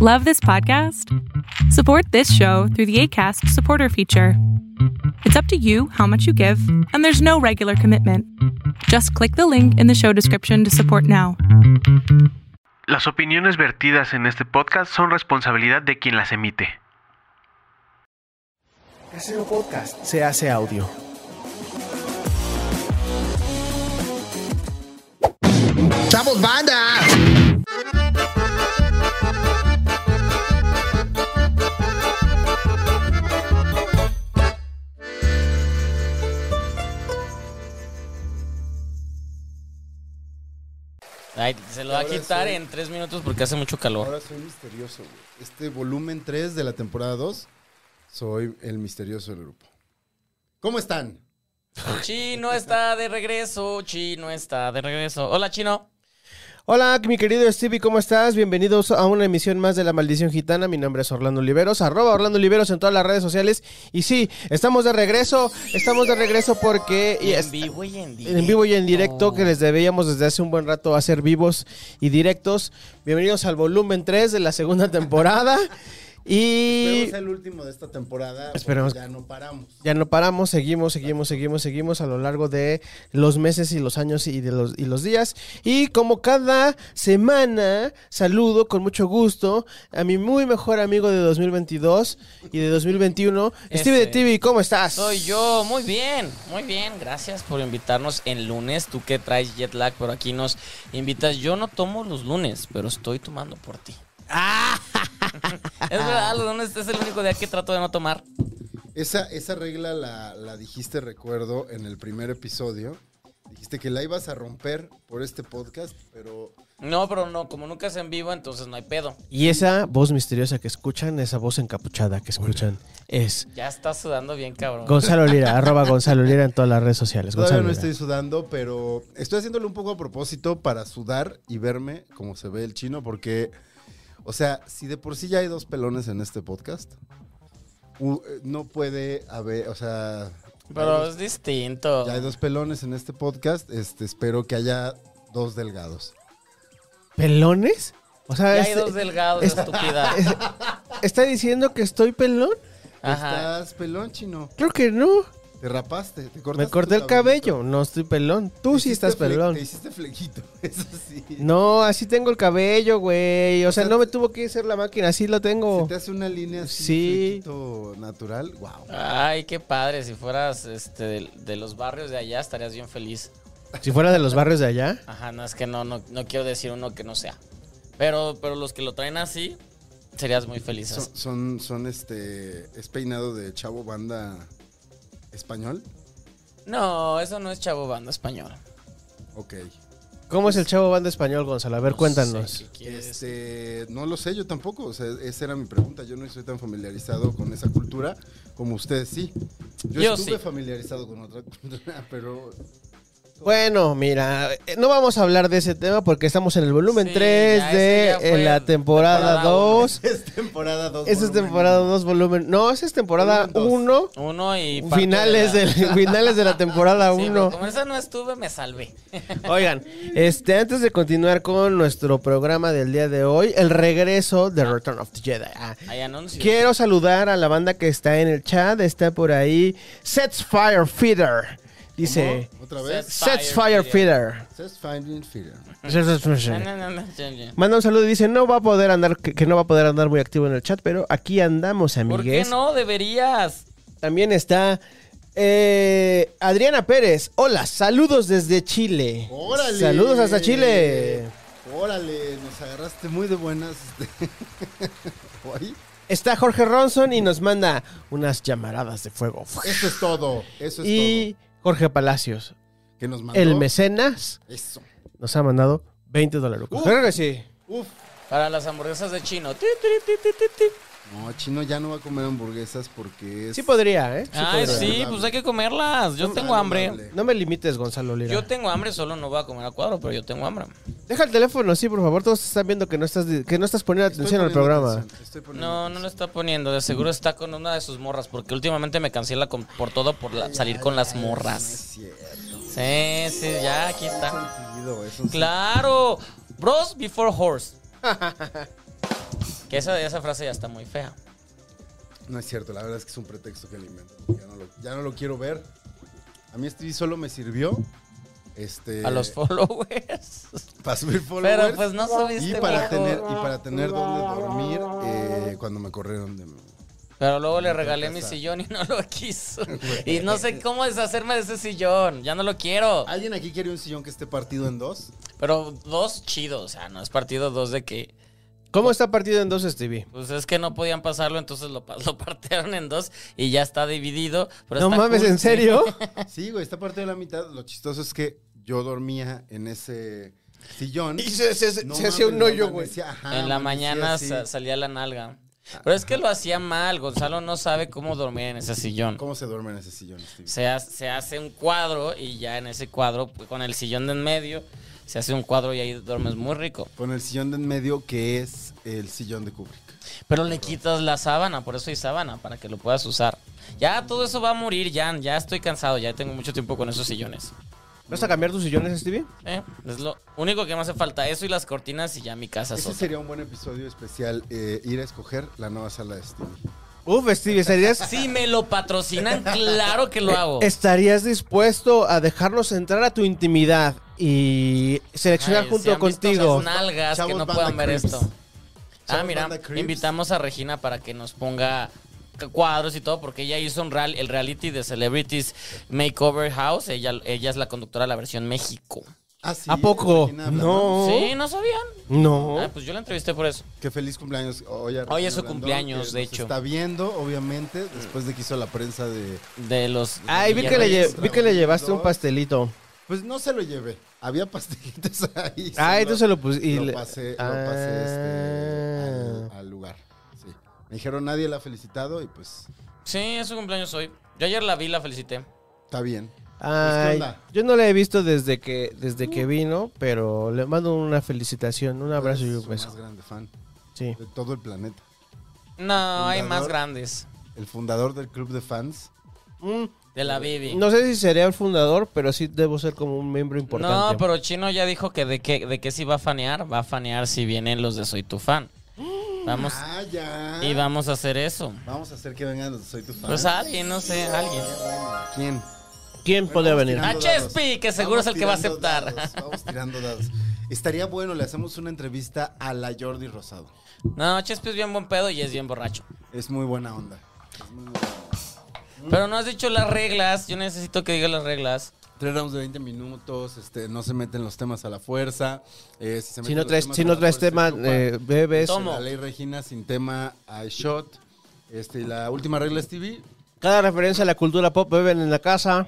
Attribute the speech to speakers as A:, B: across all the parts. A: Love this podcast? Support this show through the ACAST supporter feature. It's up to you how much you give, and there's no regular commitment. Just click the link in the show description to support now.
B: Las opiniones vertidas en este podcast son responsabilidad de quien las emite.
C: Casero Podcast se hace audio.
D: ¡Chavos, banda!
E: Ay, se lo va a
F: Ahora
E: quitar
F: sí.
E: en tres minutos porque hace mucho calor.
F: Ahora soy misterioso, güey. Este volumen 3 de la temporada 2, soy el misterioso del grupo. ¿Cómo están?
E: Chino está de regreso, Chino está de regreso. Hola, Chino.
C: Hola, mi querido Stevie, ¿cómo estás? Bienvenidos a una emisión más de La Maldición Gitana. Mi nombre es Orlando Oliveros, arroba Orlando Oliveros en todas las redes sociales. Y sí, estamos de regreso, estamos de regreso porque... y
E: en
C: es-
E: vivo y en directo.
C: en vivo y en directo, que les debíamos desde hace un buen rato hacer vivos y directos. Bienvenidos al volumen 3 de la segunda temporada.
F: Pero
C: Y
F: es el último de esta temporada.
C: Esperemos.
F: porque Ya no paramos.
C: Ya no paramos, seguimos, seguimos, seguimos, seguimos a lo largo de los meses y los años y de los, y los días. Y como cada semana, saludo con mucho gusto a mi muy mejor amigo de 2022 y de 2021,
E: Ese.
C: Steve de TV, ¿cómo estás?
E: Soy yo, muy bien, muy bien. Gracias por invitarnos en lunes. Tú que traes jet lag, pero aquí nos invitas. Yo no tomo los lunes, pero estoy tomando por ti. es verdad, los lunes es el único día que trato de no tomar.
F: Esa, esa regla la, la dijiste, recuerdo, en el primer episodio. Dijiste que la ibas a romper por este podcast, pero
E: No, pero no, como nunca es en vivo, entonces no hay pedo.
C: Y esa voz misteriosa que escuchan, esa voz encapuchada que escuchan, es
E: Ya está sudando bien, cabrón.
C: Gonzalo Lira, arroba Gonzalo Lira en todas las redes sociales.
F: todavía no
C: Gonzalo Lira.
F: estoy sudando, pero estoy haciéndolo un poco a propósito para sudar y verme como se ve el chino, porque, o sea, si de por sí ya hay dos pelones en este podcast, u- eh, no puede haber, o sea,
E: Pero es distinto.
F: ya hay dos pelones en este podcast, este, espero que haya dos delgados.
C: ¿Pelones? O sea,
E: Ya hay
C: este-
E: dos delgados, estúpida.
C: ¿está diciendo que estoy pelón?
E: Ajá.
F: ¿Estás pelón, chino?
C: Creo que no.
F: Te rapaste, te cortaste
C: Me corté
F: tu
C: el cabello, no estoy pelón. Tú sí
F: Hiciste
C: estás
F: fle-
C: pelón.
F: Te hiciste flequito, eso sí.
C: No, así tengo el cabello, güey. O sea,
F: sea,
C: no me tuvo que hacer la máquina, así lo
F: Se
C: tengo.
F: te hace una línea así,
C: Sí.
F: flequito natural, wow.
E: Ay, qué padre. Si fueras este, de, de los barrios de allá, estarías bien feliz.
C: Si fuera de los barrios de allá.
E: Ajá, no, es que no, no, no quiero decir uno que no sea. Pero, pero los que lo traen así, serías muy feliz.
F: Son, son, son, este. Es peinado de chavo banda español.
E: No, eso no es chavo banda española.
F: Ok.
C: ¿Cómo es el chavo banda español, Gonzalo? A ver, cuéntanos.
F: Este, no lo sé, yo tampoco. O sea, esa era mi pregunta. Yo no estoy tan familiarizado con esa cultura como ustedes sí. Yo,
E: Yo
F: estuve
E: sí.
F: familiarizado con otra cultura, pero.
C: Bueno, mira, eh, no vamos a hablar de ese tema porque estamos en el volumen 3 de eh, la temporada 2.
F: Es temporada 2.
C: Esa es temporada 2, volumen. No, esa es temporada
F: Volumen
C: 1.
E: Uno y. parte
C: Finales,
E: de
C: del, finales de la temporada 1.
E: Sí, pero como esa no estuve, me salvé.
C: Oigan, este, antes de continuar con nuestro programa del día de hoy, el regreso de Return of the Jedi. Ah,
E: Hay anuncios.
C: Quiero saludar a la banda que está en el chat, está por ahí. Sets Fire Feeder. Dice.
F: Otra vez.
C: Sets Fire Feeder.
F: Says Finding Feeder.
E: No, no, no, no, ya, ya.
C: Manda un saludo y dice, no va a poder andar, que, que no va a poder andar muy activo en el chat, pero aquí andamos, amigues.
E: ¿Por qué no deberías?
C: También está eh, Adriana Pérez. Hola, saludos desde Chile.
F: ¡Órale!
C: Saludos hasta Chile.
F: ¡Órale! Nos agarraste muy de buenas. este. Hoy.
C: Está Jorge Ronson y nos manda unas llamaradas de fuego.
F: Eso es todo. Eso es
C: Y Jorge Palacios,
F: todo. Que nos mandó.
C: el mecenas,
F: Eso.
C: nos ha mandado 20 dólares.
F: Uh.
C: Claro que sí.
F: Uf.
E: Para las hamburguesas de chino. Ti, ti, ti, ti, ti, ti.
F: No, Chino ya no va a comer hamburguesas porque es. Ah,
C: Sí podría, ¿eh? Sí
E: Ay,
C: podría.
E: sí, pues hay que comerlas. Yo tengo hambre.
F: saludable.
C: No me limites, Gonzalo Lira.
E: Yo tengo hambre, solo no voy a comer a cuadro, pero yo tengo hambre.
C: Deja el teléfono, sí, por favor. Todos están viendo que no estás, que no estás poniendo
F: Estoy
C: atención al
F: poniendo
C: programa.
F: atención, estoy poniendo
E: No, no
F: atención.
E: lo está poniendo. De seguro está con una de sus morras, porque últimamente me cancela con- por todo por la- salir con las morras.
F: Sí, es
E: Sí, sí, ya, aquí está.
F: sentido, es un
E: Claro. Bros before horse. Que esa, esa frase ya está muy fea.
F: No es cierto, la verdad es que es un pretexto que le invento. Ya no lo, ya no lo quiero ver. A mí este solo me sirvió este,
E: A los followers.
F: para subir followers.
E: Pero, pues, no subiste,
F: y para
E: mijo.
F: tener Y para tener donde dormir eh, cuando me corrieron de mi-
E: Pero luego le
F: Nunca
E: regalé mi
F: pasa.
E: sillón y no lo quiso. y no sé cómo deshacerme de ese sillón. Ya no lo quiero.
F: ¿Alguien aquí quiere un sillón que esté partido en dos?
E: Pero dos chidos. O sea, no es partido dos de que.
C: ¿Cómo está partido en dos, Stevie?
E: Pues es que no podían pasarlo, entonces lo, pa- lo partieron en dos y ya está dividido. pero
C: No
E: está
C: mames,
E: cool,
C: ¿en
E: sí.
C: serio?
F: Sí, güey, está partido de la mitad. Lo chistoso es que yo dormía en ese sillón.
C: Y se- se- se
F: mames,
C: hacía un
F: no
C: hoyo, güey.
F: amanecía, ajá,
E: En la
F: amanecía
E: mañana
F: Ah, así.
E: sa- salía la nalga. Pero es que lo hacía mal. Gonzalo no sabe cómo dormir en ese sillón.
F: ¿Cómo se duerme en ese sillón, Steve?
E: Se, ha- se hace un cuadro y ya en ese cuadro, pues, con el sillón de en medio, se hace un cuadro y ahí duermes muy rico.
F: Con el sillón de en medio que es el sillón de Kubrick.
E: Pero le quitas la sábana, por eso hay sábana, para que lo puedas usar. Ya todo eso va a morir, Jan. Ya estoy cansado, ya tengo mucho tiempo con esos sillones.
C: ¿Vas a cambiar tus sillones, Stevie?
E: Eh, Es lo único que me hace falta, eso y las cortinas y ya mi casa
F: Ese
E: sota.
F: sería un buen episodio especial, eh, ir a escoger la nueva sala de Stevie.
C: Uf, Stevie, ¿estarías,
E: Si me lo patrocinan, claro que lo hago.
C: ¿estarías dispuesto a dejarnos entrar a tu intimidad y
E: Ay,
C: seleccionar
E: si
C: junto
E: han visto
C: contigo?
E: esas nalgas
F: Chavos
E: que no
F: Banda
E: puedan ver
F: Creeps.
E: esto. Ah,
F: Chavos
E: mira,
F: Banda Creeps.
E: invitamos a Regina para que nos ponga c- cuadros y todo, porque ella hizo un real, el reality de Celebrities Makeover House. Ella, ella es la conductora de la versión México.
F: Ah, sí,
C: ¿A poco?
F: Regina habla,
C: No.
E: Sí, ¿no sabían?
C: No.
E: Ah, pues yo la entrevisté por eso.
F: Qué feliz cumpleaños. Oye,
E: Hoy es su cumpleaños, de hecho.
F: Está viendo, obviamente, después de que hizo la prensa de.
E: De los.
C: Ay, vi que, le,
E: Villarreal.
C: lle- vi que le llevaste un pastelito.
F: Pues no se lo llevé. Había pastelitos ahí.
C: Ah, entonces lo pus- y
F: pusiste.
C: le-
F: Lo pasé,
C: Ah.
F: lo pasé este, al, al lugar. Sí. Me dijeron, nadie la ha felicitado y pues
E: Sí, es su cumpleaños hoy. Yo ayer la vi, la felicité.
F: está bien.
C: Ay,
F: onda?
C: yo no la he visto desde que, desde que vino, pero le mando una felicitación, un abrazo y
F: Eres
C: un
F: su
C: beso.
F: más grande fan
C: Sí.
F: de todo el planeta.
E: No, hay
F: Fundador.
E: más grandes.
F: El fundador del club de fans.
C: Mm,
E: De la Bibi.
C: No sé si sería el fundador, pero sí debo ser como un miembro importante.
E: No, pero Chino ya dijo que de qué de qué sí va a fanear. Va a fanear si vienen los de Soy Tu Fan. Vamos.
F: Ah, ya.
E: Y vamos a hacer eso.
F: Vamos a hacer que vengan los Soy tu fan.
E: Pues alguien, no sé, alguien.
F: ¿Quién?
C: ¿Quién podría
F: Vamos
C: venir?
E: A
F: tirando
E: Chespi,
F: dados.
E: que seguro
F: Vamos
E: es el que va a
F: tirando
E: aceptar.
F: dados, Vamos tirando dados. Estaría bueno, le hacemos una entrevista a la Jordi Rosado.
E: No, Chespi es bien buen pedo y es bien borracho.
F: Es muy buena onda. Es muy buena onda.
E: Pero no has dicho las reglas. Yo necesito que digas las reglas.
F: Tres rounds de 20 minutos, este, no se meten los temas a la fuerza. eh, se
C: Si
F: meten
C: no
F: los
C: traes,
F: temas
C: si
F: a
C: no
F: la
C: traes
F: fuerza,
C: tema,
F: se ocupa.
C: eh, bebes.
E: Ah, Tomo.
F: La ley Regina sin tema, hay shot. Este, y la última regla es TV.
C: Cada referencia a la cultura pop beben en la casa.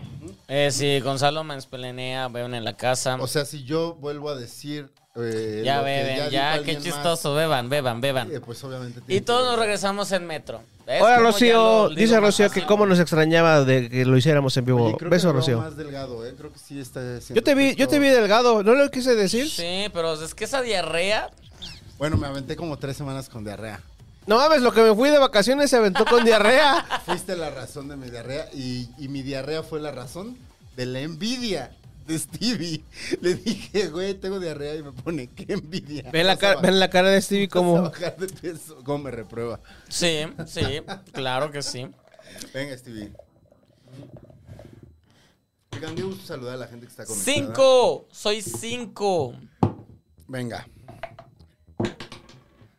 E: Eh, sí, Gonzalo Manspelenea, beben en la casa.
F: O sea, si yo vuelvo a decir. eh,
E: ya
F: lo que
E: beben,
F: dijo
E: ya,
F: alguien
E: qué
F: más,
E: chistoso. Beban, beban, beban.
F: eh, pues obviamente.
E: Y
F: tiene que
E: todos
F: ver.
E: nos regresamos en metro. ¿Ves
C: Hola
E: cómo ya
C: Rocío,
E: lo digo
C: dice
E: más
C: Rocío que
E: fácil?
C: cómo nos extrañaba de que lo hiciéramos en
F: Oye,
C: vivo.
F: creo que
C: Beso
F: habló
C: Rocío.
F: más delgado, ¿eh? Creo que sí está haciendo
C: Yo te vi, yo te vi delgado, ¿no lo quise decir?
E: Sí, pero es que esa diarrea.
F: Bueno, me aventé como tres semanas con diarrea.
C: No mames, lo que me fui de vacaciones se aventó con diarrea.
F: Fuiste la razón de mi diarrea y, y mi diarrea fue la razón de la envidia de Stevie. Le dije, güey, tengo diarrea y me pone, qué envidia.
C: Ven la,
F: Vas a
C: cara,
F: ba-
C: ven la cara de Stevie
F: vas a
C: como...
F: bajar de peso. ¿Cómo me reprueba?
E: Sí, sí, claro que sí.
F: Venga, Stevie. Oigan, qué gusto saludar a la gente que está conectada.
E: Cinco, soy cinco.
F: Venga.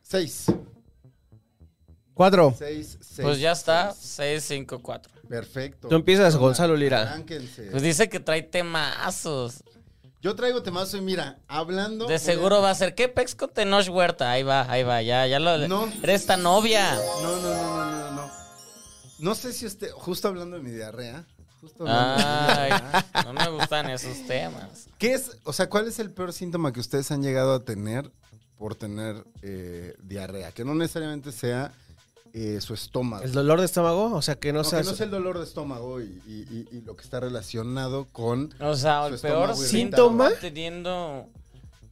F: Seis.
C: Cuatro.
F: Seis, seis.
E: Pues ya está, seis, cinco, cuatro.
F: Perfecto.
C: Tú empiezas,
F: Toma,
C: Gonzalo Lira.
F: arránquense.
E: Pues dice que trae temazos.
F: Yo traigo temazo y mira, hablando.
E: De seguro va a ser. ¿Qué pex con Tenoch Huerta? Ahí va, ahí va, ya, ya lo.
F: No.
E: Eres tan novia.
F: No, no, no, no, no, no. No sé si este, justo hablando de mi diarrea, justo
E: Ah.
F: hablando de mi
E: Ay,
F: diarrea,
E: no me gustan esos temas.
F: ¿qué es, o sea, cuál es el peor síntoma que ustedes han llegado a tener por tener eh, diarrea? Que no necesariamente sea eh, su estómago.
C: ¿El dolor de estómago? O sea, que no,
F: No,
C: seas...
F: que no sea el dolor de estómago y, y- y- y lo que está relacionado con...
E: O sea,
F: Su
E: el
F: estómago
E: peor
F: irritado.
E: síntoma teniendo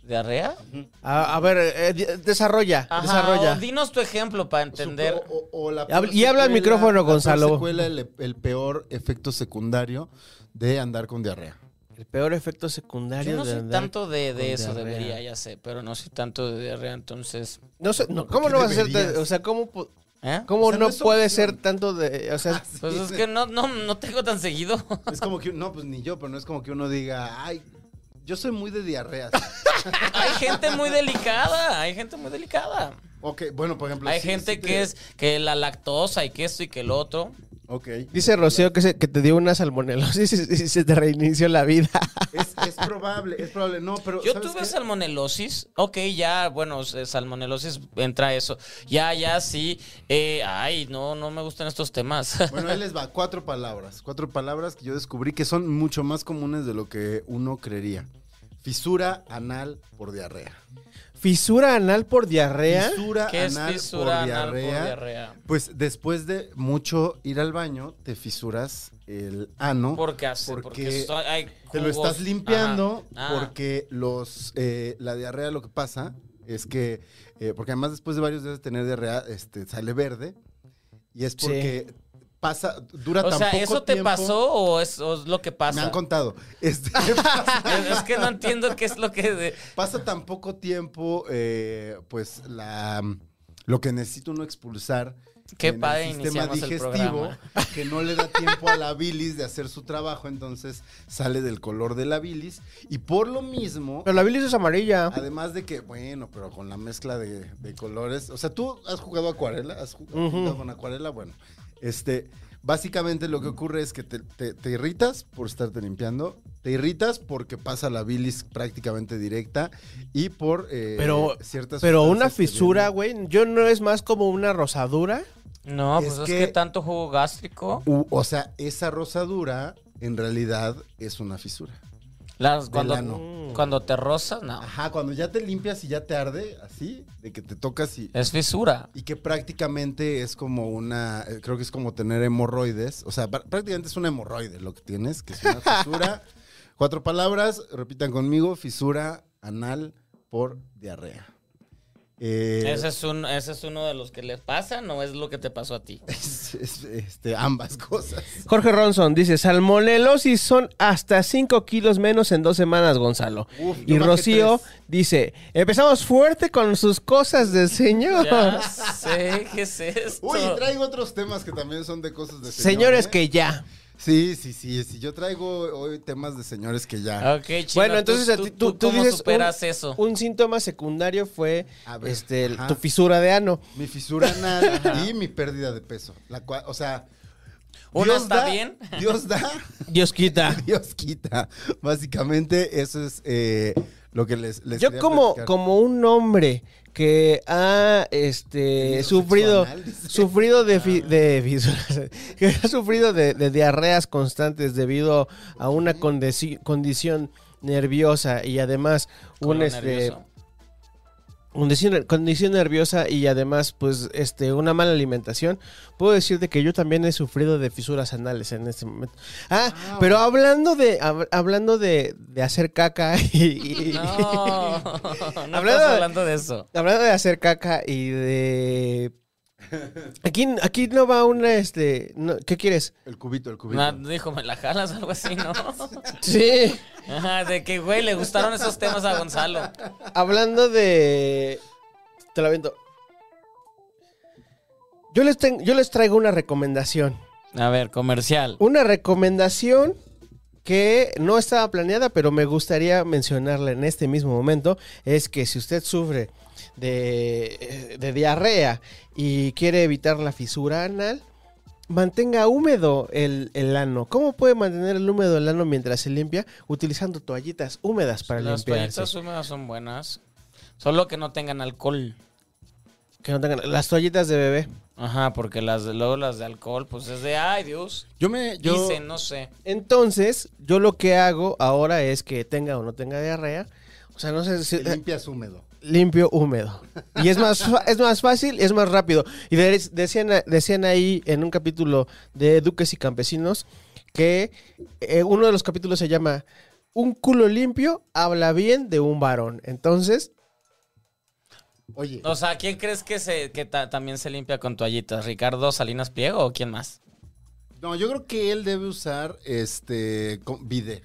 E: diarrea.
C: A, a ver, eh, di- desarrolla,
E: Ajá, o
C: desarrolla.
E: dinos tu ejemplo para
F: su-
E: entender.
F: o- o la
C: Y habla- y habla
F: secuela-
C: al micrófono,
F: la peor
C: Gonzalo.
F: secuela, el, el peor efecto secundario de andar con diarrea.
C: El peor efecto secundario
E: Yo no
C: de
E: soy
C: andar-
E: tanto de, de
C: con
E: eso,
C: diarrea.
E: debería, ya sé, pero no soy tanto de diarrea, entonces.
C: No sé, no, ¿Cómo
F: qué
C: no vas a ser?
F: deberías? Ah,
C: tan- O sea, ¿cómo, po-
E: ¿eh?
C: cómo
F: O sea,
C: no,
F: no es
C: puede
F: opción. Ah,
C: ser tanto de. O sea,
E: Pues es que no, no, no tengo tan seguido.
F: Es como que, no, pues ni yo, pero no es como que uno diga, ay, yo soy muy de diarreas.
E: Hay gente muy delicada, hay gente muy delicada.
F: ok, bueno, por ejemplo.
E: Hay
F: sí,
E: gente
F: sí te-
E: que es que la lactosa y que esto y que el otro.
F: Ok.
C: dice Rocío que, se- que te dio una salmonelosis y, y se te reinició la vida.
F: Es, es probable, es probable. No, pero.
E: Yo
F: ¿sabes
E: tuve
F: qué?
E: salmonelosis. Ok, ya, bueno, s- eh, salmonelosis entra eso. Ya, ya, sí. Eh, ay, no, no me gustan estos temas.
F: Bueno, ahí les va. Cuatro palabras. Cuatro palabras que yo descubrí que son mucho más comunes de lo que uno creería. Fisura anal por diarrea.
C: Fisura anal por diarrea.
F: Fisura,
E: ¿Qué es
F: anal,
E: fisura
F: por
E: anal por
F: diarrea.
E: diarrea?
F: Pues después de mucho ir al baño, te fisuras el ano.
E: ¿Por qué hace?
F: Porque
E: Porque so- hay
F: Te lo
E: jugos.
F: estás limpiando
E: Ajá. Ah.
F: porque los eh, la diarrea lo que pasa es que eh, porque además después de varios días de tener diarrea este sale verde y es
C: Sí.
F: porque pasa dura
E: O
F: tan
E: sea,
F: poco
E: ¿eso te
F: tiempo-
E: pasó o es, o es lo que pasa?
F: Me han contado. Este, pasa,
E: Es- es que no entiendo qué es lo que... de-
F: pasa tan poco tiempo eh, pues la lo que necesita uno expulsar
E: Qué
F: en el
E: padre
F: sistema
E: iniciamos el
F: digestivo
E: programa.
F: que no le da tiempo a la bilis de hacer su trabajo, entonces sale del color de la bilis y por lo mismo
C: Pero la bilis es amarilla.
F: Además Ah, de que, bueno, pero con la mezcla de, de colores. O sea, tú has jugado acuarela, has ju- has jugado, con acuarela, bueno. Este, básicamente lo que ocurre es que te, te- te irritas por estarte limpiando, te irritas porque pasa la bilis prácticamente directa y por eh,
C: Pero,
F: ciertas
C: pero una
F: sustancias que
C: fisura,
F: vienen.
C: güey, yo no es más como una rosadura.
E: No,
F: Es
E: pues es
F: que-
E: que tanto jugo gástrico.
F: U- o sea, esa rosadura en realidad es una fisura.
E: Las,
F: ano.
E: cuando, cuando te rozas, no.
F: Ajá, cuando ya te limpias y ya te arde, así, de que te tocas y,
E: Es fisura.
F: Y que prácticamente es como una, eh, creo que es como tener hemorroides, o sea, pr- prácticamente es un hemorroide lo que tienes, que es una fisura. Cuatro palabras, repitan conmigo, fisura anal por diarrea. Eh,
E: Ese es, un, ese es uno de los que les pasa, no es lo que te pasó a ti.
F: es- es- este, ambas cosas.
C: Jorge Ronson dice, salmonelosis son hasta 5 kilos menos en dos semanas, Gonzalo.
F: Uf, yo
C: y
F: bajé
C: Rocío
F: tres.
C: dice, empezamos fuerte con sus cosas de señor.
E: Ya sé, ¿qué es esto?
F: Uy, y traigo otros temas que también son de cosas de señor,
C: Señores
F: ¿eh?
C: que ya.
F: Sí, sí, sí, sí, yo traigo hoy temas de señores que ya...
E: Ok, chino,
C: bueno, entonces a ti- tú, tú
E: ¿cómo
C: dices...
E: superas
C: un,
E: eso?
C: un síntoma secundario fue
F: A ver,
C: este, el-
F: ajá.
C: tu fisura de ano.
F: Mi fisura anal y mi pérdida de peso, la cual, o sea...
E: Una
F: Dios
E: está
F: da-
E: bien.
F: Dios da
C: Dios quita.
F: Dios quita. Básicamente, eso es eh, lo que les, les
C: Yo
F: quería
C: como,
F: platicar.
C: como un hombre que ha este
F: Tenido
C: sufrido
F: sexo anal, dice.
C: sufrido de, fi- de fisuras, que ha sufrido de, de diarreas constantes debido a una condeci- condición nerviosa y además un
E: Colon
C: este
E: nervioso.
C: condición, condición nerviosa y además pues este una mala alimentación puedo decirte que yo también he sufrido de fisuras anales en este momento ah, pero hablando de hab- hablando de, de hacer caca y, y-
E: No, no
C: Hablando
E: estás
C: de-
E: hablando de eso.
C: Hablando de hacer caca y de. Aquí, aquí no va una, este. no- ¿Qué quieres?
F: El cubito, el cubito.
E: No, dijo, ¿me la jalas o algo así, no?
C: Sí.
E: Ajá, de que, güey, le gustaron esos temas a Gonzalo.
C: Hablando de. Te la viento. Yo les, ten- yo les traigo una recomendación.
E: A ver, comercial.
C: Una recomendación que no estaba planeada, pero me gustaría mencionarla en este mismo momento, es que si usted sufre de, eh, de diarrea y quiere evitar la fisura anal, mantenga húmedo el, el ano. ¿Cómo puede mantener el húmedo el ano mientras se limpia? Utilizando toallitas húmedas para
E: Las
C: limpiarse.
E: toallitas húmedas son buenas. Solo que no tengan alcohol.
C: Que no tengan- las toallitas de bebé.
E: Ajá, porque las de luego las de alcohol, pues es de ay Dios.
F: Yo me. Yo,
E: Dicen, no sé.
C: Entonces, yo lo que hago ahora es que tenga o no tenga diarrea. O sea, no sé si...
E: eh,
F: te limpias húmedo.
C: limpio húmedo. Y es más, fa- es más fácil, es más rápido. Y de- decían, decían ahí en un capítulo de Duques y Campesinos que eh, uno de los capítulos se llama Un culo limpio habla bien de un varón. Entonces,
F: Oye,
E: O sea, ¿quién crees que se que ta- también se limpia con toallitas? ¿Ricardo Salinas Pliego o quién más?
F: no, yo creo que él debe usar este. con- Vide.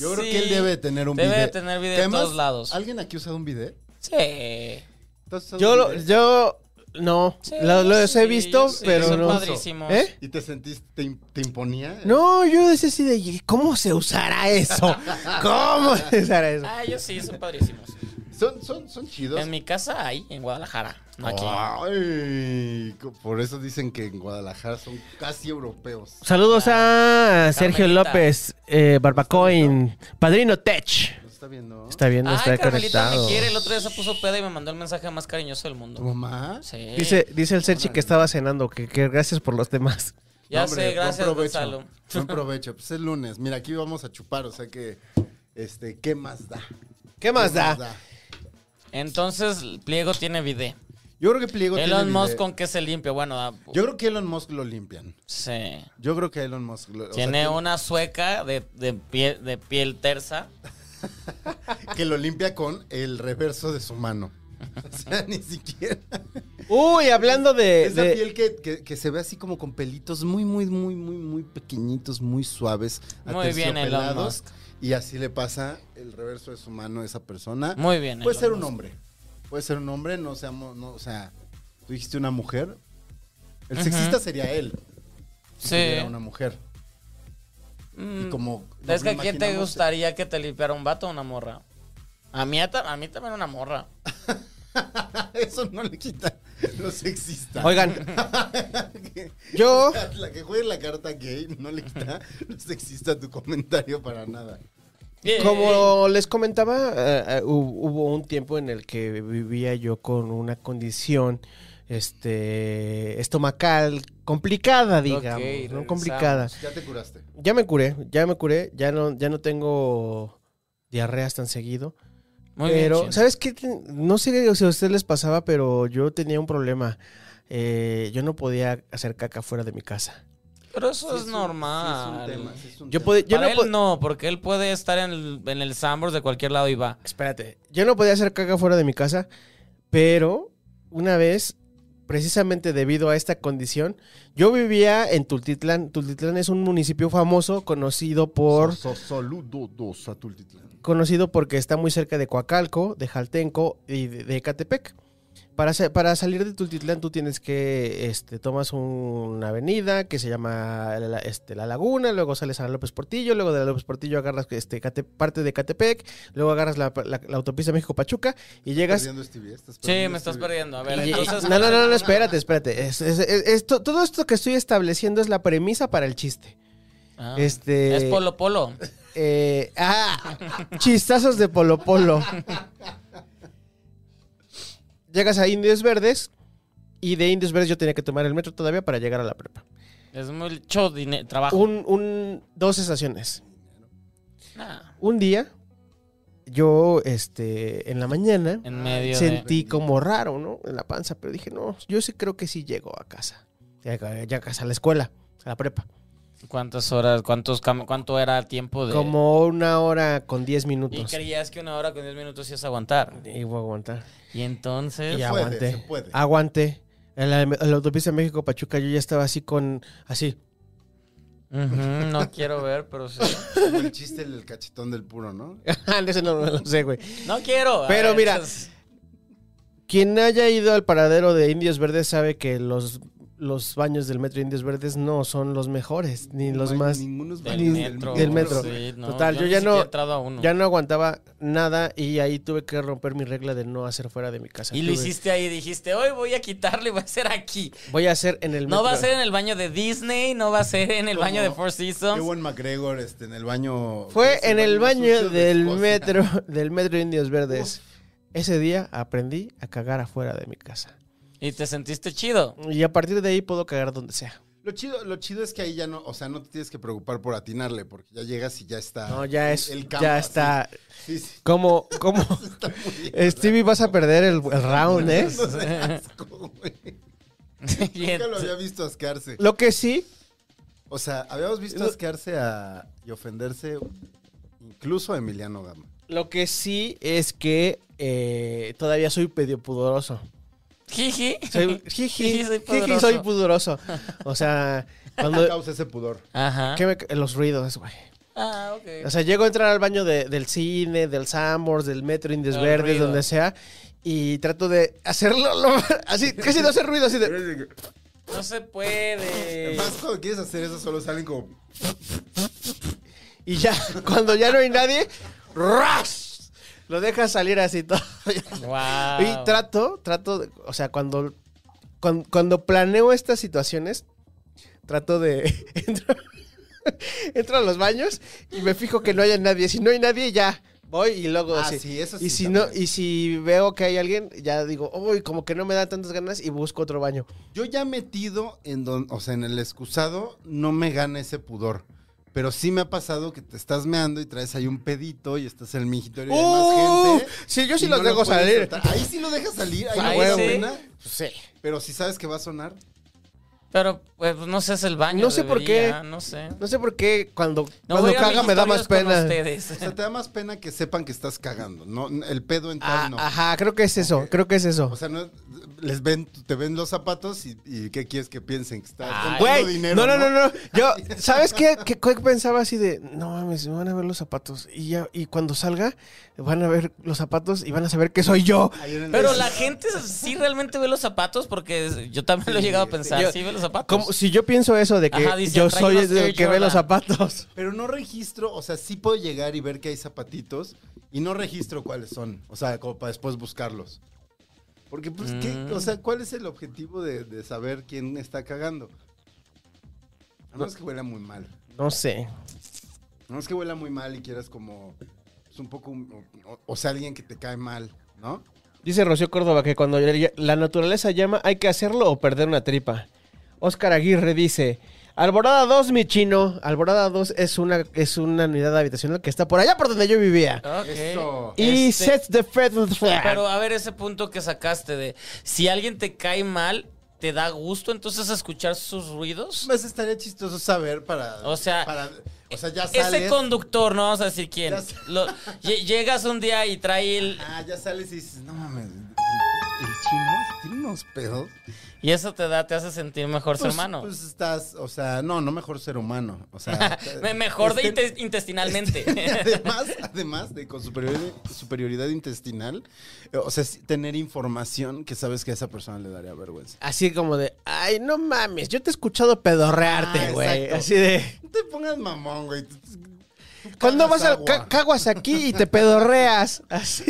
F: Yo creo
E: Sí.
F: que él debe de tener un
E: Debe
F: bidet.
E: de tener bidet
F: Que
E: en todos
F: además,
E: lados.
F: ¿Alguien aquí ha usado un bidet?
E: Sí.
F: ¿Tú has usado
C: Yo,
F: un
C: lo-
F: bidet?
C: yo no,
E: Sí,
C: lo- los
E: sí,
C: he visto,
E: sí,
C: pero
E: son
C: no.
E: padrísimos.
C: ¿Eh?
F: ¿Y te sentiste, te, im- te imponía?
C: No, yo decía así de, "¿Y ¿cómo se usará eso? ¿Cómo se usará eso?
E: Ah, ellos sí, son padrísimos.
F: Son, son, son chidos.
E: En mi casa hay, en Guadalajara. No aquí.
F: Ay, co- por eso dicen que en Guadalajara son casi europeos.
C: Saludos a Sergio
E: Carmelita.
C: López, eh, Barbacoin, Padrino Tech.
F: ¿Lo está viendo?
C: Está bien,
E: Ay,
C: está
E: Carmelita
C: conectado.
E: me quiere. El otro día se puso peda y me mandó el mensaje más cariñoso del
F: ¿Tu
E: mundo.
F: mamá?
E: Sí.
C: Dice, dice el Sergi que estaba cenando, que, que gracias por los demás.
E: ya
F: No, hombre,
E: sé, gracias,
F: buen provecho,
E: Gonzalo.
F: Buen provecho. Pues es lunes. Mira, aquí vamos a chupar, o sea que, este, ¿qué más da?
C: ¿Qué más da?
E: Entonces, Pliego tiene bidet.
F: Yo creo que Pliego tiene
E: Elon Musk
F: bidet.
E: con qué se limpia. Bueno, ah,
F: Yo creo que Elon Musk lo limpian.
E: sí.
F: Yo creo que Elon Musk lo, o sea,
E: Tiene
F: que-
E: una sueca de, de piel, de piel tersa.
F: que lo limpia con el reverso de su mano. O sea, ni siquiera.
C: Uy, hablando de...
F: Esa
C: de-
F: piel que, que- que se ve así como con pelitos muy, muy, muy, muy, muy pequeñitos, muy suaves,
E: Muy bien, Elon
F: aterciopelados,
E: Musk.
F: Y así le pasa el reverso de su mano a esa persona.
E: Muy bien,
F: Puede
E: Elon
F: ser un
E: Musk.
F: hombre. Puede ser un hombre, no seamos, no, o sea, tú dijiste una mujer. El sexista sería él.
E: Sí.
F: Si tuviera una mujer.
E: Mm,
F: Y como.
E: ¿Sabes
F: nos
E: que
F: lo
E: a quién te
F: imaginamos-
E: gustaría que te limpiara un vato o una morra? A mí, ata- a mí también una morra.
F: Eso no le quita lo sexista.
C: Oigan,
F: Que-
C: yo...
F: La que juegue la carta gay no le quita lo sexista a tu comentario para nada.
C: Como les comentaba, eh, eh, hu- hubo un tiempo en el que vivía yo con una condición este estomacal complicada, digamos,
E: regresamos.
C: ¿no? complicada.
F: Ya te curaste.
C: Ya me curé, ya me curé, ya no ya no tengo diarreas tan seguido,
E: Muy
C: pero
E: bien, Chin.
C: ¿sabes qué? Ten- No sé si a ustedes les pasaba, pero yo tenía un problema. Eh, yo no podía hacer caca fuera de mi casa.
E: Pero eso
F: Sí,
E: Pues es,
F: un-
E: normal.
F: sí es un tema, sí es un
C: Yo,
F: tema.
C: pod- yo
E: Para
C: no
E: él
C: pod-
E: no, porque él puede estar en el, en el Sambors de cualquier lado y va.
C: Espérate, yo no podía hacer caca fuera de mi casa, pero una vez, precisamente debido a esta condición, yo vivía en Tultitlán. Tultitlán es un municipio famoso conocido por
F: So- so- Saludos a Tultitlán.
C: conocido porque está muy cerca de Coacalco, de Jaltenco y de, de Ecatepec. Para, sa- para salir de Tultitlán tú tienes que, este, tomas una avenida que se llama la, este, la Laguna, luego sales a López Portillo, luego de la López Portillo agarras este, Cate- parte de Ecatepec, luego agarras la, la- la autopista México-Pachuca y llegas...
F: Perdiendo Stevie, estás
E: Sí,
F: perdiendo
E: me estás
F: Stevie.
E: perdiendo. A ver,
C: y-
E: entonces.
C: no, no, no, no, espérate, espérate. Es- es- es- esto- todo esto que estoy estableciendo es la premisa para el chiste.
E: Ah,
C: Este,
E: Es Polo Polo.
C: eh, ah, chistazos de Polo Polo. Llegas a Indios Verdes y de Indios Verdes yo tenía que tomar el metro todavía para llegar a la prepa.
E: Es mucho dine- trabajo.
C: Un, un- dos estaciones.
E: Nah,
C: Un día, yo este, en la mañana
E: en medio de.
C: sentí como raro, ¿no? En la panza, pero dije, no, yo sí creo que sí llego a casa. Ya, ya a casa, a la escuela, a la prepa.
E: ¿Cuántas horas? ¿Cuántos cam- ¿Cuánto era el tiempo de.?
C: Como una hora con diez
E: Y
C: minutos.
E: creías que una hora con 10 minutos ibas a aguantar.
C: Y voy a aguantar.
E: Y entonces.
C: Y
F: Se puede,
C: aguanté.
F: se puede.
C: Aguanté. En la, en la autopista México-Pachuca yo ya estaba así con... Así.
E: Ujú, no quiero ver, pero sí.
F: Como el chiste del cachetón del puro, ¿no?
C: Ese no me lo sé, güey.
E: No quiero. Ah, A
C: Pero
E: ver,
C: mira,
E: entonces-
C: Quien haya ido al paradero de Indios Verdes sabe que los, los baños del metro de Indios Verdes no son los mejores, ni los
F: No hay
C: más...
F: ninguno es
E: Del
C: Ni-
F: válido.
E: metro.
C: del metro.
E: Sí, no,
C: Total, yo
E: ni
C: ya no-
E: siquiera he entrado a uno.
C: Ya no aguantaba nada y ahí tuve que romper mi regla de no hacer fuera de mi casa.
E: y lo
C: Tuve-
E: hiciste ahí, dijiste, hoy voy a quitarlo y va a ser aquí.
C: Voy a hacer en el metro.
E: No va a ser en el baño de Disney, no va a ser en el
F: Como
E: baño de Four Seasons.
F: Ewan McGregor este, en el baño.
C: Fue
F: es
C: en el
F: más
C: baño
F: sucio de
C: del
F: Escocia.
C: metro, del metro de Indios Verdes. Ese día aprendí a cagar afuera de mi casa.
E: Y te sentiste chido.
C: Y a partir de ahí puedo cagar donde sea.
F: Lo chido, lo chido es que ahí ya no, o sea, no te tienes que preocupar por atinarle, porque ya llegas y ya está.
C: No, ya es,
F: Ah, el campo
C: ya
F: así.
C: está.
F: Sí, sí,
C: Como, como,
F: está muy bien.
C: Stevie, vas a perder el, el round, ¿eh?
F: No seas asco, güey.
E: Y
F: Nunca lo
E: ent-
F: había visto ascarse.
C: Lo que sí,
F: O sea, habíamos visto asquearse a, y ofenderse incluso a Emiliano Gama.
C: lo que sí es que eh, todavía soy pedio pudoroso.
E: Jiji.
C: Soy, jiji,
E: Jiji, soy
C: jiji, soy pudoroso. O sea,
F: No
C: cuando,
F: causa ese pudor.
E: Ajá.
F: ¿eh?
C: ¿qué me- los ruidos, güey.
E: Ah,
C: O
E: ok.
C: sea, llego a entrar al baño de- del cine, del Sambors, del Metro Indies
E: Del
C: Verdes,
E: ruido.
C: donde sea, y trato de hacerlo lo- así, casi no hacer ruido, así de...
E: No se puede.
F: Más cuando quieres hacer eso, solo salen como.
C: Y ya, cuando ya no hay nadie, ¡ras! Lo dejas salir así todo.
E: Wow.
C: Y trato, trato, de- o sea, cuando, cuando, cuando planeo estas situaciones, trato de... entro, entro a los baños y me fijo que no haya nadie. Si no hay nadie, ya. Voy y luego
F: Ah,
C: así.
F: sí, eso
C: y
F: sí
C: si no,
F: también.
C: y si veo que hay alguien, ya digo, uy, como que no me da tantas ganas y busco otro baño.
F: Yo ya metido en don, o sea, en el excusado, no me gana ese pudor. Pero sí me ha pasado que te estás meando y traes ahí un pedito y estás en el mingitorio y hay
C: ¡Uh!
F: más gente.
C: Sí, yo sí
F: y
C: los dejo
F: puedes
C: salir.
F: soltar. Ahí sí lo dejas salir, ahí
E: Ahí
F: no vale
E: sí.
F: pena.
C: Sí.
F: Pero si sabes que va a sonar.
E: Pero pues no sé, es el baño.
C: No sé por
E: debería,
C: qué.
E: No sé.
C: No sé por qué cuando,
E: No voy
C: cuando
E: a ir a
C: caga
E: mis
C: me da más
E: historias con
C: pena.
E: ustedes.
F: O sea, te da más pena que sepan que estás cagando. No, el pedo en
C: Ah,
F: tal no.
C: Ajá, creo que es eso, creo que es eso.
F: O sea, no, les ven, te ven los zapatos y, y ¿qué quieres que piensen? Que estás
E: Ay.
F: contando
C: Güey,
F: dinero,
C: no, no, no, no. Yo, ¿sabes qué? Que pensaba así de, no mames, me van a ver los zapatos. Y ya, y cuando salga, van a ver los zapatos y van a saber que soy yo.
F: Ahí en el-
E: Pero la gente sí realmente ve los zapatos porque es- yo también lo he llegado a pensar.
C: Yo-
E: sí ve los zapatos.
F: pues.
C: Como, si yo pienso eso de que
E: Ajá, dice,
C: yo
E: trae
C: soy
E: unos
C: el
E: Air
C: que ve los
E: Jordan.
C: zapatos.
F: Pero no registro, o sea, sí puedo llegar y ver que hay zapatitos y no registro cuáles son. O sea, como para después buscarlos. Porque, pues, ¿qué?
E: Mm.
F: o sea, ¿cuál es el objetivo de, de saber quién está cagando? A menos que huela muy mal.
C: No sé.
F: No es que huela muy mal y quieras como... Es un poco... un- o, o sea, alguien que te cae mal, ¿no?
C: Dice Rocío Córdoba que cuando la naturaleza llama hay que hacerlo o perder una tripa. Óscar Aguirre dice, Alborada 2, mi chino. Alborada 2 es una, es una unidad habitacional que está por allá por donde yo vivía.
E: Ok.
F: Eso.
C: Y
E: Este-
C: Sets the Fed.
E: Pero a ver ese punto que sacaste de si alguien te cae mal, te da gusto entonces escuchar sus ruidos.
F: Pues, Más estaría chistoso saber para...
E: O sea,
F: para- o sea ya
E: Ese
F: sales...
E: conductor, no vamos a decir quién.
F: Ya sé.
E: lo- lle- llegas un día y trae el.
F: Ah, ya sales y dices, no mames, el, el chino tiene unos pedos.
E: Y eso te da, te hace sentir mejor su
F: Pues-
E: hermano.
F: Pues estás, o sea, no, no mejor ser humano. O sea,
E: Me- mejor de
F: este-
E: inte- intestinalmente.
F: además, además de con superioridad, superioridad intestinal, eh, o sea, es tener información que sabes que a esa persona le daría vergüenza.
C: Así como de, ay, no mames, yo te he escuchado pedorrearte,
F: Ah,
C: güey.
F: exacto.
C: Así de,
F: No te pongas mamón, güey. Tú- tú- tú
C: ¿cuándo
F: cagas
C: vas al
F: agua.
C: ca- caguas aquí y te pedorreas? Así.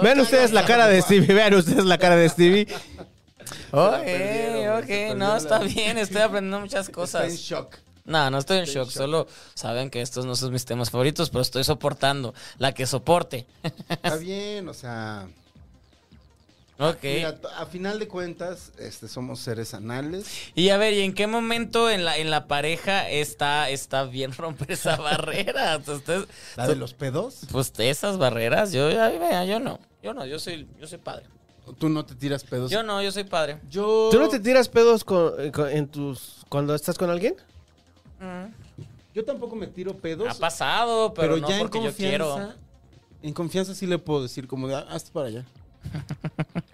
C: vean ustedes la
F: cagas
C: cara de
F: agua.
C: Stevie, vean ustedes la cara de Stevie.
E: ok,
F: perdieron,
E: ok.
F: se perdieron
E: No,
F: la-
E: está bien, estoy aprendiendo muchas
F: Está en
E: cosas.
F: shock.
E: No, no estoy en shock. Solo saben que estos no son mis temas favoritos, pero estoy soportando. La que soporte.
F: Está bien, o sea.
E: Ok.
F: mira, t- a final de cuentas, este, somos seres anales.
E: Y a ver, ¿y en qué momento en la, en la pareja está, está bien romper esa barrera? Entonces,
F: La de los pedos.
E: pues esas barreras, yo, ay, vea, yo no. Yo no, yo soy, yo soy padre.
F: Tú no te tiras pedos.
E: Yo no, yo soy padre.
F: Yo-
C: ¿Tú no te tiras pedos con- eh, con- en tus, cuando estás con alguien?
F: Yo tampoco me tiro pedos.
E: Ha pasado, pero, no porque yo quiero.
F: En confianza sí le puedo decir, como de, "Ah, hazte para allá.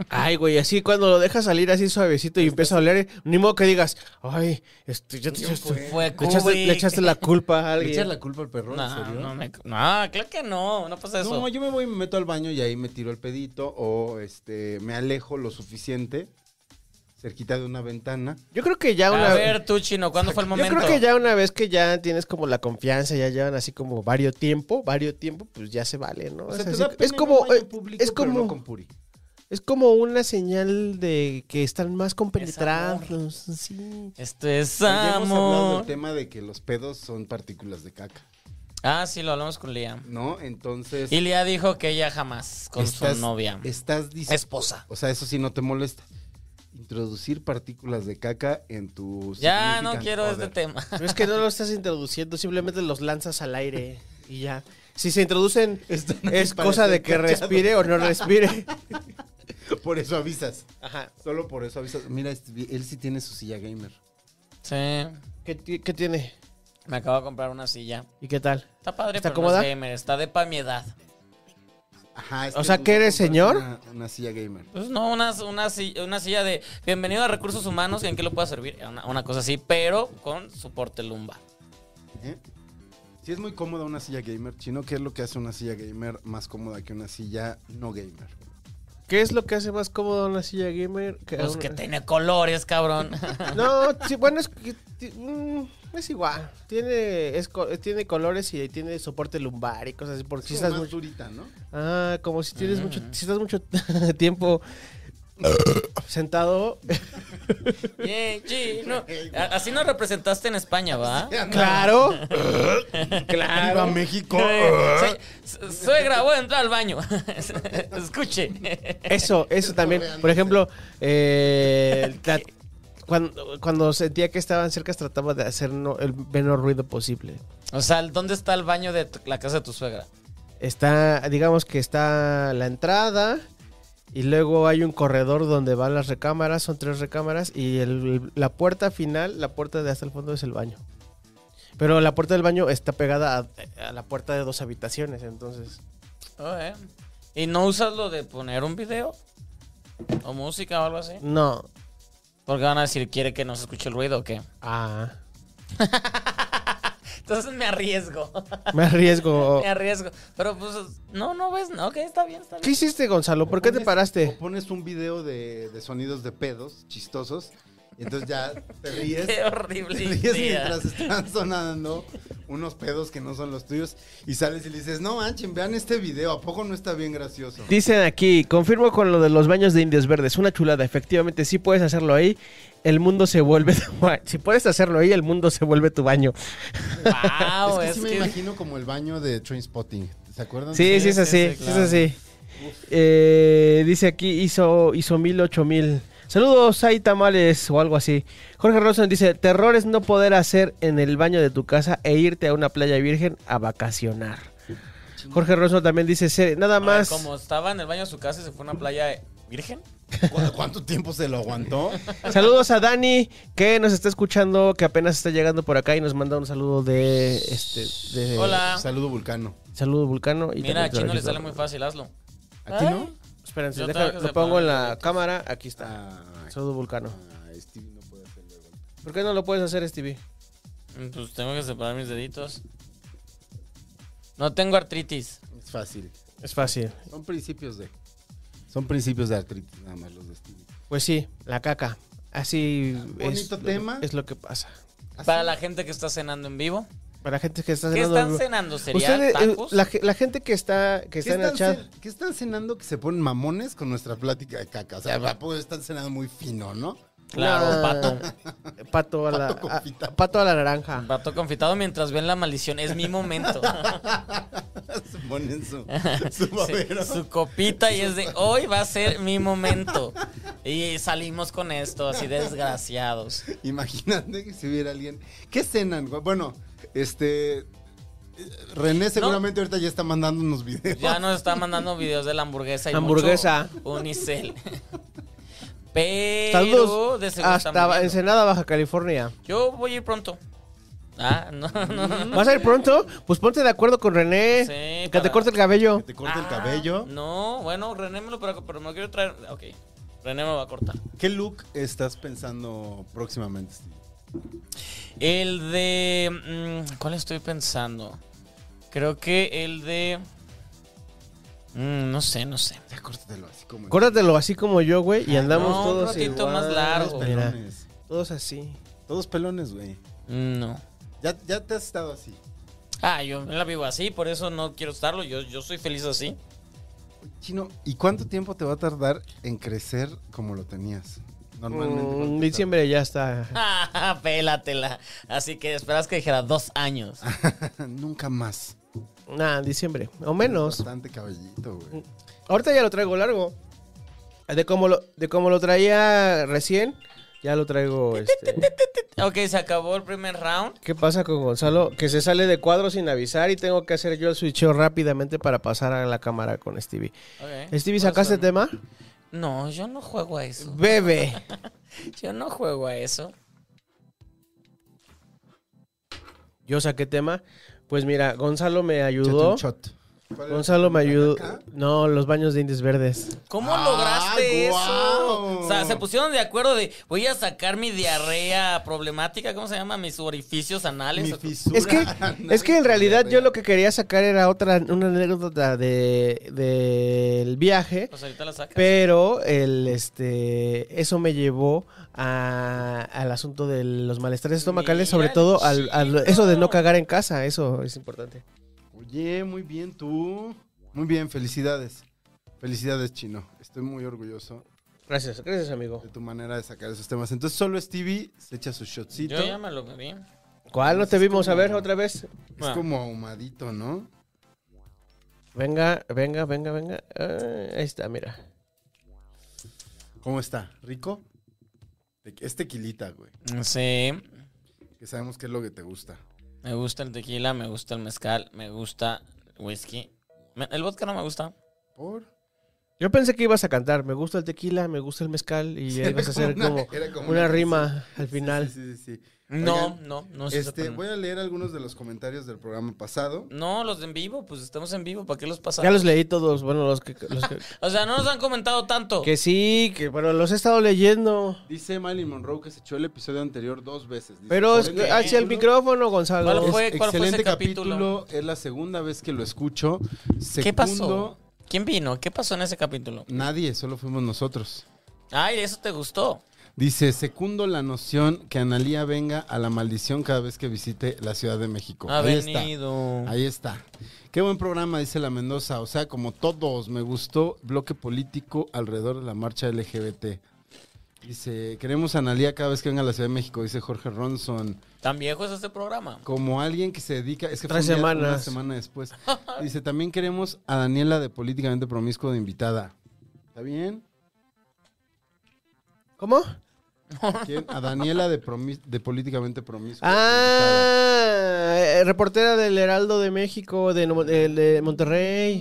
C: Ay, güey, así cuando lo dejas salir así suavecito y
F: Este
C: empieza a oler, ni modo que digas, ay, este, ya te echaste-
E: Fue
C: le, echaste,
E: Kubrick.
C: le echaste la culpa a
F: ¿Le echas
C: alguien.
F: la culpa al perro? ¿En
E: No,
F: serio?
E: no, me- no, claro que no, no pasa eso.
F: No, yo me voy y me meto al baño y ahí me tiro el pedito o este me alejo lo suficiente cerquita de una ventana.
C: Yo creo que ya una
E: A ver, tú, Chino, ¿cuándo fue el
C: Yo
E: momento?
C: creo que ya una vez que ya tienes como la confianza, ya llevan así como varios tiempo, varios tiempo, pues ya se vale, ¿no?
F: O sea,
C: es,
F: te
C: así-
F: da
C: es
F: pena ir a un
C: como
F: baño
C: eh,
F: público,
C: es
F: pero
C: como
F: no con puri.
C: es como una señal de que están más compenetrados, sí.
E: Esto es
F: Oye, hemos hablado
E: amor.
F: del tema de que los pedos son partículas de caca,
E: Ah, sí, lo hablamos con Lía.
F: ¿no? Entonces
E: Y Lía dijo que ella jamás con
F: estás-
E: su novia.
F: Estás dis-
E: Esposa.
F: O sea, eso sí no te molesta. Introducir partículas de caca en tu
E: Ya no
F: significant
E: quiero este
F: other.
E: tema.
C: Pero es que no lo estás introduciendo, simplemente los lanzas al aire y ya. Si se introducen es
F: para
C: cosa de
F: ser
C: que
F: cachados.
C: respire o no respire.
F: Por eso avisas.
C: Ajá.
F: Solo por eso avisas. Mira, este- él sí tiene su silla gamer.
E: Sí,
C: ¿Qué, ti- qué tiene?
E: me acabo de comprar una silla.
C: ¿Y qué tal?
E: Está padre,
C: ¿Está
E: pero no
C: cómoda?
E: es gamer, está de pa' mi edad.
F: Ajá. es
C: O sea,
F: tú
C: ¿que eres
F: compras
C: señor?
F: Una, una silla gamer.
E: Pues no, una, una, si- una silla de bienvenido a recursos humanos, ¿en qué lo pueda servir? Una, una cosa así, pero con soporte lumba.
F: ¿eh? Sí, Sí, es muy cómoda una silla gamer, chino. ¿Qué es lo que hace una silla gamer más cómoda que una silla no gamer?
C: ¿Qué es lo que hace más cómoda una silla gamer? Que
E: Pues
C: una-
E: que tiene colores, cabrón.
C: No, sí, bueno, es, que ti- mm, es igual. Tiene, es co- tiene colores y tiene soporte lumbar y cosas así. Porque si
F: Sí,
C: estás
F: más
C: mucho,
F: durita, ¿no?
C: ah, como si tienes mucho,
E: Mm.
C: si estás mucho tiempo sentado.
E: Bien, sí, no. A- Así nos representaste en España, ¿va?
C: claro.
F: ¡Viva México! Ah.
E: Eh, se- Suegra, voy a entrar al baño. Escuche.
C: Eso, eso también. Por ejemplo, eh, la- cuando, cuando sentía que estaban cerca, trataba de hacer no- el menor ruido posible.
E: O sea, ¿dónde está el baño de tu- la casa de tu suegra?
C: Está, digamos que está la entrada y luego hay un corredor donde van las recámaras, son tres recámaras y el- la puerta final, la puerta de hasta el fondo es el baño. Pero la puerta del baño está pegada a, a la puerta de dos habitaciones, entonces.
E: Oh, eh. ¿Y no usas lo de poner un video? ¿O música o algo así?
C: No.
E: Porque van a decir, ¿quiere que no se escuche el ruido o qué?
C: Ah.
E: Entonces me arriesgo.
C: Me arriesgo.
E: me arriesgo. Pero pues, no, no ves. No, ok, está bien, está
C: ¿Qué
E: bien.
C: hiciste, Gonzalo? ¿Por qué te
F: Pones- O
C: paraste?
F: pones un video de, de sonidos de pedos chistosos. Y entonces ya te ríes.
E: Qué horrible
F: te ríes
E: idea.
F: mientras están sonando unos pedos que no son los tuyos. Y sales y le dices, no manchen, vean este video. ¿A poco no está bien gracioso?
C: Dicen aquí, confirmo con lo de los baños de indios verdes, una chulada, efectivamente, si puedes hacerlo ahí, el mundo se vuelve tu baño. Si puedes hacerlo ahí, el mundo se vuelve tu baño.
F: es
E: Wow,
F: que
E: es
F: sí me
E: que-
F: imagino como el baño de Trainspotting. ¿Se acuerdan?
C: Sí, sí,
E: Sí,
C: es
E: sí,
C: así,
E: sí,
C: sí,
E: claro.
C: es así. Eh, dice aquí, hizo, hizo mil, ocho mil. Saludos, hay tamales o algo así. Jorge Ronson dice, terror es no poder hacer en el baño de tu casa e irte a una playa virgen a vacacionar. Jorge Ronson también dice, "Se- nada
E: A ver,
C: más...
E: como estaba en el baño de su casa y se fue a una playa virgen.
F: ¿Cu- ¿Cuánto tiempo se lo aguantó?
C: Saludos a Dani, que nos está escuchando, que apenas está llegando por acá y nos manda un saludo de este de
E: Hola.
F: Saludo vulcano.
C: saludo vulcano y
E: Mira, a
C: también-
E: Chino le sale muy fácil, hazlo.
F: ¿A ti no?
C: Espérense,
E: Yo
C: déjame-
E: tengo que
C: lo pongo en la
E: separar.
C: cámara, aquí está.
E: Ah,
F: Ay,
C: Saludo vulcano.
F: ay, Stevie no puede hacerlo.
C: ¿Por qué no lo puedes hacer, Stevie?
E: Pues tengo que separar mis deditos. No tengo artritis.
F: Es fácil.
C: Es fácil.
F: Son principios de. Son principios de artritis, nada más los de Stevie.
C: Pues sí, la caca. Así es,
F: Bonito
C: lo-
F: tema.
C: es lo que pasa.
F: ¿Ah,
E: Para la gente que está cenando en vivo.
C: Para la gente que está
E: ¿Qué
C: cenando-
E: están cenando? ¿Cereal?
C: Ustedes, eh,
E: ¿Tacos?
C: la, ge- la gente que está que
F: ¿Qué
C: está en
F: están,
C: el chat.
F: cen- qué están cenando que se ponen mamones con nuestra plática de caca? O sea, ¿a poco están cenando muy fino, ¿no?
E: Claro,
C: Ah,
E: pato.
C: Pato a la
F: Pato con
C: a-
F: fita.
C: pato a la naranja.
E: Pato confitado mientras ven la maldición. Es mi momento.
F: se ponen su, su babero.
E: Su copita y es de hoy va a ser mi momento. Y salimos con esto, así desgraciados.
F: Imagínate que si hubiera alguien. ¿Qué cenan? güey? Bueno, este. eh, René seguramente ahorita ya está mandando unos videos.
E: Ya nos está mandando videos de la hamburguesa y
C: Hamburguesa.
E: mucho Unicel. Pero
C: Saludos
E: de seguro están
C: hasta
E: viendo.
C: Ensenada, Baja California.
E: Yo voy a ir pronto. Ah, no, no. no.
C: ¿Vas a ir pronto? Pues ponte de acuerdo con René.
E: Sí,
C: que te
E: para-
C: corte el cabello.
F: Que te corte el
E: Ah,
F: cabello.
E: No, bueno, René me lo pero, pero me lo quiero traer. Ok. René me lo va a cortar.
F: ¿Qué look estás pensando próximamente, Steve?
E: El de. mm, ¿Cuál estoy pensando? Creo que el de. mm, no sé, no sé.
F: Ya córtatelo así como.
C: Córtatelo así como yo, güey, y andamos
E: no, un
C: todos
E: ratito
C: igual,
E: más largo.
F: Todos
C: Mira,
F: pelones.
C: todos así.
F: Todos pelones, güey.
E: Mm, No.
F: Ya, ya te has estado así.
E: Ah, yo me la vivo así, por eso no quiero estarlo. Yo, yo soy feliz así.
F: Chino, ¿y cuánto tiempo te va a tardar en crecer como lo tenías? Normalmente.
C: Mm,
F: ¿cuánto
C: diciembre ya está.
E: Ah, pélatela. Así que esperas que dijera dos años.
F: tarda? Nunca más.
C: Nah, diciembre. O menos.
F: Bastante cabellito, güey.
C: Ahorita ya lo traigo largo. De como lo, de como lo traía recién, ya lo traigo. Este.
E: Ok, se acabó el primer round.
C: ¿Qué pasa con Gonzalo? Que se sale de cuadro sin avisar y tengo que hacer yo el switcheo rápidamente para pasar a la cámara con Stevie.
E: Ok.
C: Stevie, ¿sacaste
E: Pásame.
C: tema?
E: No, yo no juego a eso.
C: Bebe.
E: Yo no juego a eso.
C: Yo saqué tema. Pues mira, Gonzalo me
F: Échate
C: ayudó.
F: un shot.
C: Gonzalo me ayudó. No, los baños de indies verdes.
E: ¿Cómo
F: Ah,
E: lograste
F: guau.
E: eso? O sea, se pusieron de acuerdo de voy a sacar mi diarrea problemática, ¿cómo se llama? Mis orificios anales.
F: Mi
E: o-
F: fisura.
C: Es que,
F: Nadie
C: es que en
F: se
C: realidad
F: ríe.
C: yo lo que quería sacar era otra, una anécdota de, del viaje.
E: Pues ahorita la sacas.
C: Pero el este eso me llevó a- al asunto de los malestares estomacales, sobre
E: Mira,
C: todo al, al- eso de no
E: chico.
C: cagar en casa, eso es importante.
F: Oye, muy bien tú. Muy bien, felicidades. Felicidades, Chino. Estoy muy orgulloso
C: Gracias, gracias amigo.
F: de tu manera de sacar esos temas. Entonces solo Stevie se echa su shotcito.
E: Yo ya me lo vi.
C: ¿Cuál no te vimos? A ver otra vez.
F: Es como ahumadito, ¿no?
C: Venga, venga, venga, venga. Ah, ahí está, mira.
F: ¿Cómo está? ¿Rico? Te- Es tequilita, güey.
E: Sí.
F: Que sabemos que es lo que te gusta.
E: Me gusta el tequila, me gusta el mezcal, me gusta el whisky. Me- El vodka no me gusta.
F: ¿Por?
C: Yo pensé que ibas a cantar. Me gusta el tequila, me gusta el mezcal y
F: Sí,
C: ahí
F: era
C: vas a hacer
F: como
C: como
F: una- era como
C: una
F: una-
C: rima al final.
F: Sí, sí, sí. sí.
E: No,
F: Oigan,
E: no, no es esa
F: Este,
E: pena.
F: voy a leer algunos de los comentarios del programa pasado.
E: No, los de en vivo, pues estamos en vivo, ¿para qué los
C: Ya
E: pasamos?
C: los leí todos, bueno, los que, los que,
E: O sea, no nos han comentado tanto.
C: que sí, que bueno, los he estado leyendo.
F: Dice Marilyn Monroe que se echó el episodio anterior dos veces. Dice,
C: Pero
F: "Por
C: es
F: el
C: hacia
F: título".
C: el micrófono, Gonzalo.
E: ¿Cuál
F: Es
E: fue- cuál fue ese
F: excelente capítulo?
E: capítulo?
F: Es la segunda vez que lo escucho.
E: ¿Qué pasó?
F: Segundo,
E: ¿Quién vino? ¿Qué pasó en ese capítulo?
F: Nadie, solo fuimos nosotros.
E: Ay, eso te gustó.
F: Dice, secundo la noción que Analía venga a la maldición cada vez que visite la Ciudad de México.
E: Ha
F: Ahí
E: venido.
F: está. Ahí está. Qué buen programa, dice la Mendoza. O sea, como todos, me gustó bloque político alrededor de la marcha LGBT. Dice, queremos a Analía cada vez que venga a la Ciudad de México, dice Jorge Ronson.
E: Tan viejo es este programa.
F: Como alguien que se dedica, es que
C: Tres
F: fue un día-
C: semanas.
F: una semana después. Dice, también queremos a Daniela de Políticamente Promiscuo de invitada. ¿Está bien?
C: ¿Cómo?
F: ¿Quién? A Daniela de, promis- de Políticamente Promiscuo. de invitada.
C: Ah, eh, reportera del Heraldo de México, de, Mo- de- de Monterrey.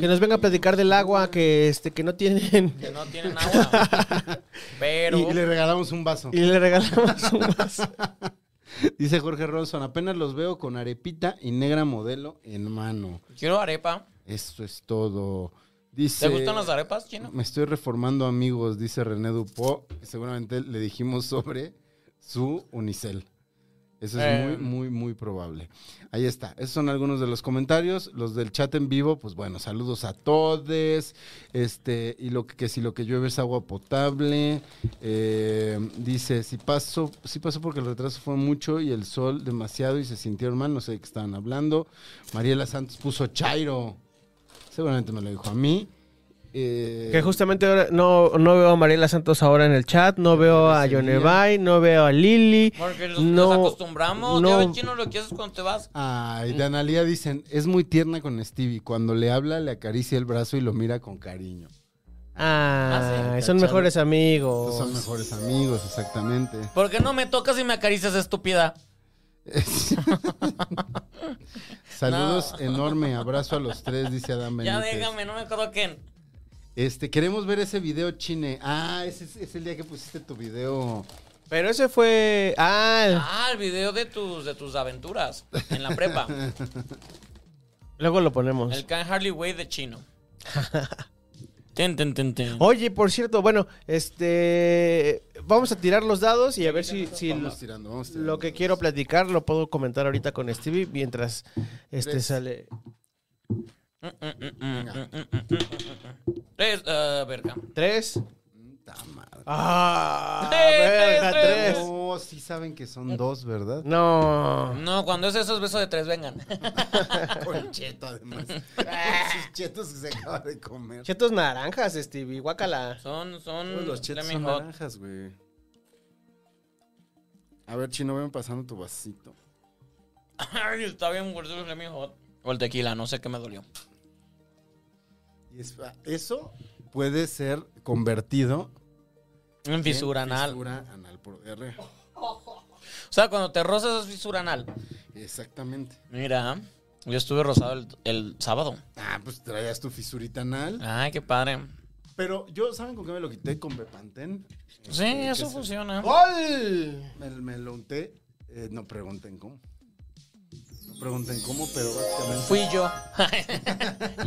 C: Que nos venga a platicar del agua que este que no tienen.
E: Que no tienen agua. Pero.
F: Y le regalamos un vaso.
C: Y le regalamos un vaso.
F: Dice Jorge Ronson, apenas los veo con arepita y negra modelo en mano.
E: Quiero arepa.
F: Eso es todo. Dice...
E: ¿Te gustan las arepas, chino?
F: Me estoy reformando amigos, dice René Dupont. que Seguramente le dijimos sobre su unicel. Eso es
E: Eh.
F: muy, muy, muy probable. Ahí está. Esos son algunos de los comentarios. Los del chat en vivo, pues bueno, saludos a todos. Este, y lo que, que si lo que llueve es agua potable. Eh, dice, si pasó, si pasó porque el retraso fue mucho y el sol demasiado y se sintieron mal, no sé de qué estaban hablando. Mariela Santos puso Chairo. Seguramente me lo dijo a mí. Eh,
C: Que justamente ahora no, no veo a Mariela Santos ahora en el chat, no veo a Yonevay, no veo a Lili.
E: Porque nos,
C: No,
E: nos acostumbramos. Ya
C: no.
E: ves, chino, lo que haces cuando te vas.
F: Ay, de Analía dicen, es muy tierna con Stevie. Cuando le habla, le acaricia el brazo y lo mira con cariño.
C: Ah,
E: Ah,
C: son
F: Cachando.
C: mejores
F: Estos son
C: amigos.
F: mejores amigos, exactamente.
E: ¿Por qué no me tocas y me acaricias, estúpida?
F: Saludos enorme, abrazo a los tres, dice Adam
E: Ya
F: Benítez.
E: déjame, no me acuerdo quién.
F: Este, queremos ver ese video chine. Ah, ese es, es el día que pusiste tu video.
C: Pero ese fue. Ah,
E: Ah, el video de tus, de tus aventuras en la prepa.
C: luego lo ponemos.
E: El Can Harley Way de chino. Ten, ten, ten, ten.
C: Oye, por cierto, bueno, este. Vamos a tirar los dados y a ver si, si
F: Vamos tirando, vamos tirando.
C: lo que quiero platicar lo puedo comentar ahorita con Stevie mientras este
F: Tres.
C: sale.
E: Mm, Tres, eh, verga.
C: ¿Tres?
F: Puta madre.
C: ¡Ah!
E: Tres,
C: verga,
E: tres, tres.
C: tres.
F: No, sí saben que son dos, ¿verdad?
C: No.
E: No, cuando es eso es beso de tres, vengan.
F: Con cheto, además. Con sus chetos que se acaba de comer.
C: Chetos naranjas, Stevie, guácala.
E: Son, son.
F: Uy, los chetos
E: Flaming
F: son
E: Hot.
F: naranjas, güey. A ver, Chino, ven pasando tu vasito.
E: Ay, está bien fuerte el Flaming Hot. O el tequila, no sé qué me dolió.
F: Y es- ah, eso puede ser convertido
E: En fisura
F: en
E: anal.
F: fisura anal por R.
E: O sea, cuando te rozas es fisura anal.
F: Exactamente.
E: Mira, yo estuve rozado el, el sábado.
F: Ah, pues traías tu fisurita anal.
E: Ay, qué padre.
F: Pero yo, ¿saben con qué me lo quité? Con Bepanten.
E: Sí, Oh.
F: Este, que
E: eso
F: se-
E: funciona.
C: ¡Gol!
F: Me, me lo unté. Eh, no pregunten cómo. No pregunten cómo, pero básicamente.
E: Fui yo.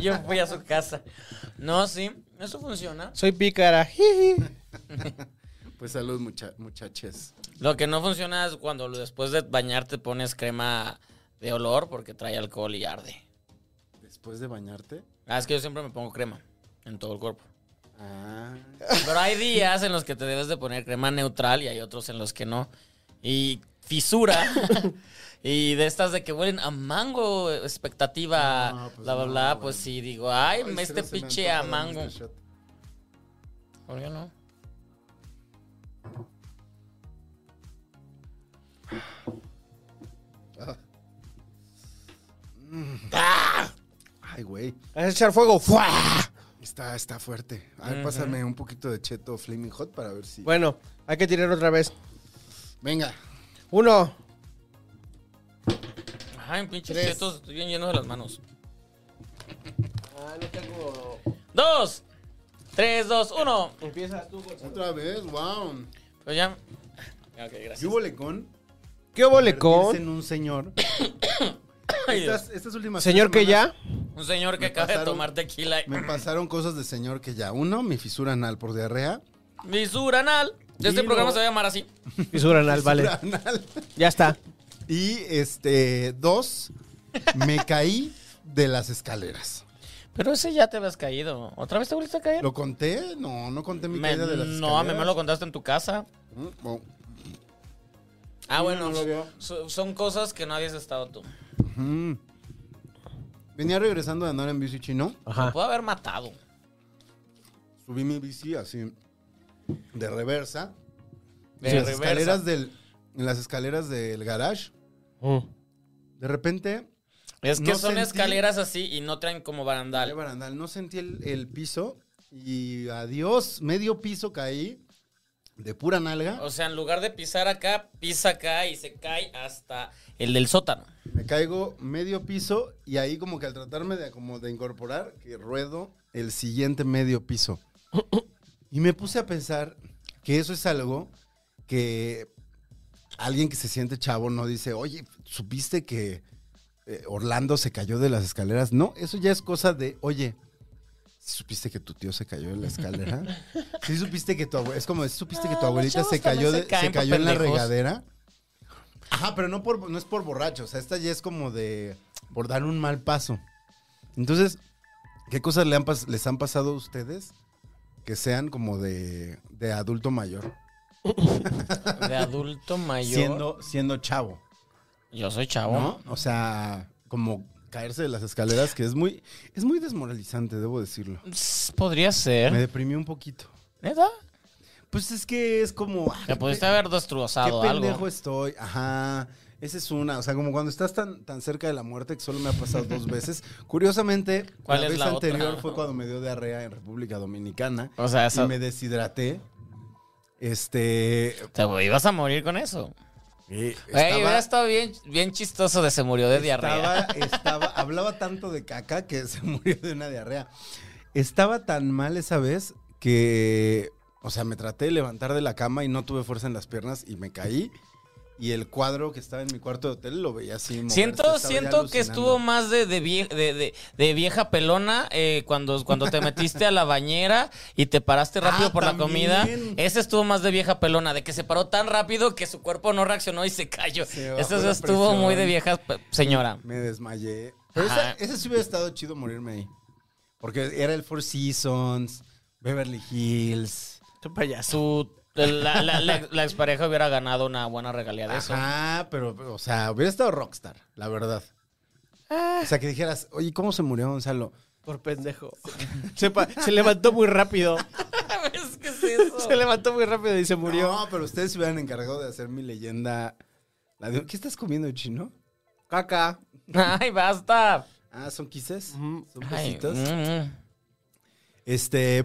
E: yo fui a su casa. No, sí, eso funciona.
C: Soy pícara.
F: Pues salud, mucha- muchaches.
E: Lo que no funciona es cuando lo- después de bañarte pones crema de olor porque trae alcohol y arde.
F: Después de bañarte.
E: Ah, es que yo siempre me pongo crema en todo el cuerpo.
F: Ah.
E: Pero hay días en los que te debes de poner crema neutral y hay otros en los que no. Y fisura. y de estas de que huelen a mango, expectativa,
F: No, pues
E: bla, bla,
F: no,
E: bla.
F: bueno.
E: Pues sí, digo, ay,
F: Ay,
E: me
F: cero,
E: este
F: se me
E: pinche a
F: antoja darme
E: mango.
F: este shot.
E: ¿Por qué no?
F: Ay, güey.
C: Vas a echar fuego. ¡Fua!
F: Está, está fuerte. A ver, pásame un poquito de cheto flaming hot para ver si.
C: Bueno, hay que tirar otra vez.
F: Venga.
C: Uno.
E: Ay, pinches
F: Tres.
E: chetos, estoy bien lleno de las manos.
C: Ah, no tengo.
E: Dos, tres, dos, uno.
C: Empiezas tú,
F: Otra vez, wow.
E: Pues ya. Ok, gracias.
F: hubo lecón?
C: ¿Qué hubo, Lecón?
F: en un señor.
E: Ay, Dios.
F: Estas, estas últimas
C: Señor
F: tres
C: que
F: semanas
C: ya.
E: Un señor que
F: Me
E: acaba de
F: pasaron-
E: tomar tequila. y-
F: Me pasaron cosas de señor que ya. Uno, mi fisura anal por diarrea.
E: Misura anal. Este
F: Dilo.
E: programa se va a llamar así.
C: Fisura anal, vale.
F: Fisura anal.
C: Ya está.
F: Y este, dos, me caí de las escaleras.
E: Pero ese ya te habías caído. ¿Otra vez te volviste a caer?
F: ¿Lo conté? No, no conté mi
E: Me-
F: caída de las escaleras.
E: no, a mí me lo contaste en tu casa.
F: Mm, oh.
E: Ah, bueno.
F: no lo veo.
E: so- son cosas que no habías estado tú.
F: Ujú. Venía regresando de andar en bici chino.
E: Me
C: Ajá.
E: puedo haber matado.
F: Subí mi bici así de reversa.
E: De
F: en las
E: reversa.
F: escaleras del en las escaleras del garage.
C: Mm.
F: De repente,
E: Es que
F: No
E: son
F: sentí-
E: escaleras así y no traen como
F: al
E: barandal.
F: barandal no sentí el, el piso y adiós, medio piso caí de pura nalga.
E: O sea, en lugar de pisar acá, pisa acá y se cae hasta el del sótano.
F: Me caigo medio piso y ahí como que al tratarme de como de incorporar, que ruedo el siguiente medio piso. Y me puse a pensar que eso es algo que alguien que se siente chavo no dice, oye, ¿supiste que eh, Orlando se cayó de las escaleras? No, eso ya es cosa de, oye, ¿sí ¿supiste que tu tío se cayó de la escalera? ¿Sí supiste que tu abuelita, es como, ¿sí ¿supiste que tu
E: Ah, los
F: abuelita
E: chavos
F: se cayó,
E: también se
F: de- se
E: caen por
F: cayó en la
E: pendejos.
F: regadera? Ajá, pero no, por, no es por borracho. O sea, esta ya es como de. por dar un mal paso. Entonces, ¿qué cosas le han pas- les han pasado a ustedes que sean como de, de adulto mayor?
E: De adulto mayor.
F: Siendo, siendo chavo.
E: Yo soy chavo.
F: ¿No? O sea, como caerse de las escaleras, que es muy, es muy desmoralizante, debo decirlo.
E: Ps, Podría
F: Me
E: ser.
F: deprimí un poquito.
E: ¿Neta?
F: Pues es que es como. ah,
E: Te
F: qué
E: pudiste
F: pe-
E: haber
F: ¿Qué
E: destrozado
F: pendejo
E: algo.
F: estoy? Ajá. Esa es una. O sea, como cuando estás tan, tan cerca de la muerte que solo me ha pasado dos veces. Curiosamente,
E: ¿Cuál
F: la
E: es
F: vez
E: la otra?
F: anterior fue cuando me dio diarrea en República Dominicana.
E: O sea,
F: Y
E: eso,
F: me deshidraté. Este.
E: te ibas a morir con eso.
F: eh,
E: Güey, hubiera estado bien, bien chistoso de se murió de diarrea.
F: Estaba, estaba- hablaba tanto de caca que se murió de una diarrea. Estaba tan mal esa vez que, o sea, me traté de levantar de la cama y no tuve fuerza en las piernas y me caí. Y el cuadro que estaba en mi cuarto de hotel lo veía así. moverse,
E: Siento,
F: estaba ya
E: siento que
F: alucinando.
E: estuvo más de, de, vie- de- de- de vieja pelona eh, cuando, cuando te metiste a la bañera y te paraste rápido
F: Ah,
E: por
F: también.
E: la comida. Ese estuvo más de vieja pelona, de que se paró tan rápido que su cuerpo no reaccionó y se cayó.
F: Sí,
E: Ese
F: bajo
E: sí
F: la
E: estuvo
F: presión.
E: muy de vieja pe- señora.
F: Me desmayé. Pero esa-
E: Ajá.
F: ese sí hubiera estado chido morirme ahí. Porque era el Four Seasons, Beverly Hills.
E: Su, la, la- la- la expareja hubiera ganado una buena regalía de eso.
F: Ajá, pero, o sea, hubiera estado rockstar, la verdad.
E: Ah.
F: O sea, que dijeras, oye, ¿cómo se murió Gonzalo?
C: Por pendejo. Se, pa- se levantó muy rápido.
E: ¿Sabes qué es eso?
C: Se levantó muy rápido y se
F: Murió.
C: murió.
F: No, pero ustedes se hubieran encargado de hacer mi leyenda. La de- ¿Qué estás comiendo, chino?
C: Caca.
E: Ay, basta.
F: Ah, son quises.
C: Ujú.
F: Son
E: Ay,
F: cositas.
E: mm, mm.
F: Este,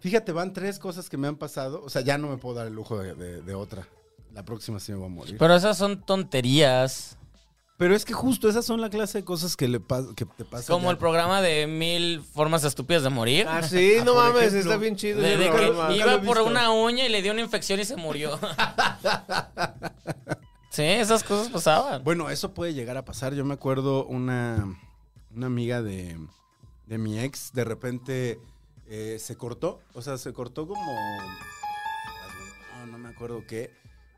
F: fíjate, van tres cosas que me han pasado. O sea, ya no me puedo dar el lujo de, de- de otra. La próxima sí me voy a morir.
E: Pero esas son tonterías.
F: Pero es que justo esas son la clase de cosas que, le pas- que te pasan.
E: Como el programa de mil formas estúpidas de morir.
C: Ah, sí,
F: Ah,
C: no
F: por
C: mames,
F: ejemplo.
C: está bien chido.
E: De-
C: yo
E: de
C: no
E: que
C: lo-
F: nunca lo he
E: iba por
F: visto.
E: una uña y le dio una infección y se murió. Sí, esas cosas pasaban.
F: Bueno, eso puede llegar a pasar. Yo me acuerdo una, una amiga de, de mi ex, de repente eh, se cortó. O sea, se cortó como. No, no me acuerdo qué.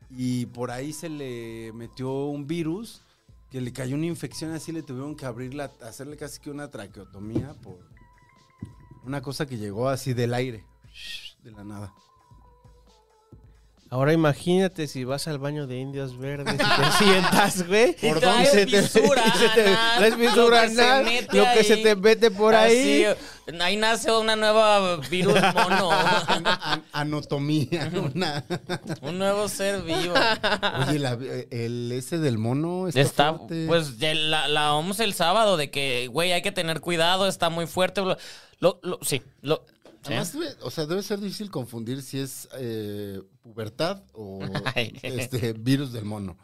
F: Y por ahí se le metió un virus que le cayó una infección. Así le tuvieron que abrir la, hacerle casi que una traqueotomía por una cosa que llegó así del aire, de la nada.
C: Ahora imagínate si vas al baño de indios verdes y te sientas, güey.
E: Y
C: ¿por
E: traes
C: dónde
E: fisura
C: y se te-
E: anal,
C: traes
E: lo
C: fisura
E: que se
C: anal,
E: mete
C: lo que
E: ahí.
C: se te mete por ahí.
E: Así, Ah, ahí nace una nueva virus mono.
F: An- Anotomía, una.
E: un nuevo ser vivo.
F: Oye, la- eh, el ese del mono está,
E: Está,
F: fuerte.
E: pues de la, la OMS el sábado de que, güey, hay que tener cuidado, está muy fuerte. Lo, lo- lo- sí, lo, sí.
F: Además, debe- o sea, debe ser difícil confundir si es eh, pubertad o
E: Ay.
F: este virus del mono,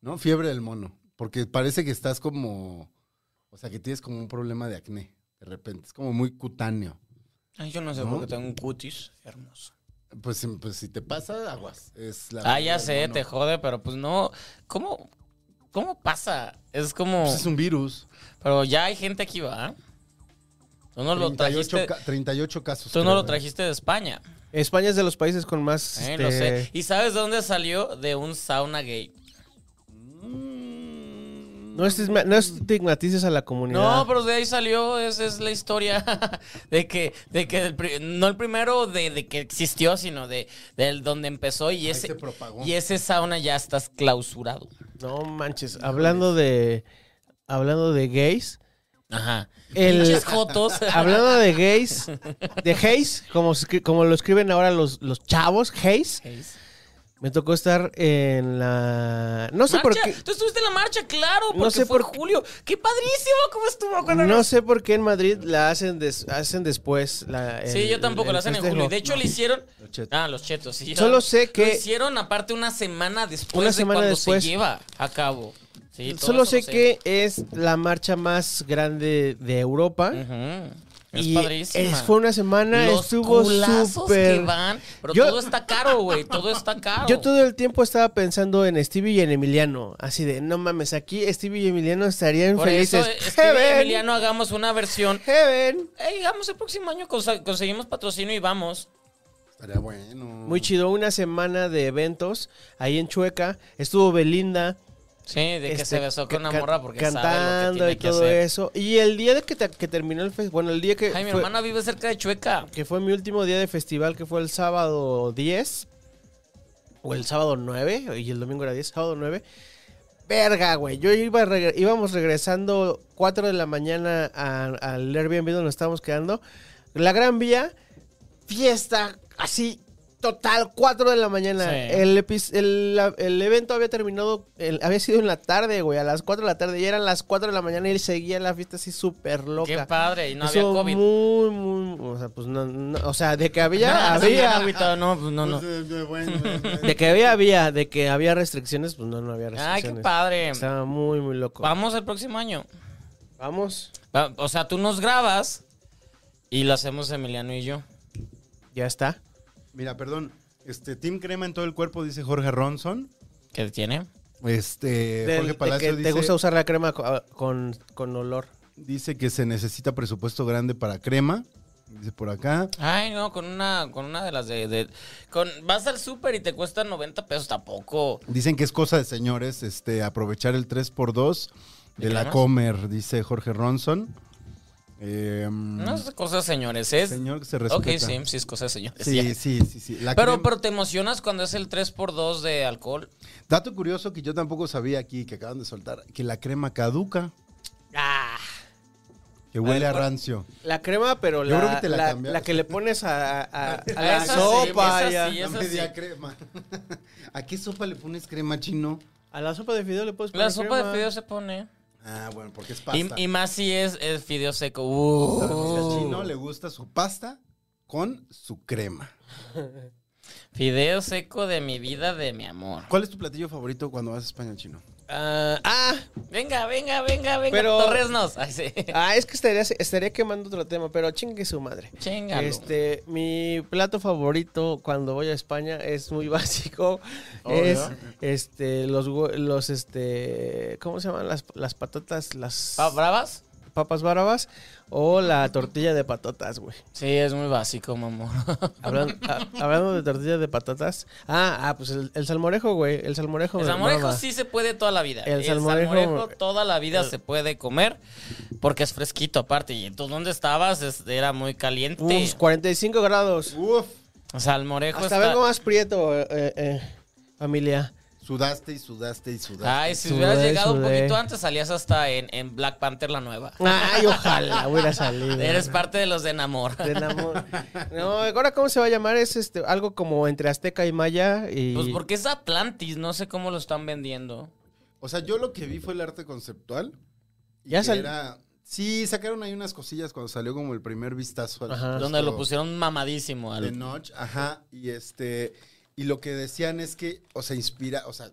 F: ¿no? Fiebre del mono, porque parece que estás como, o sea, que tienes como un problema de acné, de repente, es como muy cutáneo.
E: Ay, yo no sé
F: ¿No?
E: por qué tengo un cutis hermoso.
F: Pues, si- pues, si te pasa, aguas. Es la
E: Ah, ya
F: fiebre
E: sé,
F: del mono.
E: te jode, pero pues no. ¿Cómo, cómo pasa? Es como.
F: Pues es un virus.
E: Pero ya hay gente aquí, ¿va? Tú no lo
F: 38,
E: trajiste.
F: ca- 38 casos.
E: Tú no
F: creo,
E: lo
F: ¿eh?
E: trajiste de España.
C: España es de los países con más.
E: Eh,
C: este,
E: lo sé. ¿Y sabes de dónde salió? De un sauna gay.
C: no, estigma- no estigmatices a la comunidad.
E: No, pero de ahí salió, esa es la historia de que, de que el pri- no el primero de, de que existió, sino de, del donde empezó y
F: se
E: ese,
F: propagó.
E: y ese sauna ya estás clausurado.
C: No manches. Hablando de. Hablando de gays.
E: Ajá.
C: El-
E: Pinches jotos.
C: Hablando de gays. De gays, como, se escri- como lo escriben ahora los, los chavos, gays. Me tocó estar en la. No sé por
E: Marcha,
C: qué.
E: Tú estuviste en la marcha, claro, porque
C: sé
E: fue
C: por
E: en julio. ¡Qué padrísimo! ¿Cómo estuvo? Cuando
C: No sé por qué en Madrid la hacen des- hacen después. la- el-
E: Sí, yo tampoco
C: el este
E: lo hacen en
C: festejo.
E: julio. De hecho, le hicieron.
F: Los chetos.
E: Ah, los chetos, sí.
C: Solo sé que-
E: Lo hicieron aparte una semana después
C: Una
E: de
C: semana
E: cuando
C: después.
E: se lleva a cabo. Sí, todo
C: Solo
E: eso
C: sé
E: lo
C: que es la marcha más grande de Europa.
E: Ujú. Es
C: y
E: padrísima.
C: es- fue una semana,
E: Los
C: estuvo
E: culazos que
C: súper.
E: van. Pero
C: Yo-
E: todo está caro, güey. Todo está caro.
C: Yo todo el tiempo estaba pensando en Stevie y en Emiliano. Así de, no mames, aquí Stevie y Emiliano estarían
E: Por
C: felices.
E: eso, Steve
C: Heaven,
E: y Emiliano, hagamos una versión.
C: heaven.
E: Eh, digamos, el próximo año consa- conseguimos patrocinio y vamos.
F: Estaría bueno.
C: Muy chido, una semana de eventos ahí en Chueca. Estuvo Belinda.
E: Sí, de que
C: este,
E: se besó con una
C: ca-
E: morra porque sabe lo que
C: cantando
E: tiene
C: y
E: que
C: todo
E: hacer.
C: eso. Y el día de que, te- que terminó el festival, bueno, el día que
E: Ay, mi
C: fue-
E: hermana vive cerca de Chueca.
C: que fue mi último día de festival, que fue el sábado 10, o el sábado 9, y el domingo era 10, sábado 9. Verga, güey. Yo iba regre- íbamos regresando 4 de la mañana a- al Airbnb donde nos estábamos quedando. La Gran Vía, fiesta, así, total, 4 de la mañana.
E: Sí.
C: El, epi- el- la- el evento había terminado, el- había sido en la tarde, güey, a las 4 de la tarde. Y eran las 4 de la mañana y seguía la fiesta así súper loca.
E: Qué padre, y no había
C: Eso
E: COVID.
C: Muy, muy, o sea, pues no, no, o sea, de que había,
E: Ya, había.
C: había.
E: agüitado, no, pues, no, no.
F: Pues, eh, eh, bueno, eh, eh.
C: De que había, había, de que había restricciones, pues no, no había
E: Ay,
C: restricciones.
E: qué padre.
C: Estaba muy, muy loco.
E: Vamos el próximo año.
C: Vamos,
E: Va- O sea, tú nos grabas y lo hacemos Emiliano y yo.
C: ya está.
F: Mira, perdón. Este, Team Crema en todo el cuerpo, dice Jorge Ronson.
E: ¿Qué tiene?
F: Este,
C: Del-
F: Jorge
C: de
F: Palacio
C: que
F: dice,
C: te gusta usar la crema co- ah, con, con olor.
F: dice que se necesita presupuesto grande para crema. Dice por acá.
E: Ay, no, con una, con una de las de. de- con, vas al súper y te cuesta 90 pesos tampoco.
F: Dicen que es cosa de señores este, aprovechar el 3x2 de,
E: ¿De
F: la
E: cremas?
F: Comer, dice Jorge Ronson. Eh,
E: No es cosa de señores, es.
F: Señor que se
E: ok,
F: respeta.
E: sí, sí, es cosa de señores. ya.
F: Sí, sí, sí, sí. La
E: Pero,
F: crema-
E: pero te emocionas cuando es el 3x2 de alcohol.
F: Dato curioso que yo tampoco sabía aquí, que acaban de soltar, que la crema caduca,
E: Ah,
F: que huele a
E: Alcohol.
F: rancio.
C: La crema, pero
F: Yo
C: la,
F: creo que te la
C: la,
F: cambiaste.
C: la que le pones a, a- a- a
E: Ah,
C: la
E: esa sí,
C: sopa.
E: esa
C: y a-
E: sí,
F: La
E: esa
F: media crema. ¿A qué sopa le pones crema chino?
C: A la sopa de fideo le puedes poner
E: la sopa de
C: crema.
E: fideo se pone.
F: Ah, bueno, porque es
E: Y,
F: pasta.
E: y más si es el fideo seco.
F: Al
E: Uh.
F: chino le gusta su pasta con su crema.
E: Fideo seco de mi vida, de mi amor.
F: ¿Cuál es tu platillo favorito cuando vas a España, chino?
C: Ah, ah,
E: Venga, venga, venga, venga.
C: Pero-
E: Torresnos. Ay, sí.
C: ah, es que estaría, estaría quemando otro tema, pero chingue su madre.
E: Chéngalo.
C: Este, mi plato favorito cuando voy a España es muy básico.
F: Oh,
C: es
F: ¿ya?
C: este los hue- los este, ¿cómo se llaman las, las patatas, las
E: ¿Pa- ¿Ah, ¿Bravas?
C: papas bárabas o la tortilla de patatas, güey?
E: Sí, es muy básico, mamón.
C: Hablan- a- Hablando, de tortilla de patatas. Ah, ah, pues el, el salmorejo, güey, el salmorejo.
E: El
C: me
E: salmorejo
C: mama.
E: sí se puede toda la vida.
C: El
E: El,
C: salmorejo-
E: salmorejo, toda la vida se puede comer porque es fresquito aparte. Y entonces, ¿dónde estabas? Es- Era muy caliente.
C: Unos 45 grados.
F: Uf,
E: Salmorejo
C: Hasta
E: está-
C: vengo más prieto, eh, eh, eh, familia.
F: sudaste y sudaste y sudaste.
E: Ay, si
C: Sudé,
E: hubieras llegado un
C: sudé.
E: poquito antes, salías hasta en, en Black Panther la nueva.
C: Ay, ojalá hubiera salido.
E: Eres parte de los de Namor.
C: Del amor. No, ahora cómo se va a llamar es este algo como entre azteca y maya y
E: Pues porque es Atlantis, no sé cómo lo están vendiendo.
F: O sea, yo lo que vi fue el arte conceptual. y
C: Ya
F: que
C: sal-
F: era- Sí, sacaron ahí unas cosillas cuando salió como el primer vistazo al
C: Ajá.
E: Donde lo
F: supuesto-
E: pusieron mamadísimo.
F: Ah, de
E: Al...
F: Notch, ajá, y este y lo que decían es que, o sea, inspira, o sea,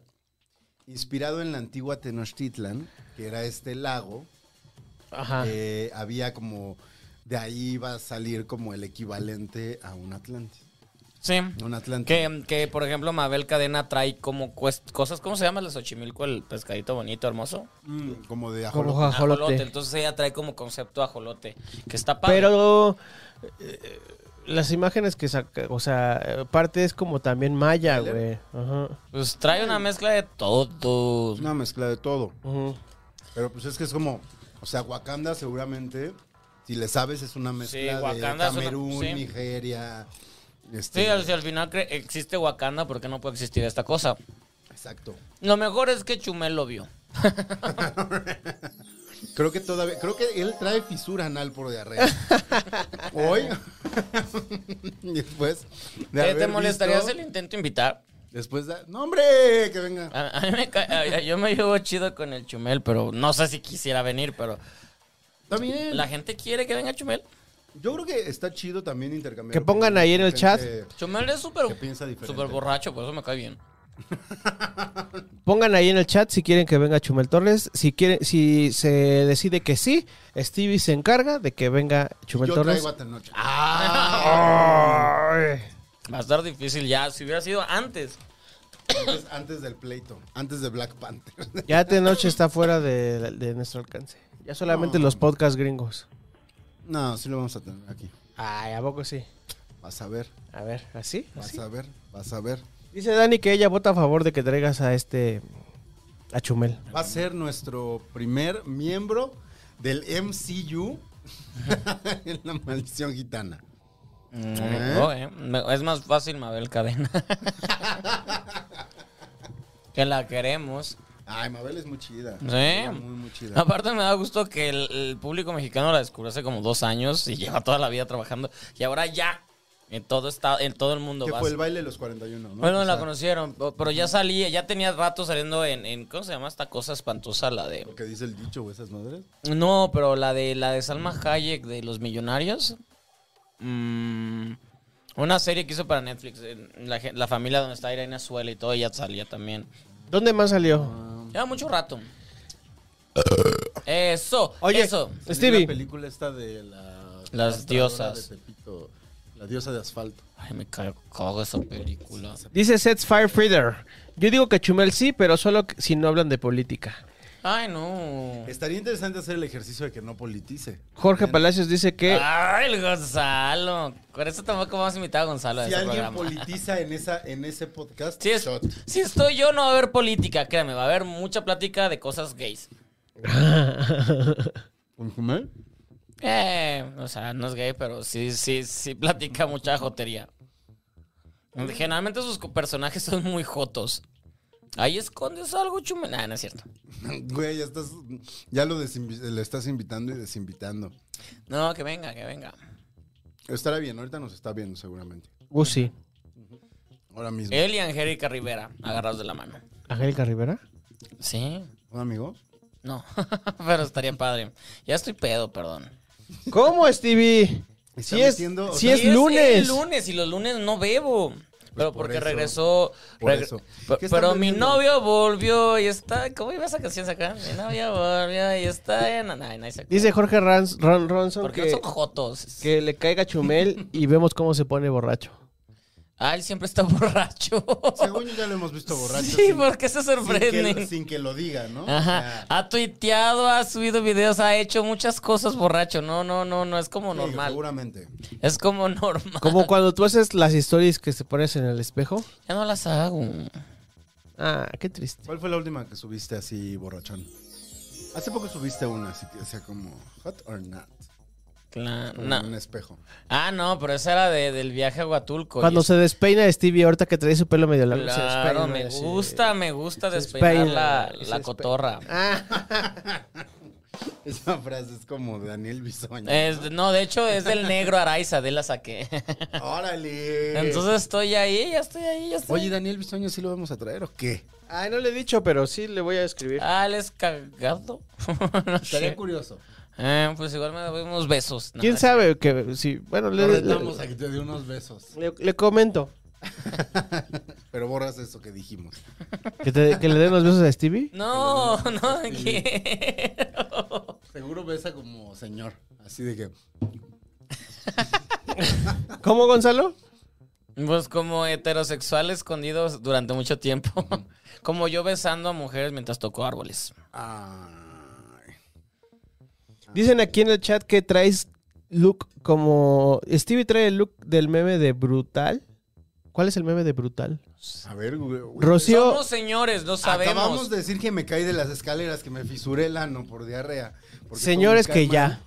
F: inspirado en la antigua Tenochtitlan, que era este lago,
E: Ah.
C: Ajá.
F: eh, había como de ahí iba a salir como el equivalente a un Atlantis,
E: Sí.
F: un Atlantis.
E: Que, que, por ejemplo, Mabel Cadena trae como cues- cosas, ¿cómo se llama el de Xochimilco? El pescadito bonito, hermoso.
F: Mm, como de
C: como
F: ajolote.
C: guajolote.
E: Entonces ella trae como concepto ajolote, que está padre.
C: Pero eh, las imágenes que saca, o sea, eh, parte es como también maya, güey. Ajá.
E: Pues trae una mezcla de todo.
F: Es una mezcla de todo,
C: ujú.
F: pero pues es que es como, o sea, Wakanda seguramente si le sabes es una mezcla
E: Wakanda
F: de
E: es una-
F: Camerún,
E: sí.
F: Nigeria, este,
E: Sí, al, si al final cre- existe Wakanda, porque no puede existir esta cosa?
F: exacto.
E: Lo mejor es que Chumel lo vio.
F: Creo que todavía, creo que él trae fisura anal por diarrea. Hoy. después
E: ¿Te,
F: de haber
E: te molestarías
F: visto-
E: el intento invitar?
F: Después de. ¡No, hombre! Que venga.
E: A, a mí me ca- a- a- yo me llevo chido con el Chumel, pero no sé si quisiera venir, pero
F: También.
E: la gente quiere que venga Chumel.
F: Yo creo que está chido también intercambiar.
C: Que pongan ahí en el chat.
F: Gente-
E: Chumel es súper
F: Que piensa diferente.
E: súper borracho, por eso me cae bien.
C: Pongan ahí en el chat si quieren que venga Chumel Torres, si quieren si se decide que sí, Stevie se encarga de que venga Chumel
F: Yo
C: Torres.
F: traigo a Tenoch.
C: Ay.
E: Va a estar difícil ya, si hubiera sido antes.
F: Antes, antes del pleito. Antes de Black Panther.
C: Ya de noche está fuera de, de nuestro alcance. Ya solamente los podcasts gringos.
F: no, sí lo vamos a tener aquí.
C: Ay, ¿a poco sí?
F: Vas a ver.
E: ¿Ah,
C: A ver, ¿así?
F: Vas a ver. Vas a ver.
C: Dice Dani que ella vota a favor de que traigas a este. a Chumel.
F: Va a ser nuestro primer miembro del MCU en la maldición gitana. ¿Eh?
E: Oh, eh. Me- Es más fácil Mabel Cadena. que la queremos.
F: Ay, Mabel es muy chida.
E: Sí.
F: Era Muy, muy chida.
E: Aparte me da gusto que el, el público mexicano la descubrió hace como dos años y lleva toda la vida trabajando. Y ahora ya, en todo, está, en todo el mundo.
F: Que
E: vas-
F: fue el baile de los 41, ¿no? pues, ah.
E: Bueno,
F: O
E: la
F: sea,
E: conocieron, po- pero ya salía, ya tenía rato saliendo en, en- ¿cómo se llama esta cosa espantosa? La de...
F: Lo que dice el dicho o esas madres.
E: No, pero la de la de Salma Hayek de Los Millonarios. Mm, una serie que hizo para Netflix, en la, gen- la familia donde está Irene Azuela y todo, ya salía también.
C: ¿Dónde más salió?
F: Ah.
E: Lleva mucho rato.
F: Eh.
E: Eso,
C: Oye,
E: eso.
F: Salió
C: Stevie.
F: La película esta de la...
E: Las diosas.
F: de Tepito, la diosa de asfalto.
E: Ay, me cago, cago esa película.
C: Dice Seth Firefreeder. Yo digo que Chumel sí, pero solo que- si no hablan de política.
E: Ay, no.
F: Estaría interesante hacer el ejercicio de que no politice.
C: Jorge Palacios dice que.
E: Ay, el Gonzalo. Por eso tampoco vamos a invitar a Gonzalo a
F: Si
E: ese
F: alguien
E: programa.
F: politiza en, esa, en ese podcast,
E: Si, es-
F: shot.
E: si estoy yo, no va a haber política, créame, va a haber mucha plática de cosas gays.
F: ¿Un comer?
E: Eh, o sea, no es gay, pero sí, sí, sí platica mucha jotería. Generalmente sus co- personajes son muy jotos. Ahí escondes algo, chumel. Nah, no es cierto.
F: Güey, ya, estás, ya lo desinvi- le estás invitando y desinvitando.
E: No, que venga, que venga.
F: Estará bien, ahorita nos está viendo seguramente.
C: Gusi.
F: Ahora mismo.
E: Él y Angélica Rivera, agarrados de la mano.
C: Angélica Rivera.
E: Sí,
F: ¿Un amigo?
E: no, pero estaría padre. Ya estoy pedo, perdón.
C: ¿Cómo, Stevie?
F: Está
C: Si es,
F: metiendo-
C: si es
E: Y el
C: lunes.
E: lunes y los lunes no bebo. pero
F: Pues por
E: porque
F: eso,
E: regresó.
F: por
E: regre-
F: eso.
E: pe-
F: ¿Qué están
E: Pero mi
F: bebiendo?
E: novio volvió y está. ¿Cómo iba esa canción sacar? Mi novio volvió y está en. No, no, no se acuerda.
C: Dice Jorge Rans- Ron- Ronson
E: Porque
C: que,
E: no son jotos.
C: que le caiga Chumel y vemos cómo se pone borracho.
E: Ah, él siempre está borracho.
F: Según yo ya lo hemos visto borracho.
E: Oh. Sí, ¿por qué se
F: Sin que,
E: sorprenden?
F: sin que lo diga, ¿no?
E: Ajá. Ha tuiteado, ha subido videos, ha hecho muchas cosas borracho. No, no, no, no. Es como
F: Sí,
E: normal.
F: Seguramente.
E: Es como normal.
C: Como cuando tú haces las historias que te pones en el espejo.
E: Ya no las hago.
C: Ah, qué triste.
F: ¿Cuál fue la última que subiste así borrachón? Hace poco subiste una, así que sea como hot or not.
E: Claro.
F: En un
E: no.
F: espejo.
E: Ah, no, pero esa era de- del viaje a Huatulco.
C: Cuando
E: Pues, Y
C: se despeina Stevie, ahorita que trae su pelo medio largo. se
E: Claro,
C: despeina,
E: me
F: eh,
C: así.
E: gusta, me gusta
C: Se
E: despeinar
C: despeina,
E: la,
C: se
E: la
C: despe-
E: cotorra.
F: ah,
C: Ah,
F: Esa frase es como de Daniel Bisoño.
E: Es- no, de hecho es del negro Araiza, de él la saqué.
F: ¡Órale!
E: Entonces estoy ahí, ya estoy ahí, ya estoy.
F: Oye, Daniel Bisoño, ¿sí lo vamos a traer o qué?
C: Ay, no le he dicho, pero sí le voy a escribir.
E: Ah, él es cagado. no
F: Estaría
E: sé.
F: curioso.
E: Eh, pues igual me doy unos besos. No,
C: ¿Quién
E: no sé.
C: sabe que sí? Bueno,
F: Lo
C: le, le,
F: retamos a que te dé unos besos.
C: le- le comento.
F: Pero borras eso que dijimos.
C: ¿Que, te- que le den los besos a Stevie?
E: No, no quiero.
F: Seguro besa como señor. Así de que.
C: ¿Cómo, Gonzalo?
E: Pues como heterosexual escondidos durante mucho tiempo. Como yo besando a mujeres mientras toco árboles.
F: Ay.
C: Dicen aquí en el chat que traes look como... Stevie trae el look del meme de Brutal. ¿Cuál es el meme de Brutal?
F: A ver, güey.
C: Rocío...
E: Somos señores, no
F: Acabamos
E: sabemos.
F: de decir que me caí de las escaleras, que me fisuré el ano por diarrea. Porque
C: Señores
F: todo me
C: que
F: cae mal.
C: ya.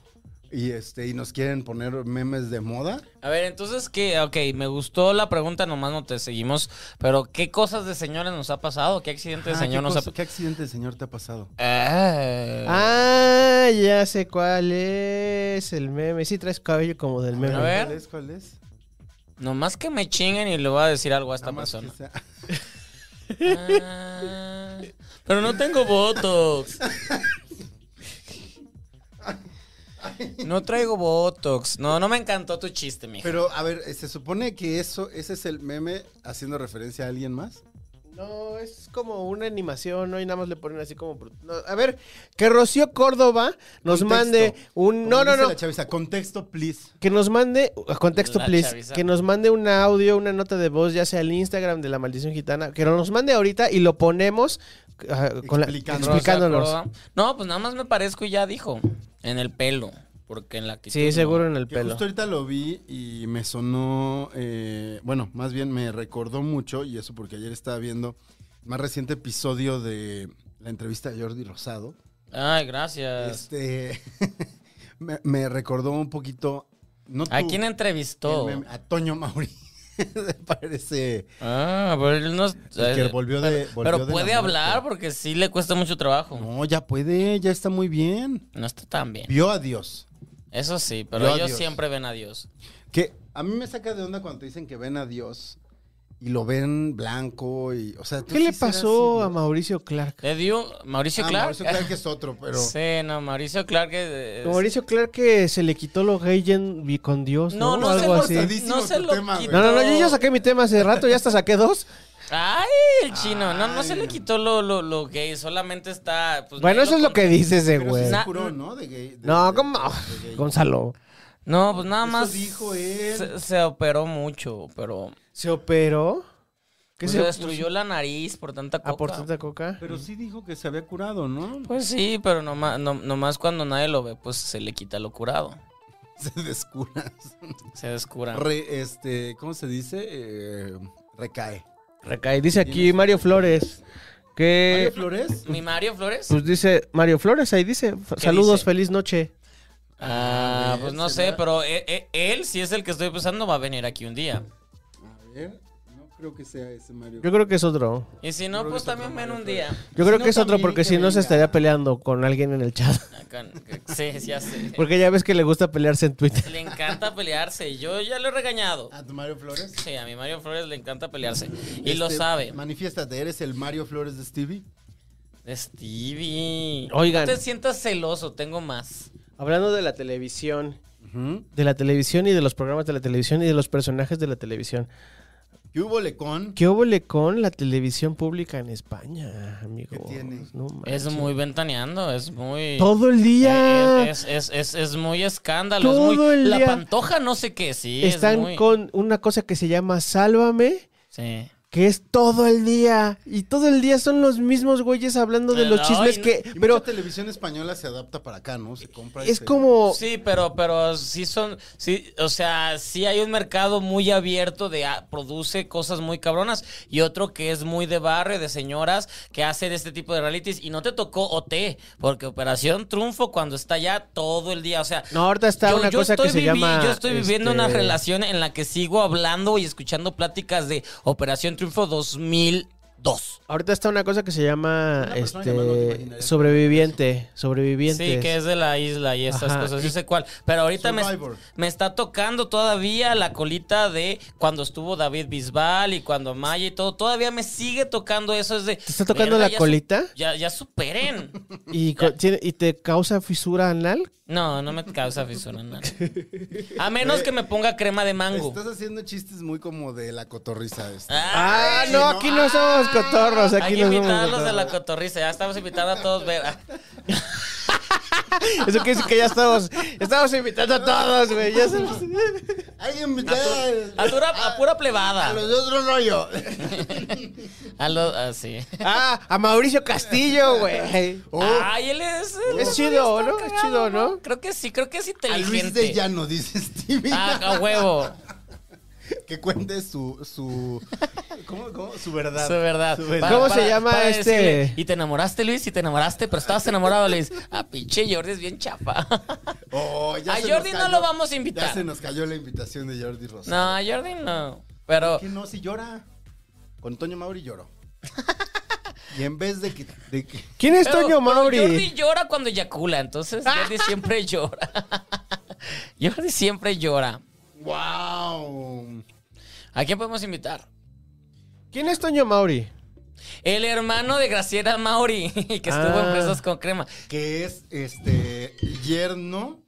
F: Y este, y nos quieren poner memes de moda.
E: A ver, entonces, ¿qué? Ok, me gustó la pregunta, nomás no te seguimos. Pero, ¿qué cosas de señores nos ha pasado? ¿Qué accidente de
F: Ah,
E: Este señor
F: ¿qué,
E: nos ha
F: cosa-
E: pasado?
F: ¿Qué accidente de señor te ha pasado?
C: Ah, ya sé cuál es el meme. Sí traes cabello como del meme.
E: A ver.
F: ¿Cuál es? ¿Cuál es?
E: nomás que me chinguen y le voy a decir algo a esta
F: Nada más
E: persona.
F: que sea-
E: Ah, pero no tengo botox. No traigo botox. No, no me encantó tu chiste, mija.
F: Pero, a ver, eh, ¿se supone que eso, ese es el meme haciendo referencia a alguien más?
C: No, es como una animación, ¿no? Y nada más le ponen así como... brut- no, a ver, que Rocío Córdoba nos
F: Contexto.
C: mande un... No,
F: Como
C: no,
F: dice
C: no.
F: la chaviza, contexto, please.
C: Que nos mande, a contexto
E: La
C: please,
E: chaviza.
C: que nos mande un audio, una nota de voz, ya sea el Instagram de la maldición gitana, que nos mande ahorita y lo ponemos ah, con la-
F: Explicando.
E: Rosa
C: explicándonos.
E: Córdoba. No, pues nada más me parezco y ya dijo. En el pelo. Porque en la actitud
C: sí,
E: no.
C: seguro en el
F: Que
C: pelo.
F: Justo ahorita lo vi y me sonó, eh, bueno, más bien me recordó mucho, y eso porque ayer estaba viendo el más reciente episodio de la entrevista a Jordi Rosado.
E: Ay, gracias.
F: Este, me, me recordó un poquito, no
E: ¿A
F: tú,
E: quién entrevistó?
F: el meme, a Toño Mauri, parece
E: Ah, pero él no. eh,
F: que volvió de... volvió
E: pero
F: de la
E: puede
F: muerte.
E: hablar porque sí le cuesta mucho trabajo. No,
F: No, ya puede, ya está muy bien.
E: está tan bien.
F: Vio a Dios.
E: Eso sí, pero
F: Yo a
E: ellos
F: Dios.
E: siempre ven a Dios.
F: Que a mí me saca de onda cuando te dicen que ven a Dios y lo ven blanco y, o sea... tú
C: ¿Qué
F: sí
C: le
F: serás Ah,
C: pasó
F: así,
C: a
F: ¿no?
C: Mauricio Clark?
E: Le dio Mauricio
F: Ah,
E: Clark.
F: Mauricio Clark es otro, pero...
E: Sí, no, Mauricio Clark. eh,
C: Mauricio Clark que se le quitó lo gay en- vi con Dios, ¿no?
E: No, no,
C: Algo
E: se
C: así.
E: lo,
F: Tardísimo
E: no se
F: tu
E: lo
F: tema, güey.
E: quitó.
C: No, no, no, yo ya saqué mi tema hace rato, ya hasta saqué dos.
E: Ay, el chino. no, no se le quitó lo, lo, lo gay. Solamente está. pues,
C: Bueno,
E: nadie
C: eso es lo
E: con-
C: que dice ese
F: Pero sí
C: güey.
F: se
E: Na-
F: curó, ¿no? De gay. de-
C: No,
F: de-
C: como
F: de gay.
C: Gonzalo.
E: No, pues nada
F: Eso
E: más.
F: dijo él.
E: Se, se operó mucho, pero.
C: ¿Se operó? ¿Qué
E: pues,
C: se
E: se destruyó la nariz por tanta coca.
C: ¿Aportó tanta coca?
F: Pero sí dijo que se había curado, ¿no?
E: Pues sí, pero nomás, no- nomás cuando nadie lo ve, pues se le quita lo curado.
F: Se descura.
E: Se descura.
F: Re- este, ¿cómo se dice? Eh, recae.
C: Recae. Dice aquí Mario Flores que...
F: ¿Mario Flores?
E: ¿Mi Mario Flores?
C: Pues dice Mario Flores, ahí dice, f- saludos,
E: dice?
C: feliz noche.
E: ah, pues no sé,
F: ¿será?
E: pero e- e- él, si es el que estoy pensando, va a venir aquí un día.
F: A ver, no creo que sea ese Mario.
C: eh, Yo creo que es otro.
E: Y si no,
F: Creo que
E: pues
F: es otro
E: también ven
F: Mario
E: un día.
F: Flores.
C: Yo
F: Si
C: creo
F: no,
C: que es otro
F: también
C: porque
F: que
C: si no se
F: venga.
C: estaría peleando con alguien en el chat.
E: Acá- Sí, sí, hace.
C: Porque ya ves que le gusta pelearse en Twitter.
E: Le encanta pelearse. Yo ya lo he regañado.
F: ¿A Ah, tu Mario Flores?
E: Sí, a mi Mario Flores le encanta pelearse. Y lo
F: Este,
E: sabe.
F: Manifiéstate, ¿eres el Mario Flores de Stevie?
E: Stevie.
C: Oigan.
E: No te sientas celoso, tengo más.
C: Hablando de la televisión, de la televisión y de los programas de la televisión y de los personajes de la televisión.
F: ¿Qué hubo, Lecón?
C: ¿Qué óvole con la televisión pública en España, amigo?
F: ¿Qué tiene?
C: No
E: Es
C: manches.
E: muy ventaneando, es muy.
C: Todo el día.
E: Eh, Es, es, es- es muy escándalo. es
C: Todo
E: muy-
C: el
E: la
C: día.
E: pantoja no sé qué, sí. es
C: Están
E: muy-
C: con una cosa que se llama Sálvame,
E: Sí.
C: que es todo el día. Y todo el día son los mismos güeyes hablando de los
E: Ay,
C: chismes
E: no.
C: que.
F: Y
C: Pero
F: mucha televisión española se adapta para acá, ¿no? Se compra. este. y
C: es
F: se-
C: como.
E: Sí, pero, pero sí son, sí, o sea, sí hay un mercado muy abierto de ah, produce cosas muy cabronas y otro que es muy de barrio, de señoras que hacen este tipo de realities y no te tocó OT, porque Operación Triunfo cuando está ya todo el día, o sea,
C: No, ahorita está una cosa que se
E: vivi-
C: llama.
E: Yo estoy viviendo
C: este,
E: una relación en la que sigo hablando y escuchando pláticas de Operación Triunfo 2002.
C: Ahorita está una cosa que se llama
F: Una persona llamándote
C: este,
F: imaginaria.
C: sobreviviente. Sobreviviente.
E: Sí, que es de la isla y esas
C: Ajá,
E: cosas,
C: y-
E: yo sé cuál. Pero ahorita me,
F: Survivor.
E: me está tocando todavía la colita de cuando estuvo David Bisbal y cuando Maya y todo. Todavía me sigue tocando eso. Es de, ¿Te
C: está tocando la colita?
E: Ya, ya superen.
C: Y, co- tiene- y te causa fisura anal.
E: No, no me causa fisura nada. A menos que me ponga crema de mango.
F: Estás haciendo chistes muy como de la cotorriza. Este.
C: Ah,
E: Ay,
C: no, aquí no somos cotorros.
E: Hay
C: Aquí
E: que
C: no somos
E: invitarlos de
C: cotorros.
E: la cotorriza. Ya estamos invitando a todos. Ver.
C: Eso quiere decir que ya estamos, estamos invitando a todos, güey. Ya estamos-
F: Alguien me trae-
E: A, dura- a pura plebada.
F: Ah, a los de otro rollo.
E: A los. Así.
C: Ah, a Mauricio Castillo, güey.
F: Oh,
E: Ay, él es.
C: Es chido, ¿no?
E: está
C: Es
E: cagado,
C: chido, ¿no?
E: Creo que sí, creo que es
F: a
E: inteligente.
F: Luis de Llano, dice Stevie.
E: Ah, a huevo.
F: que cuente su. su ¿cómo, cómo? Su verdad.
E: Eso es verdad.
F: Su
E: Para-
C: ¿Cómo se
E: para-
C: llama
E: para
C: este?
E: decirle, y te enamoraste, Luis, y te enamoraste, pero estabas enamorado, Luis. Ah, pinche Jordi es bien chapa.
F: Oh, ya
E: A
F: se
E: Jordi
F: nos
E: no
F: cayó-
E: lo vamos a invitar.
F: Ya se nos cayó la invitación de Jordi Rosado.
E: No, Jordi no. Pero.
F: ¿Qué no? Si llora. Con Toño Mauri lloró. y en vez de que. de que-
C: ¿Quién es
E: pero-
C: Toño
E: pero
C: Mauri?
E: Jordi llora cuando eyacula, entonces Jordi siempre llora. Jordi siempre llora.
F: ¡Wow!
E: ¿A quién podemos invitar?
C: ¿Quién es Toño Mauri?
E: El hermano de Graciela Mauri, que estuvo en
C: Ah.
E: Presos con Crema.
F: Que es este. Yerno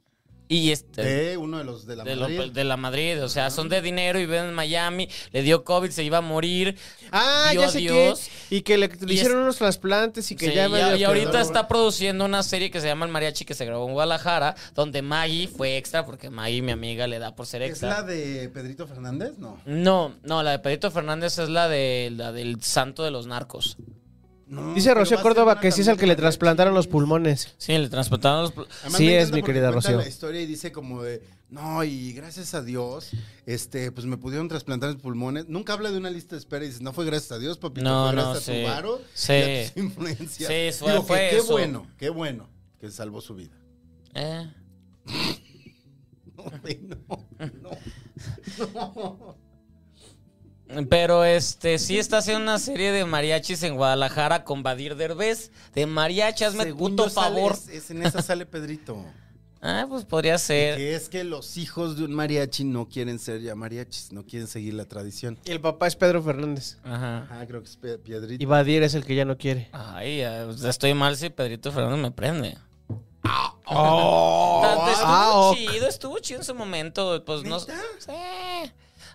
E: Y este.
C: Eh,
F: de uno de los de la
E: de, lo-
F: Madrid. Ah.
E: de la Madrid, o sea, son de dinero y ven en Miami, le dio COVID, se iba a morir.
C: Ah,
E: vio
C: ya sé quién.
E: Dios.
C: Y que le, le
E: Y
C: hicieron
E: es-
C: unos trasplantes y que
E: Sí,
C: ya...
E: y-
C: medio
E: y,
C: quedó.
E: ahorita está produciendo una serie que se llama El Mariachi que se grabó en Guadalajara, donde Maggie fue extra, porque Maggie, mi amiga, le da por ser
F: ¿Es
E: extra.
F: la de Pedrito Fernández? No.
E: No, no, la de Pedrito Fernández es la de la del santo de los narcos.
F: No,
C: Dice
F: pero
C: Rocío
F: va a ser
C: Córdoba
F: una
C: que sí es al que le
F: también.
C: trasplantaron los pulmones.
E: Sí, le transportaron los pl-
F: Además,
C: Sí
F: me
C: es,
F: encanta
C: mi
F: porque
C: querida
F: cuenta
C: Rocío.
F: la historia y dice como de, no, y gracias a Dios, este, pues me pudieron trasplantar mis pulmones. Nunca habla de una lista de espera y dices, no fue gracias a Dios, papito,
E: No,
F: fue
E: no,
F: gracias a
E: sí.
F: tu varo
E: Sí.
F: y a tus influencias.
E: Sí, fue-
F: Digo,
E: fue
F: que, qué
E: eso.
F: bueno, qué bueno que salvó su vida.
E: eh.
F: No, güey, no, no, no.
E: Pero este sí está haciendo una serie de mariachis en Guadalajara con Badir Derbez. De mariachi, hazme
F: Según
E: puto
F: yo sale-
E: favor.
F: es- es en esa sale Pedrito.
E: Ah, pues podría
C: Eh.
E: ser.
F: que es que los hijos de un mariachi no quieren ser ya mariachis, no quieren seguir la tradición.
C: Y el papá es Pedro Fernández.
E: Ajá.
F: Ah, creo que es Pe-
C: Y
F: Pedrito.
C: Badir es el que ya no quiere.
E: Ay, eh, estoy mal si Pedrito Fernández me prende. Tanto estuvo
C: ah, ok.
E: chido, estuvo chido en su momento. Pues no. Sí.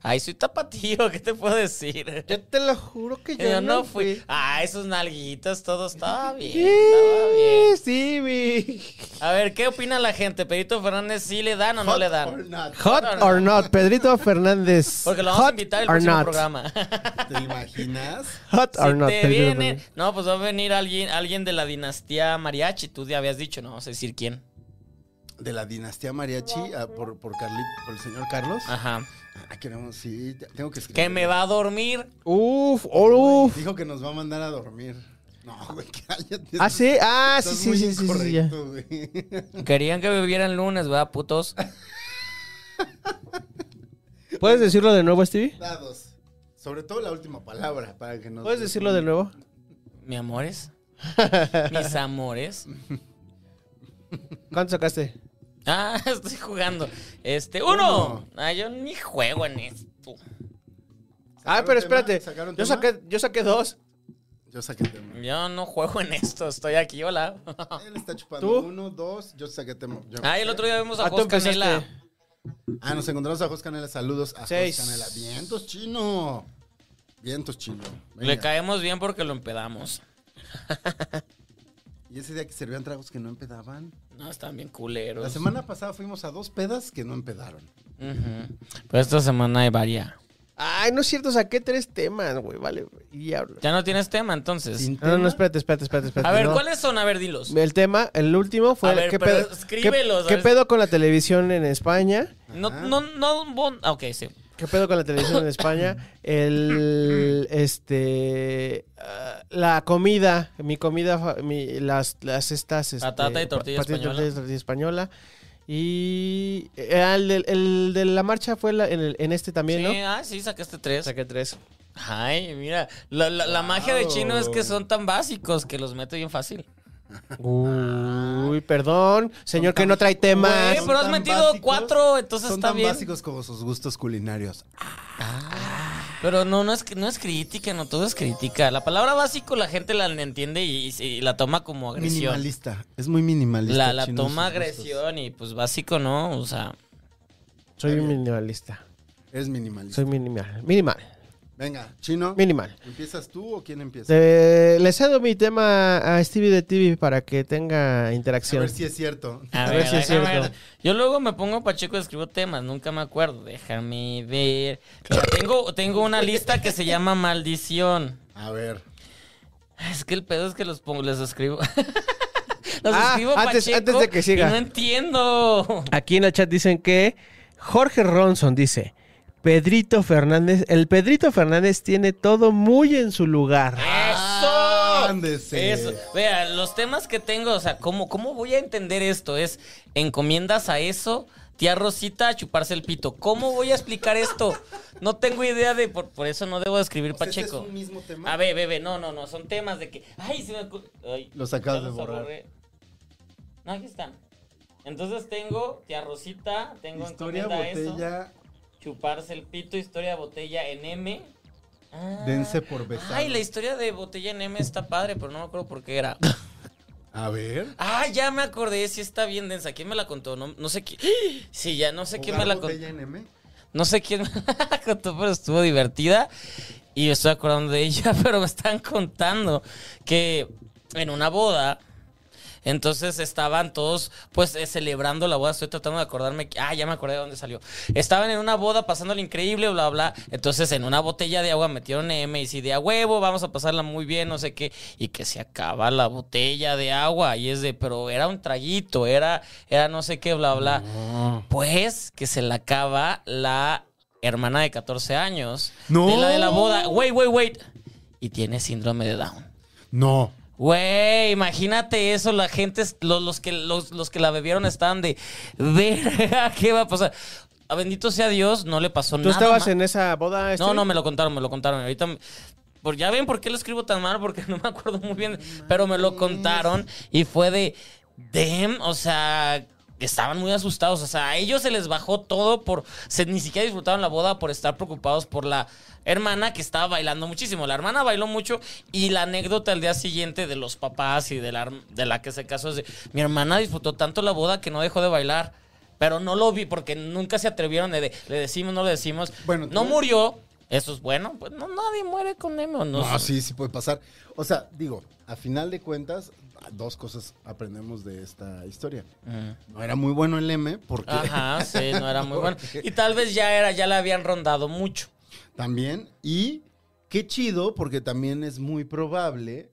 E: Ay, soy tapatío, ¿qué te puedo decir?
C: Yo te lo juro que yo,
E: Yo Eh, no fui. Ah, esos nalguitas, todo estaba bien. Estaba
C: Sí,
E: bien.
C: sí, mi...
E: A ver, ¿qué opina la gente? ¿Pedrito Fernández sí le dan o no
F: Hot
E: le
F: or
E: dan?
F: not.
C: Hot or not, Pedrito Fernández.
E: Porque lo vamos a
C: Hot
E: invitar el
C: or
E: próximo
C: not.
E: programa.
F: ¿Te imaginas?
C: Hot or
E: si
C: not,
E: te
C: Pedrito
E: viene-
C: Fernández.
E: no, pues va a venir alguien, alguien de la dinastía mariachi. Tú ya habías dicho, no vamos a decir quién.
F: de la dinastía mariachi ah, por, por Carlit, por el señor Carlos.
E: Ajá.
F: Ah, queremos, sí, te- tengo que escribir.
E: Que me va a dormir.
C: Uf, oh, uf.
F: Dijo que nos va a mandar a dormir. No, güey, cállate.
C: Ah, sí, ah, sí,
F: Estás
C: sí,
F: muy
C: sí, sí, sí, sí, ya.
F: incorrecto, güey.
E: Querían que vivieran lunes, ¿verdad, putos?
C: ¿Puedes decirlo de nuevo, Stevie?
F: Dados. Sobre todo la última palabra, para que nos...
C: ¿Puedes decirlo de nuevo?
E: Mi amores. Mis amores.
C: ¿Cuánto sacaste?
E: Ah, estoy jugando. Este, uno.
F: Uno.
E: Ah, yo ni juego en esto.
C: Ah,
F: tema?
C: pero espérate.
F: ¿Sacaron
C: Yo
F: tema?
C: saqué, yo saqué dos.
F: Yo saqué tema.
E: Yo no juego en esto. Estoy aquí, hola.
F: Él está chupando
C: ¿Tú?
F: uno, dos, yo saqué tema. Yo-
E: Ah, y el otro día vimos a
C: Ah, tú
E: Jos
C: empezaste.
E: Canela.
F: Ah, nos encontramos a Jos Canela. Saludos a
C: Seis.
F: Jos Canela. Vientos, chino. Vientos chino.
E: Le
F: venga.
E: caemos bien porque lo empedamos.
F: Y ese día que servían tragos que no empedaban.
E: No, están bien culeros.
F: La semana pasada fuimos a dos pedas que no empedaron.
E: Ujú. Pero esta semana hay varias.
C: Ay, no es cierto, saqué tres temas, güey. Vale, diablo.
E: Ya no tienes tema, entonces.
C: No, no, no, espérate, espérate, espérate. espérate
E: A ver,
C: no.
E: ¿cuáles son? A ver, dilos.
C: El tema, el último fue
E: A ver,
C: ¿qué,
E: pero
C: pedo,
E: escríbelos,
C: qué-
E: a
C: qué
E: ver.
C: pedo con la televisión en España?
E: No, no, no, bon- ah, Ok, sí.
C: ¿Qué pedo con la televisión en España? El este ah, la comida, mi comida fa- mi- las las estas este,
E: Patata y tortilla
C: pa- patata y
E: española.
C: tortilla- tortilla española. Y eh, el, de, el de la marcha fue la- en, el- en este también,
E: Sí,
C: ¿no?
E: ah, sí, sacaste tres.
C: Saqué tres.
E: Ay, mira, la, la- la magia de chino es que son tan básicos que los mete bien fácil.
C: Uy, perdón, señor que no trae
E: Güey,
C: temas.
E: Ah, pero has
F: tan
E: metido
F: básicos,
E: cuatro, entonces
F: Son
E: está
F: tan
E: bien.
F: básicos como sus gustos culinarios.
E: Pero no, no es, no es crítica, no todo es crítica. La palabra básico la gente la entiende y, y- y la toma como agresión.
F: Minimalista. Es muy minimalista.
E: La, la
F: Chino,
E: toma
F: sus gustos.
E: agresión y pues básico no, o sea,
C: Soy un minimalista.
F: Es minimalista.
C: Soy minimal, minimal,
F: Venga, chino.
C: minimal.
F: ¿Empiezas tú o quién empieza?
C: Te- le cedo mi tema a Stevie de TV para que tenga
F: A
C: interacción.
F: ver si es cierto.
E: A,
C: A
E: ver,
C: ver si es
E: déjame
C: cierto.
E: ver. Yo luego me pongo pacheco y escribo temas, nunca me acuerdo. Déjame ver. Mira, tengo, tengo una lista que se llama Maldición.
F: A ver.
E: Es que el pedo es que los pongo, les escribo. los
C: Ah,
E: escribo
C: antes-
E: pacheco
C: antes de que siga.
E: y no entiendo.
C: Aquí en el chat dicen que Jorge Ronson dice, Pedrito Fernández, el Pedrito Fernández tiene todo muy en su lugar.
E: Ah,
F: Ah,
E: ¡Eso!
F: ándese.
E: Eso. Vea, los temas que tengo, o sea, ¿cómo, ¿cómo voy a entender esto? Es encomiendas a eso, tía Rosita a chuparse el pito. ¿Cómo voy a explicar esto? No tengo idea de. Por, por eso no debo escribir
F: sea, ¿este
E: Pacheco.
F: es un mismo tema?
E: A ver, bebé, no, no, no. Son temas de que. Ay, se me ocur- ay,
F: Los acabas
E: ya
F: de
E: los
F: borrar.
E: borré. No, aquí están. Entonces tengo tía Rosita, tengo
F: Historia
E: encomienda a eso.
F: botella.
E: Chuparse el pito, historia de botella en M. Ah.
F: Dense por besar.
E: Ay, la historia de botella en M está padre, pero no me acuerdo por qué era.
F: A ver.
E: Ah, ya me acordé, sí está bien densa. ¿Quién me la contó? No, no sé quién. Sí, ya no sé quién me
F: Jugar
E: la
F: botella
E: contó.
F: en M.
E: No sé quién me la contó, pero estuvo divertida. Y yo estoy acordando de ella, pero me están contando que en una boda. Entonces estaban todos, pues, eh, celebrando la boda. Estoy tratando de acordarme. que- Ah, ya me acordé de dónde salió. Estaban en una boda pasándole increíble, bla, bla. Entonces, en una botella de agua metieron M y si de a huevo, vamos a pasarla muy bien, no sé qué. Y que se acaba la botella de agua. Y es de, pero era un traguito, era, era no sé qué, bla, bla. Pues que se la acaba la hermana de 14 años.
F: No.
E: De la de la boda. Wait, wait, wait. Y tiene síndrome de Down.
F: No.
E: Güey, imagínate eso, la gente, es- los, los que, los, los que la bebieron estaban de, verga, ¿qué va a pasar? A bendito sea Dios, no le pasó
C: ¿Tú
E: nada.
C: estabas
E: ma-
C: en esa boda?
E: No,
C: Stevie?
E: no, me lo contaron, me lo contaron. Ahorita, me- por, ya ven por qué lo escribo tan mal, porque no me acuerdo muy bien, pero me lo contaron y fue de, damn, o sea... Estaban muy asustados, o sea, a ellos se les bajó todo por, se, ni siquiera disfrutaron la boda por estar preocupados por la hermana que estaba bailando muchísimo. La hermana bailó mucho y la anécdota al día siguiente de los papás y de la, herm- de la que se casó es de, mi hermana disfrutó tanto la boda que no dejó de bailar, pero no lo vi porque nunca se atrevieron de, de- le decimos, no le decimos.
F: Bueno,
E: no
F: tú-
E: murió, eso es bueno, pues no, nadie muere con M o no.
F: No, sí, sí puede pasar. O sea, digo, a final de cuentas, dos cosas aprendemos de esta historia.
E: Mm.
F: No era muy bueno el M porque
E: Ajá, sí, no era muy bueno. Y tal vez ya era, ya la habían rondado mucho.
F: también. Y qué chido porque también es muy probable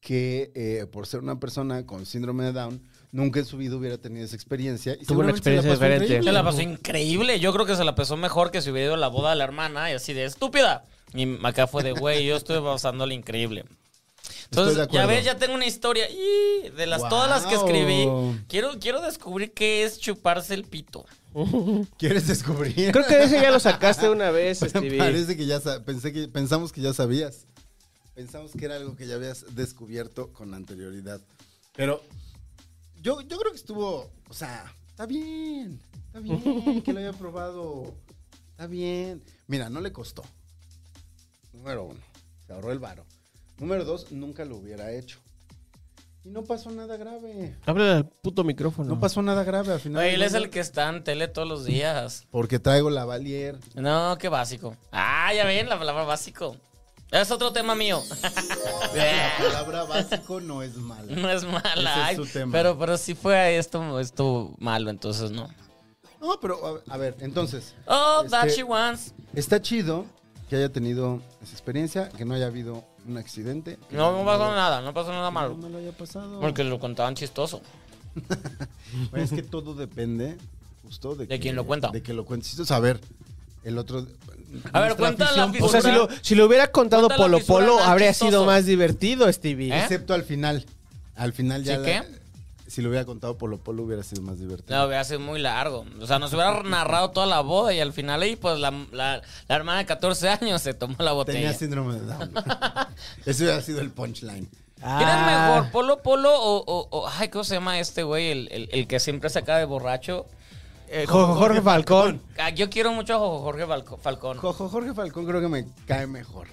F: que eh, por ser una persona con síndrome de Down, nunca en su vida hubiera tenido esa experiencia. Y
C: Tuvo una
F: seguramente se la
C: experiencia
F: pasó
C: diferente.
F: increíble.
E: Se la pasó increíble. Yo creo que se la pasó mejor que si hubiera ido a la boda de la hermana y así de estúpida. Y acá fue de, güey, yo estuve pasándole increíble. Entonces,
F: de
E: ya
F: acuerdo.
E: ves, ya tengo una historia. Y de las todas las que escribí,
F: Guau.
E: quiero, quiero descubrir qué es chuparse el pito.
F: ¿Quieres descubrir?
C: Creo que ese ya lo sacaste una vez, Stevie.
F: Parece que ya sa- pensé que pensamos que ya sabías. Pensamos que era algo que ya habías descubierto con anterioridad. Pero yo, yo creo que estuvo, o sea, está bien. Está bien que lo haya probado. Está bien. Mira, no le costó. Número uno, se ahorró el varo. Número dos, nunca lo hubiera hecho. Y no pasó nada grave.
C: Háblale al puto micrófono.
F: No pasó nada grave al final.
E: Oye, él es el que está en tele todos los días.
F: Porque traigo la Valier.
E: No, qué básico. Ah, ya ven la palabra básico. Es otro tema mío.
F: La palabra básico no es mala.
E: No es mala.
F: Ese es
E: ay,
F: su tema.
E: Pero, pero sí fue esto, esto malo, entonces no.
F: No, pero a, a ver, entonces,
E: Oh,
F: Este-
E: that she wants.
F: está chido que haya tenido esa experiencia, que no haya habido un accidente. que
E: No, no pasó nada, no pasó nada
F: No
E: malo.
F: me lo haya pasado.
E: Porque lo contaban chistoso.
F: Bueno, es que todo depende justo de,
E: De
F: que-
E: quien lo cuenta.
F: De que lo cuenta. Sí, o sea, a ver, el otro.
E: A ver,
F: nuestra
E: cuenta la
F: afición por-
C: o sea, si lo, si lo hubiera contado
E: Cuenta la
C: Polo
E: fisura
C: Polo,
E: más
C: habría
E: chistoso.
C: sido más divertido, Stevie.
E: ¿Eh?
F: Excepto al final. Al final ya.
E: ¿Sí
F: la-
E: qué? Ah,
F: Si lo hubiera contado Polo Polo hubiera sido más divertido.
E: No, hubiera sido muy largo. O sea, nos hubiera narrado toda la boda y al final ahí, pues, la, la- la hermana de 14 años se tomó la
F: Tenía
E: botella.
F: síndrome de Down. Ese hubiera sido el punchline.
E: ¿Quién es
C: Ah.
E: mejor, Polo Polo o, o- o- ay, ¿cómo se llama este güey? El, el- el que siempre se acaba de borracho.
C: Eh, Jorge, Jorge Falcón.
E: Ah, yo quiero mucho a Jo- Jorge Balco- Falcón.
F: Jojo, Jorge Falcón creo que me cae mejor.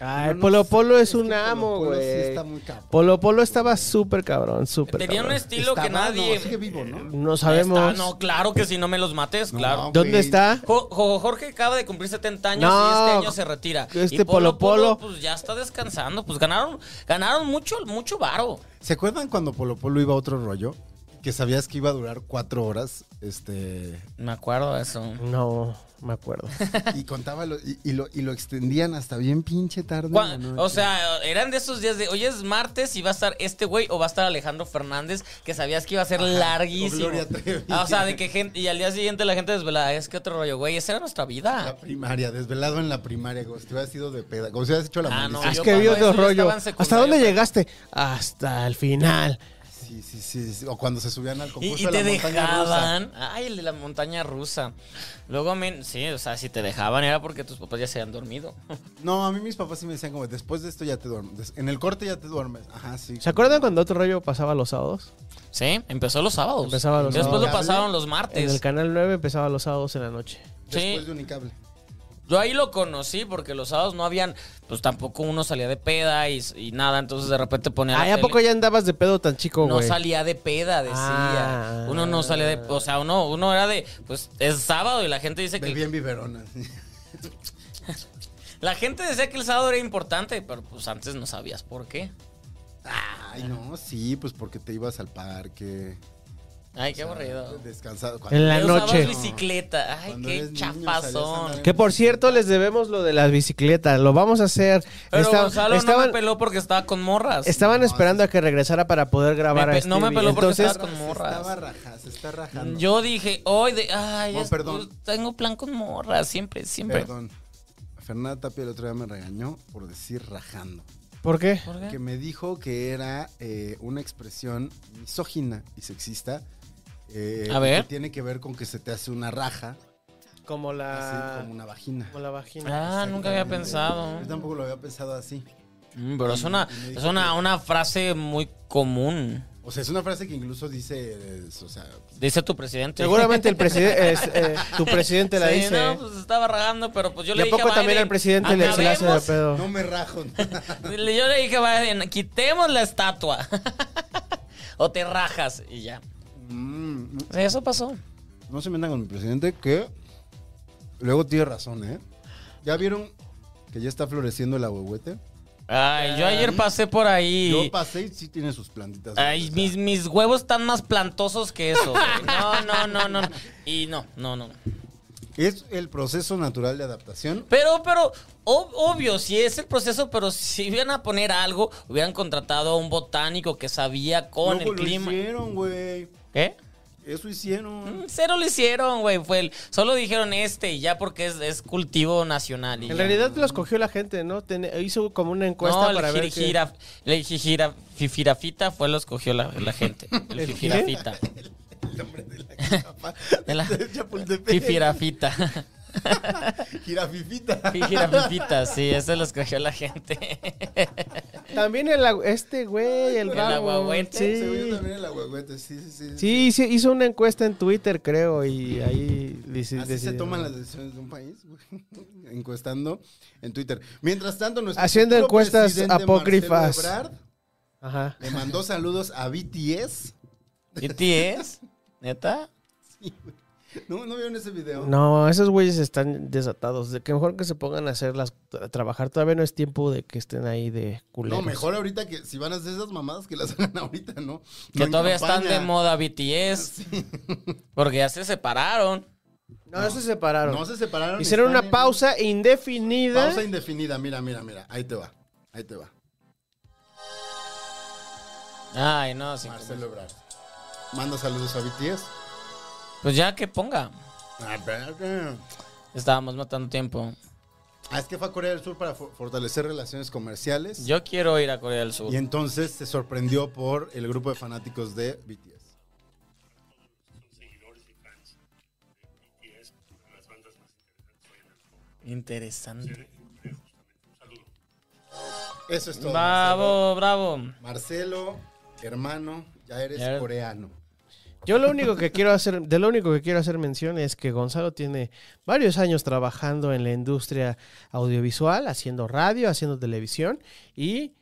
C: Ay,
F: No, no
C: Polo
F: sé,
C: Polo es
F: que
C: un
F: Polo
C: amo,
F: Polo sí
C: güey.
F: está muy capo.
C: Polo Polo estaba súper cabrón, súper
E: Tenía un
C: cabrón.
E: estilo que
F: Estaba, no,
E: nadie.
F: sigue vivo, ¿no?
C: No sabemos.
E: Está, no, claro que si no me los mates,
F: No,
E: claro.
F: güey.
C: ¿Dónde está?
E: Jo- Jo- Jorge acaba de cumplir 70 años
C: No,
E: y este año se retira.
C: este
E: y
C: Polo Polo-
E: pues ya está descansando. Pues ganaron, ganaron mucho, mucho varo.
F: ¿Se acuerdan cuando Polo Polo iba a otro rollo? Que sabías que iba a durar cuatro horas, este,
E: Me acuerdo de eso.
C: No, me acuerdo.
F: y contaba lo- y, y lo, y lo extendían hasta bien pinche tarde. en la
E: Cuan-
F: noche.
E: o sea, eran de esos días de hoy es martes y va a estar este güey o va a estar Alejandro Fernández, que sabías que iba a ser larguísimo.
F: Gloria Trevi.
E: Ah, o sea, de que gente, y al día siguiente la gente desvelada, es que otro rollo, güey, esa era nuestra vida.
F: la primaria, desvelado en la primaria, como si hubieras sido de peda, como si hubieras hecho la
E: Ah,
F: maldición.
E: no,
C: es
E: yo
C: que
E: cuando
C: vio otro
E: eso ya
C: rollo.
E: estaba en secundaria, pues.
C: ¿Hasta dónde
E: pero-
C: llegaste? Hasta el final.
F: Sí, sí, sí, sí. O cuando se subían al
E: Y,
F: concurso
E: y
F: de
E: te
F: la montaña rusa.
E: dejaban. Ay, el de la montaña rusa. Luego, men, sí, o sea, si te dejaban era porque tus papás ya se habían dormido.
F: No, a mí mis papás sí me decían como, después de esto ya te duermes. Des- En el corte ya te duermes. Ajá, sí.
C: ¿Se acuerdan cuando otro rollo pasaba los sábados?
E: Sí, empezó los sábados.
C: Empezaba los
E: Después
C: sábados.
E: lo pasaron los
C: En el
E: martes.
C: canal 9 empezaba los sábados en la noche.
F: Después
E: sí.
F: de Unicable.
E: Yo ahí lo conocí porque los sábados no habían, pues tampoco uno salía de peda y, y nada, entonces de repente ponía... la
C: Ay, ¿a
E: tele.
C: poco ya andabas de pedo tan chico,
E: Ah, No
C: güey?
E: salía de peda, decía.
C: Ah.
E: Uno no salía de... O sea, uno, uno era de... Pues es sábado y la gente dice que...
F: Bebían biberonas.
E: La gente decía que el sábado era importante, pero pues antes no sabías por qué.
F: Ay, no, sí, pues porque te ibas al parque.
E: Ay, qué aburrido.
F: Descansado. Cuando-
C: En la
E: Yo usaba
C: noche.
E: bicicleta. Ay,
F: Cuando
E: qué
F: eres niño, salías a
E: chapazón.
F: andar
C: Que por cierto, les debemos lo de las bicicletas. Lo vamos a hacer.
E: Pero
C: Esta-
E: Gonzalo no
C: estaban
E: me peló porque estaba con morras.
C: estaban esperando a que regresara para poder grabar
E: Me
C: a
E: pe- no me
C: Stevie.
E: peló porque
C: Entonces,
E: estaba con morras.
F: Estaba rajas, está rajando.
E: Yo dije, hoy de, ay,
F: Bueno,
E: es-
F: Oh, perdón.
E: pues, tengo plan con morras, siempre, siempre.
F: Perdón. Fernanda Tapia el otro día me regañó por decir rajando.
C: ¿Por qué?
E: ¿Por qué?
F: Que me dijo que era eh, una expresión misógina y sexista. eh,
E: A ver.
F: Que tiene que ver con que se te hace una raja,
C: Como
F: así
C: la.
F: como una vagina.
C: como Ah, la vagina.
E: Ah, nunca había pensado.
F: Yo tampoco lo había pensado así.
E: Mm, Pero es una,
F: Y me dijo
E: es una,
F: que-
E: una frase muy común.
F: O sea, es una frase que incluso dice, eh, o sea,
E: Dice tu presidente.
C: Seguramente el presidente, tu presidente la
E: Sí,
C: dice. eh.
E: No, pues estaba ragando, pero pues yo
C: ¿Y
E: le
C: a
E: dije.
C: poco
E: a
C: también
E: Biden,
C: al presidente le se le hace de
E: "Acabemos".
C: pedo?
F: no me rajo.
E: Le- Yo le dije a Biden, quitemos la estatua. o te rajas. Y ya.
F: Mm,
E: O sea, Eso pasó.
F: No se metan con mi presidente que luego tiene razón, ¿eh? ¿Ya vieron que ya está floreciendo el ahuehuete?
E: Ay, yo ayer pasé por ahí.
F: Yo pasé y sí tiene sus plantitas.
E: Ay,
F: verdes,
E: mis,
F: ¿eh?
E: mis huevos están más plantosos que eso. güey. No, no, no, no. Y no, no, no.
F: Es el proceso natural de adaptación.
E: Pero, pero, ob- obvio, si es el proceso, pero si iban a poner algo, hubieran contratado a un botánico que sabía con
F: Luego
E: el
F: lo
E: clima.
F: hicieron, güey.
E: ¿Qué?
F: Eso hicieron.
E: Mm, Cero lo hicieron, güey. Fue el- solo dijeron este y ya porque es, es cultivo nacional. y ya.
C: En realidad los cogió la gente, ¿no? Ten- hizo como una encuesta
E: No,
C: para
E: el
C: ver. qué-
E: jirijira, el jijira- fifirafita fue los cogió la, la gente. El fifirafita.
F: El nombre de la jirafa.
E: De la-
F: De Chapultepec.
E: Fifirafita.
F: Jirafifita.
E: Fifirafita, sí, eso los cogió la gente.
C: También el, agu- este güey, el,
E: El
C: rabo.
E: aguahuete.
F: Según yo
C: Sí.
F: también el ahuehuete, sí, sí, sí.
C: Sí, sí, hizo una encuesta en Twitter, creo, y ahí
F: Así
C: deci-
F: se
C: decidieron.
F: toman las decisiones de un país, güey. encuestando en Twitter. Mientras tanto, nuestro
C: Haciendo
F: futuro
C: encuestas
F: presidente
C: apócrifas.
F: Marcelo Ebrard
C: Ajá.
F: Le mandó saludos a BTS.
E: ¿BTS? ¿Neta?
F: ¿No, ¿No vieron ese video?
C: No, esos güeyes están desatados. De que mejor que se pongan a hacer las a trabajar. Todavía no es tiempo de que estén ahí de
F: No,
C: culeros.
F: mejor ahorita que si van a hacer esas mamadas que las hagan ahorita, ¿no? No
E: Que
F: en
E: todavía están
F: campaña.
E: de moda BTS. Porque ya se separaron.
C: No, se separaron.
F: No se separaron.
C: Hicieron
F: están
C: una
F: en-
C: pausa ¿eh? indefinida.
F: Pausa indefinida. Mira, mira, mira. Ahí te va. Ahí te va.
E: Ay, no, sí.
F: Marcelo Ebrard. Manda saludos a BTS.
E: Pues ya que ponga.
F: Ah, verga.
E: Estábamos matando tiempo.
F: Ah, es que fue a Corea del Sur para for- fortalecer relaciones comerciales.
E: Yo quiero ir a Corea del Sur.
F: Y entonces se sorprendió por el grupo de fanáticos de BTS.
E: Interesante.
F: Eso es todo.
E: Bravo, bravo.
F: Marcelo, hermano, ya eres
E: Ya eres-
F: coreano.
C: Yo lo único que quiero hacer, de lo único que quiero hacer mención es que Gonzalo tiene varios años trabajando en la industria audiovisual, haciendo radio, haciendo televisión y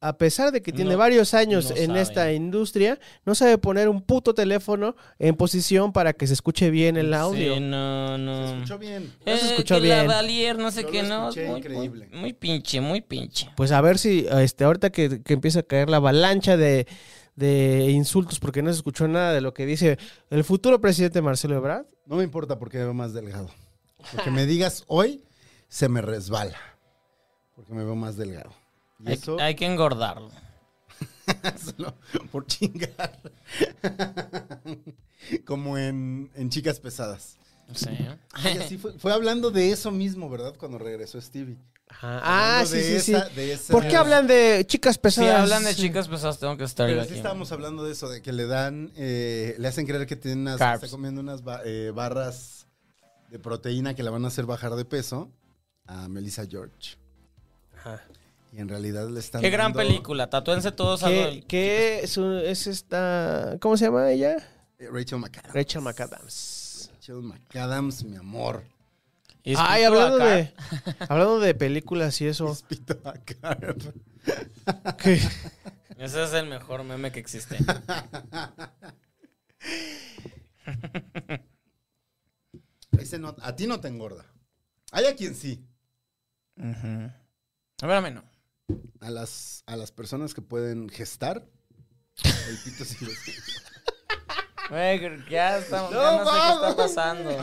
C: a pesar de que tiene
E: No,
C: varios años
E: no
C: en
E: sabe.
C: esta industria, no sabe poner un puto teléfono en posición para que se escuche bien el audio.
E: Sí, no,
F: Se
C: Mm.
E: no.
F: escuchó bien.
C: No se
E: Eh,
C: escuchó
E: que
C: bien.
E: La Valier, no sé
F: Yo
E: qué,
F: lo
E: no.
F: escuché,
E: muy,
F: increíble.
E: Muy, muy pinche, muy pinche.
C: Pues a ver si este, ahorita que, que empieza a caer la avalancha de, de insultos porque no se escuchó nada de lo que dice el futuro presidente Marcelo Ebrard.
F: No me importa porque me veo más delgado. Lo que me digas hoy se me resbala. Porque me veo más delgado. Y
E: Hay,
F: eso
E: hay que engordarlo.
F: solo por chingar. Como en, en Chicas Pesadas.
E: Sí.
F: Ay, así fue, fue hablando de eso mismo, ¿verdad? Cuando regresó Stevie.
C: Ah,
F: Hablando
C: sí,
F: de
C: sí, sí.
F: esa- de esa-
C: ¿Por qué hablan de chicas
E: Si
C: pesadas?
E: hablan de chicas pesadas, tengo que estar yo
F: Pero sí
E: aquí.
F: estábamos hablando de eso, de que le dan, eh, le hacen creer que tiene unas,
E: Carbs.
F: está comiendo unas ba- eh, barras de proteína que la van a hacer bajar de peso a Melissa George. Y en realidad le están
E: Qué gran
F: dando,
E: película. Tatúense todos a
C: ¿Qué, qué es, un- es esta? ¿Cómo se llama ella?
F: eh, Rachel McAdams.
C: Rachel McAdams.
F: Rachel McAdams, mi amor.
C: Ay, hablando de, hablando de películas y eso.
F: Pito McCarp.
C: ¿qué?
E: Ese es el mejor meme que existe.
F: Ese no- a ti no te engorda. Hay a quien sí.
E: Ujú. A ver, a mí no.
F: A las, a las personas que pueden gestar. El pito sí les-
E: Güey, ya estamos.
F: No,
E: ya no sé qué está
F: vamos.
E: pasando.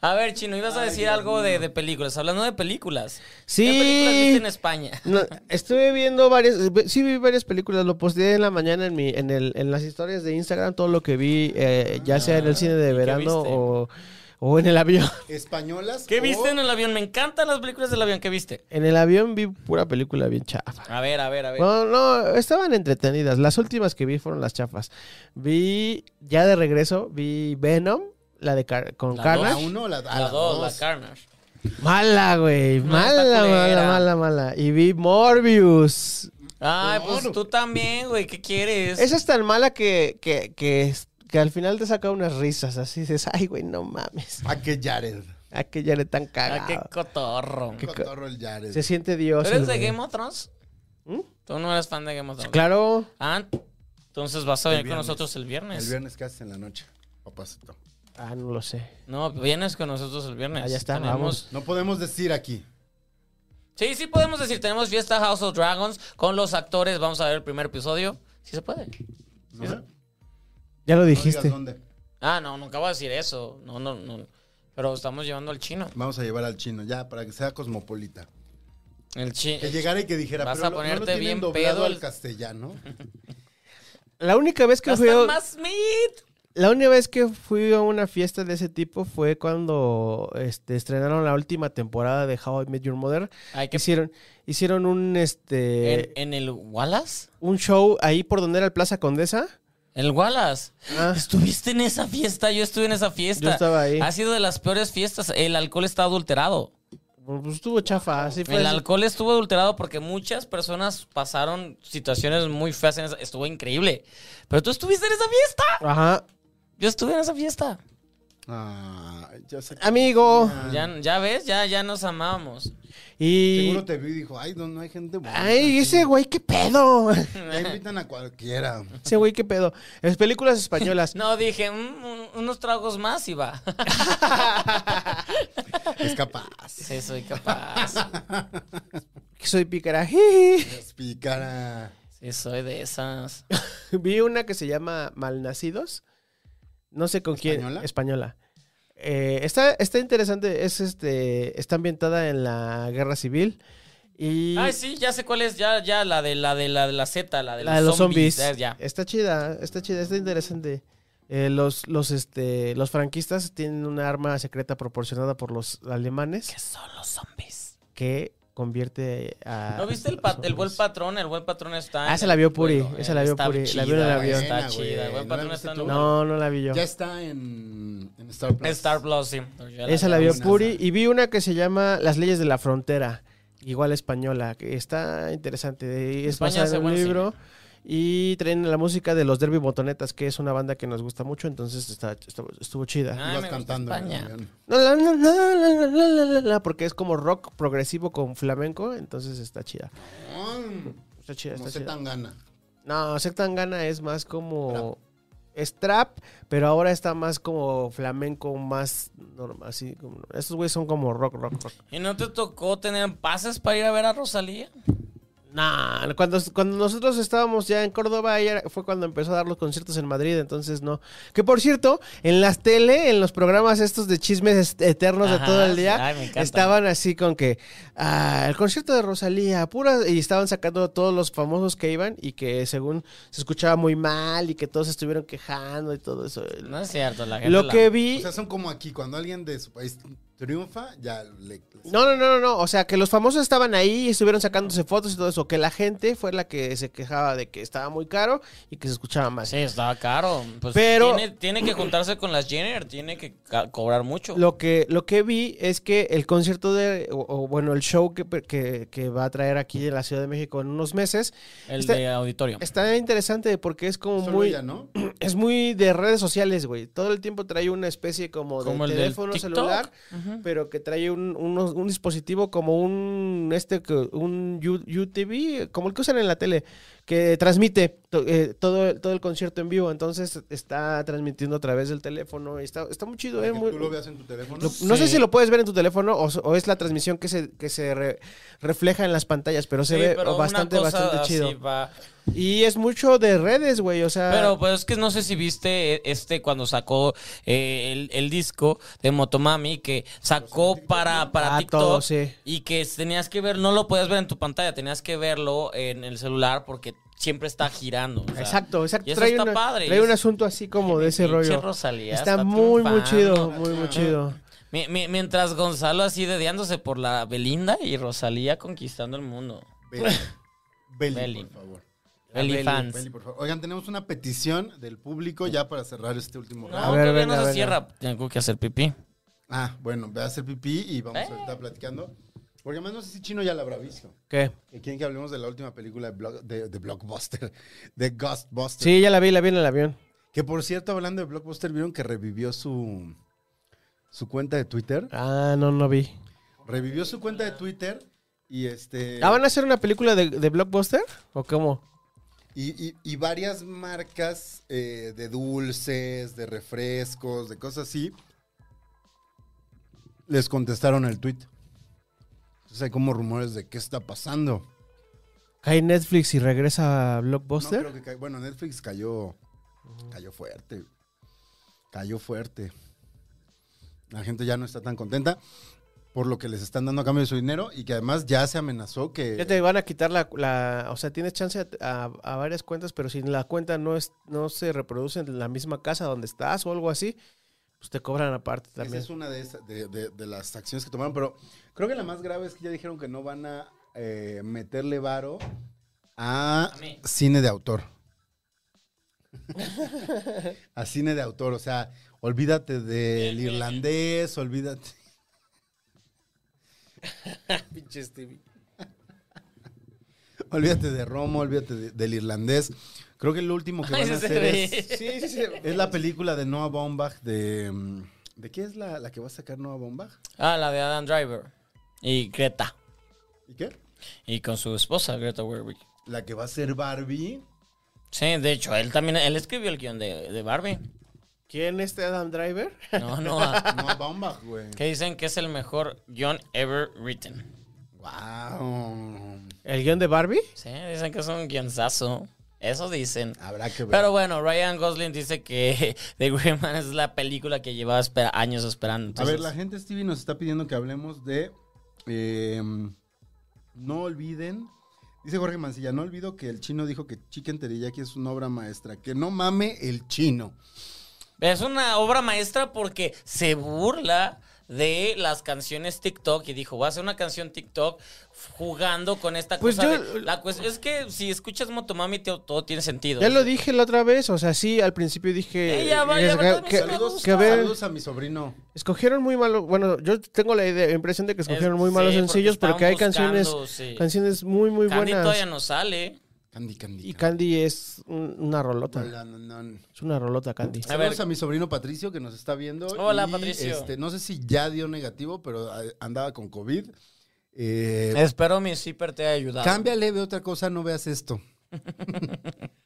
E: A ver, Chino, ibas a decir algo de, de películas. Hablando de películas. ¿Qué películas viste
C: Sí.
E: en España?
C: No, estuve viendo varias, sí vi varias películas, lo posteé en la mañana en mi, en, el, en las historias de Instagram, todo lo que vi, eh, ya sea en el cine de
E: Ah, qué
C: verano
E: viste?
C: o, o en el avión.
F: Españolas.
C: Oh.
E: ¿Qué
F: o-
E: viste en el avión? Me encantan las películas del avión. ¿Qué viste?
C: En el avión vi pura película bien chafa.
E: A ver, a ver, a ver.
C: No, no, estaban entretenidas. Las últimas que vi fueron las chafas. Vi, ya de regreso, vi Venom, la de Car- con
E: La
F: ¿La
C: Carnage.
F: uno o la, a
E: la
F: la
E: dos,
F: dos?
E: la Carnage.
C: Mala, güey.
E: No,
C: Mala,
E: está
C: mala,
E: culera.
C: mala, mala. Y vi Morbius.
E: Ay,
F: Claro.
E: pues tú también, güey. ¿Qué quieres?
C: Esa es tan mala que, que, que, es- que al final te saca unas risas. Así dices, ay, güey, no mames.
F: ¿A qué Jared?
C: A que ya le tan
E: Ah, qué
C: cagado.
E: cotorro.
C: Qué co-
F: Cotorro el Jared.
C: Se siente Dios.
E: ¿Tú
C: el
E: eres de
C: güey.
E: Game of Thrones?
C: ¿Mm?
E: Tú no eres fan de Game of Thrones.
C: Claro.
E: Ah, entonces vas a venir con
F: viernes.
E: nosotros el viernes.
F: El viernes casi en la noche. Papacito.
C: Ah, no lo sé.
E: No, vienes con nosotros el viernes.
C: Ah, ya está,
E: Pues Tenemos-
C: vamos.
F: No podemos decir aquí.
E: Sí, sí podemos decir, tenemos fiesta House of Dragons con los actores. Vamos a ver el primer episodio. Sí se puede.
F: ¿no? No
C: Ya lo
F: digas
C: dijiste.
F: dónde.
E: Ah, no, nunca voy a decir eso. No, no, no. Pero estamos llevando al chino.
F: Vamos a llevar al chino ya para que sea cosmopolita.
E: El chino.
F: Que llegara y que dijera,
E: Vas
F: pero
E: a
F: lo- no lo
E: ponerte
F: tienen
E: bien
F: doblado
E: pedo
F: al
E: el-
F: castellano.
C: La única vez que fui... a-
E: más meat!
C: La única vez que fui a una fiesta de ese tipo fue cuando este, estrenaron la última temporada de How I Met Your Mother.
E: Hay que
C: Hicieron, hicieron un este
E: en, en el Wallace?
C: un show ahí por donde era el Plaza Condesa.
E: ¿El Wallace?
C: Ah.
E: ¿Estuviste en esa fiesta? Yo estuve en esa fiesta.
C: Yo estaba ahí.
E: Ha sido de las peores fiestas. El alcohol está adulterado.
C: Pues estuvo chafa, así fue.
E: El alcohol estuvo adulterado porque muchas personas pasaron situaciones muy feas en esa. Estuvo increíble. Pero tú estuviste en esa fiesta.
C: Ajá.
E: Yo estuve en esa fiesta.
F: Ah, ya sé.
C: Amigo.
E: Ya, ya ves, ya, ya nos amábamos.
C: Y.
F: Seguro te vio y dijo, ay, no, no hay gente buena.
E: Ah,
C: Ay, ese güey, qué pedo.
F: Ya invitan a cualquiera.
C: Ese güey, qué pedo. Es películas españolas.
E: No, dije, "Mm, un- unos tragos más y va.
F: Es capaz.
E: Sí, soy capaz.
C: Que soy pícara. Jiji.
F: Es pícara.
E: Sí, soy de esas.
C: Vi una que se llama Malnacidos. No sé con quién.
F: ¿Española?
C: Española. Eh, está, está interesante. Es este. Está ambientada en la guerra civil. Y.
E: Ay, sí, ya sé cuál es, ya, ya, la de la de la de la Z, la de
C: la de los zombies.
E: eh, Ya, ya.
C: Está chida, está chida, está interesante. Eh, los, los, este, los franquistas tienen una arma secreta proporcionada por los alemanes
E: ¿Qué son los zombies?
C: que convierte a.
E: ¿No viste el,
C: a
E: pa-
C: los
E: el buen
C: zombies.
E: patrón? El buen patrón está.
C: Ah,
E: en
C: esa la
E: el
C: vio Puri,
E: pueblo,
C: esa
E: eh,
C: la vio
E: está
C: Puri, la vio en el
E: chida,
C: avión.
E: Está
F: Buena,
E: chida, el
F: güey.
E: buen
F: ¿No la
E: patrón
F: viste
E: está en
F: tú?
E: un-
C: No, no la vi yo.
F: Ya está en, en Star Plus.
E: Star Plus, sí.
C: Esa la vio
F: vi.
C: Puri y vi una que se llama Las leyes de la frontera, igual española, que está interesante. y Es
E: España hace
C: basada en un
E: buen
C: libro y traen la música de los Derby Botonetas, que es una banda que nos gusta mucho, entonces está, estuvo- estuvo chida.
E: Ah,
F: Ibas
E: me gusta
F: cantando. en el
E: España.
F: avión.
C: No, la, la, la, la, la, la, la, la, la, porque es como rock progresivo con flamenco, entonces está chida.
F: Mm,
C: Está chida, está
F: No sé
C: chida.
F: tan gana.
C: No, Sectangana es más como es trap, pero ahora está más como flamenco, más normal, así como estos güeyes son como rock, rock, rock.
E: ¿Y no te tocó tener pases para ir a ver a Rosalía?
C: Nah, cuando, cuando nosotros estábamos ya en Córdoba, ella era- fue cuando empezó a dar los conciertos en Madrid, entonces no. Que por cierto, en las tele, en los programas estos de chismes est- eternos de
E: Ajá,
C: todo el
E: sí,
C: día,
E: ay, me encanta.
C: estaban así con que ah, el concierto de Rosalía, pura, y estaban sacando a todos los famosos que iban y que según se escuchaba muy mal y que todos estuvieron quejando y todo eso.
E: No es cierto, la gente.
C: Lo
E: la-
C: que vi...
F: O sea, son como aquí, cuando alguien de su país triunfa, ya le...
C: No, no, no, no, no. O sea, que los famosos estaban ahí y estuvieron sacándose fotos y todo eso. Que la gente fue la que se quejaba de que estaba muy caro y que se escuchaba ¿eh? mal.
E: Ah, Sí, estaba caro. Pues
C: Pero-
E: Tiene, tiene que juntarse con las Jenner, tiene que ca- cobrar mucho.
C: Lo que, lo que vi es que el concierto de, o, o, bueno, el show que, que- que va a traer aquí en la Ciudad de México en unos meses,
E: el
C: este-
E: de auditorio.
C: está interesante porque es como
F: Solo
C: muy,
F: ella, ¿no?
C: es muy de redes sociales, güey. Todo el tiempo trae una especie como de
E: Como el del
C: teléfono
E: TikTok.
C: celular,
E: Ujú.
C: pero que trae un, unos- un dispositivo como un este que- un U- UTV, como el que usan en la tele, que transmite to- eh, todo, todo el concierto en vivo. Entonces está transmitiendo a través del teléfono. y está, está muy chido,
F: Que
C: eh, muy-
F: tú lo veas en tu teléfono.
C: lo- no sé
E: Sí.
C: si lo puedes ver en tu teléfono o, o es la transmisión que se, que se re- refleja en las pantallas, pero se
E: Sí,
C: ve
E: pero una
C: bastante,
E: cosa
C: bastante
E: así
C: chido.
E: va.
C: Y es mucho de redes, güey, o sea...
E: Pero pues es que no sé si viste eh, este cuando sacó eh, el, el disco de Motomami que sacó para, para
C: Ah,
E: TikTok
C: todo, sí.
E: y que tenías que ver, no lo podías ver en tu pantalla, tenías que verlo en el celular porque siempre está girando. o sea.
C: Exacto, exacto.
E: Y eso
C: trae
E: está
C: una-
E: padre.
C: trae
E: Y
C: un
E: es-
C: asunto así como de ese
E: Pinche
C: rollo.
E: Rosalía
C: está,
E: está
C: muy, muy chido,
E: triunfando.
C: muy, muy chido.
E: Mi- mi- mientras Gonzalo así dediándose por la Belinda y Rosalía conquistando el mundo.
F: Beli. Beli,
E: Beli.
F: por favor.
E: Belly, fans.
F: Beli, por favor. Oigan, tenemos una petición del público ya para cerrar este último
E: No,
F: round.
C: ver,
E: todavía
C: venga,
E: no se
C: venga.
E: cierra. Tengo que hacer pipí.
F: Ah, bueno, ve a hacer pipí y vamos
E: Eh.
F: a estar platicando. Porque además no sé si Chino ya la habrá visto.
C: ¿Qué?
F: Que Quieren que hablemos de la última película de, Block- de, de Blockbuster, de Ghostbuster.
C: Sí, ya la vi, la vi en el avión.
F: Que por cierto, hablando de Blockbuster, vieron que revivió su, su cuenta de Twitter.
C: Ah, no, no vi.
F: Revivió su cuenta de Twitter y este.
C: ¿Ah, van a hacer una película de, de blockbuster? ¿O cómo?
F: Y, y- y varias marcas eh, de dulces, de refrescos, de cosas así, les contestaron el tweet. Entonces hay como rumores de qué está pasando.
C: ¿Cae Netflix y regresa
F: No,
C: a blockbuster?
F: creo que ca- bueno, Netflix cayó, cayó fuerte. Cayó fuerte. La gente ya no está tan contenta por lo que les están dando a cambio de su dinero y que además ya se amenazó que...
C: Ya te van a quitar la, la- O sea, tienes chance a, a- a varias cuentas, pero si la cuenta no es no se reproduce en la misma casa donde estás o algo así, pues te cobran aparte
F: Esa
C: también.
F: es una de, esas- de- de- de las acciones que tomaron, pero creo que la más grave es que ya dijeron que no van a eh, meterle varo a
E: A mí.
F: cine de autor. a cine de autor, o sea, olvídate del irlandés, olvídate.
C: Pinche Stevie.
F: Olvídate de Romo, olvídate de- del irlandés. Creo que lo último que van a
E: Ay, se
F: hacer
E: ríe.
F: es, es la película de Noah Baumbach de mm, ¿De qué es la, la que va a sacar Noah Bombach?
E: Ah, la de Adam Driver. Y Greta.
F: ¿Y qué?
E: Y con su esposa, Greta Gerwig.
F: La que va a ser Barbie.
E: Sí, de hecho, él también, él escribió el guión de, de Barbie.
C: ¿Quién es este Adam Driver?
E: No, no. ah,
F: Noah Baumbach, güey.
E: Que dicen que es el mejor guión ever written.
F: Wow.
C: ¿El guión de Barbie?
E: Sí, dicen que es un guionzazo. Eso dicen.
F: Habrá que ver.
E: Pero bueno, Ryan Gosling dice que The Green Man es la película que llevaba espera- años esperando.
F: A ver,
E: entonces-
F: la gente, Stevie, nos está pidiendo que hablemos de. eh, no olviden. Dice Jorge Mancilla, no olvido que el chino dijo que Chicken Teriyaki es una obra maestra. Que no mame el chino.
E: Es una obra maestra porque se burla de las canciones TikTok y dijo, voy a hacer una canción TikTok jugando con esta
C: Pues
E: cosa.
C: yo-
E: de- la cuestión es que si escuchas Motomami te- todo tiene sentido.
C: Ya lo dije la otra vez, o sea, sí, al principio dije...
E: Ella va,
C: es-
E: ya va,
C: que,
E: también se
F: Saludos,
E: gusta.
C: que a ver,
F: saludos a mi sobrino.
C: escogieron muy malo, bueno, yo tengo la idea, impresión de que escogieron muy
E: sí,
C: malos
E: porque
C: sencillos
E: estaban
C: porque hay canciones
E: buscando, sí.
C: canciones muy, muy
E: Candy todavía
C: buenas.
E: no sale.
F: Candy, Candy.
C: Y Candy es un- una rolota,
F: Hola, no, no.
C: es una rolota Candy.
E: A
F: Saludos
E: ver.
F: a mi sobrino Patricio que nos está viendo.
E: Hola,
F: Y,
E: Patricio.
F: este, no sé si ya dio negativo, pero ah, andaba con COVID. Eh,
E: Espero mi zipper te haya ayudado.
F: Cámbiale, ve otra cosa, no veas esto.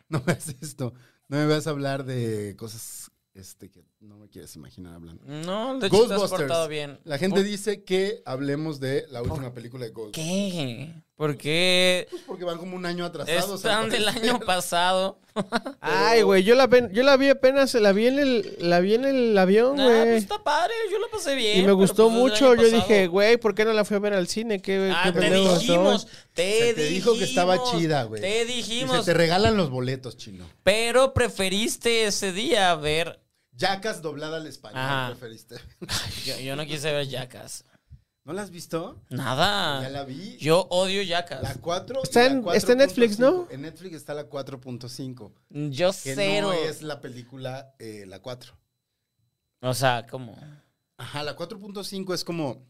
F: no veas esto. No me veas hablar de cosas este, que no me quieres imaginar hablando.
E: No, de hecho te has portado bien.
F: La gente dice que hablemos de la última película de
E: ¿Por
F: Ghostbusters.
E: qué? Porque
F: Porque van como un año atrasados.
E: están
F: al
E: del
F: parecer.
E: año pasado.
C: Ay, güey, yo la, ven- yo la vi apenas, la vi en el, la vi en el avión,
E: Nah,
C: güey.
E: pues está padre, yo lo pasé bien.
C: y me
E: pero
C: gustó
E: pues es del
C: mucho,
E: año
C: yo
E: pasado.
C: dije, güey, ¿por qué no la fui a ver al cine? ¿Qué,
E: Ah,
C: qué
E: te
C: pendejos
E: dijimos,
C: soy?
E: te,
F: Se te dijo que estaba
E: dijimos,
F: chida, güey.
E: Te
F: Dice,
E: dijimos,
F: te regalan los boletos, chino.
E: pero preferiste ese día ver.
F: Yacas doblada al español,
E: Ajá.
F: preferiste.
E: Yo, yo no quise ver Yacas.
F: ¿No la has visto?
E: Nada.
F: Ya la vi.
E: Ah. Yo odio
F: La
E: Yacas.
F: 4.
C: Está en- está en Netflix, ¿no?
F: En Netflix está la 4.5.
E: Yo
F: Que
E: cero.
F: no es la película, eh, la 4.
E: O sea, como.
F: Ajá, la 4.5 es como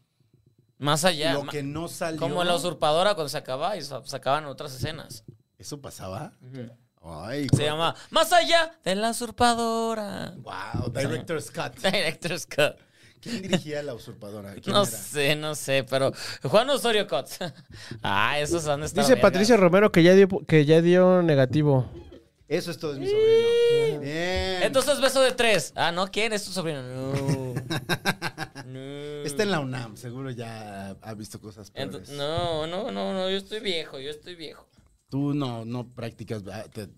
E: Más allá.
F: lo
E: ma-
F: que no salió.
E: como la usurpadora cuando se acababa y sa- sacaban otras escenas.
F: ¿Eso pasaba? Ay,
E: Se llama Más allá de la usurpadora.
F: Wow, Director Scott.
E: Director's Cut.
F: ¿Quién dirigía la usurpadora? ¿Quién
E: No
F: era?
E: sé, no sé, pero Juan Osorio Cut. ah, esos han estado.
C: Dice Patricio Romero que ya dio, que ya dio negativo.
F: Eso es todo de mi sobrino. Bien.
E: Entonces, beso de tres. Ah, no, ¿quién es tu sobrino? No. no.
F: está en la UNAM, seguro ya ha visto cosas
E: Ento-
F: peores.
E: no, no, no, no, yo estoy viejo, yo estoy viejo.
F: Tú no, no practicas. ah, te-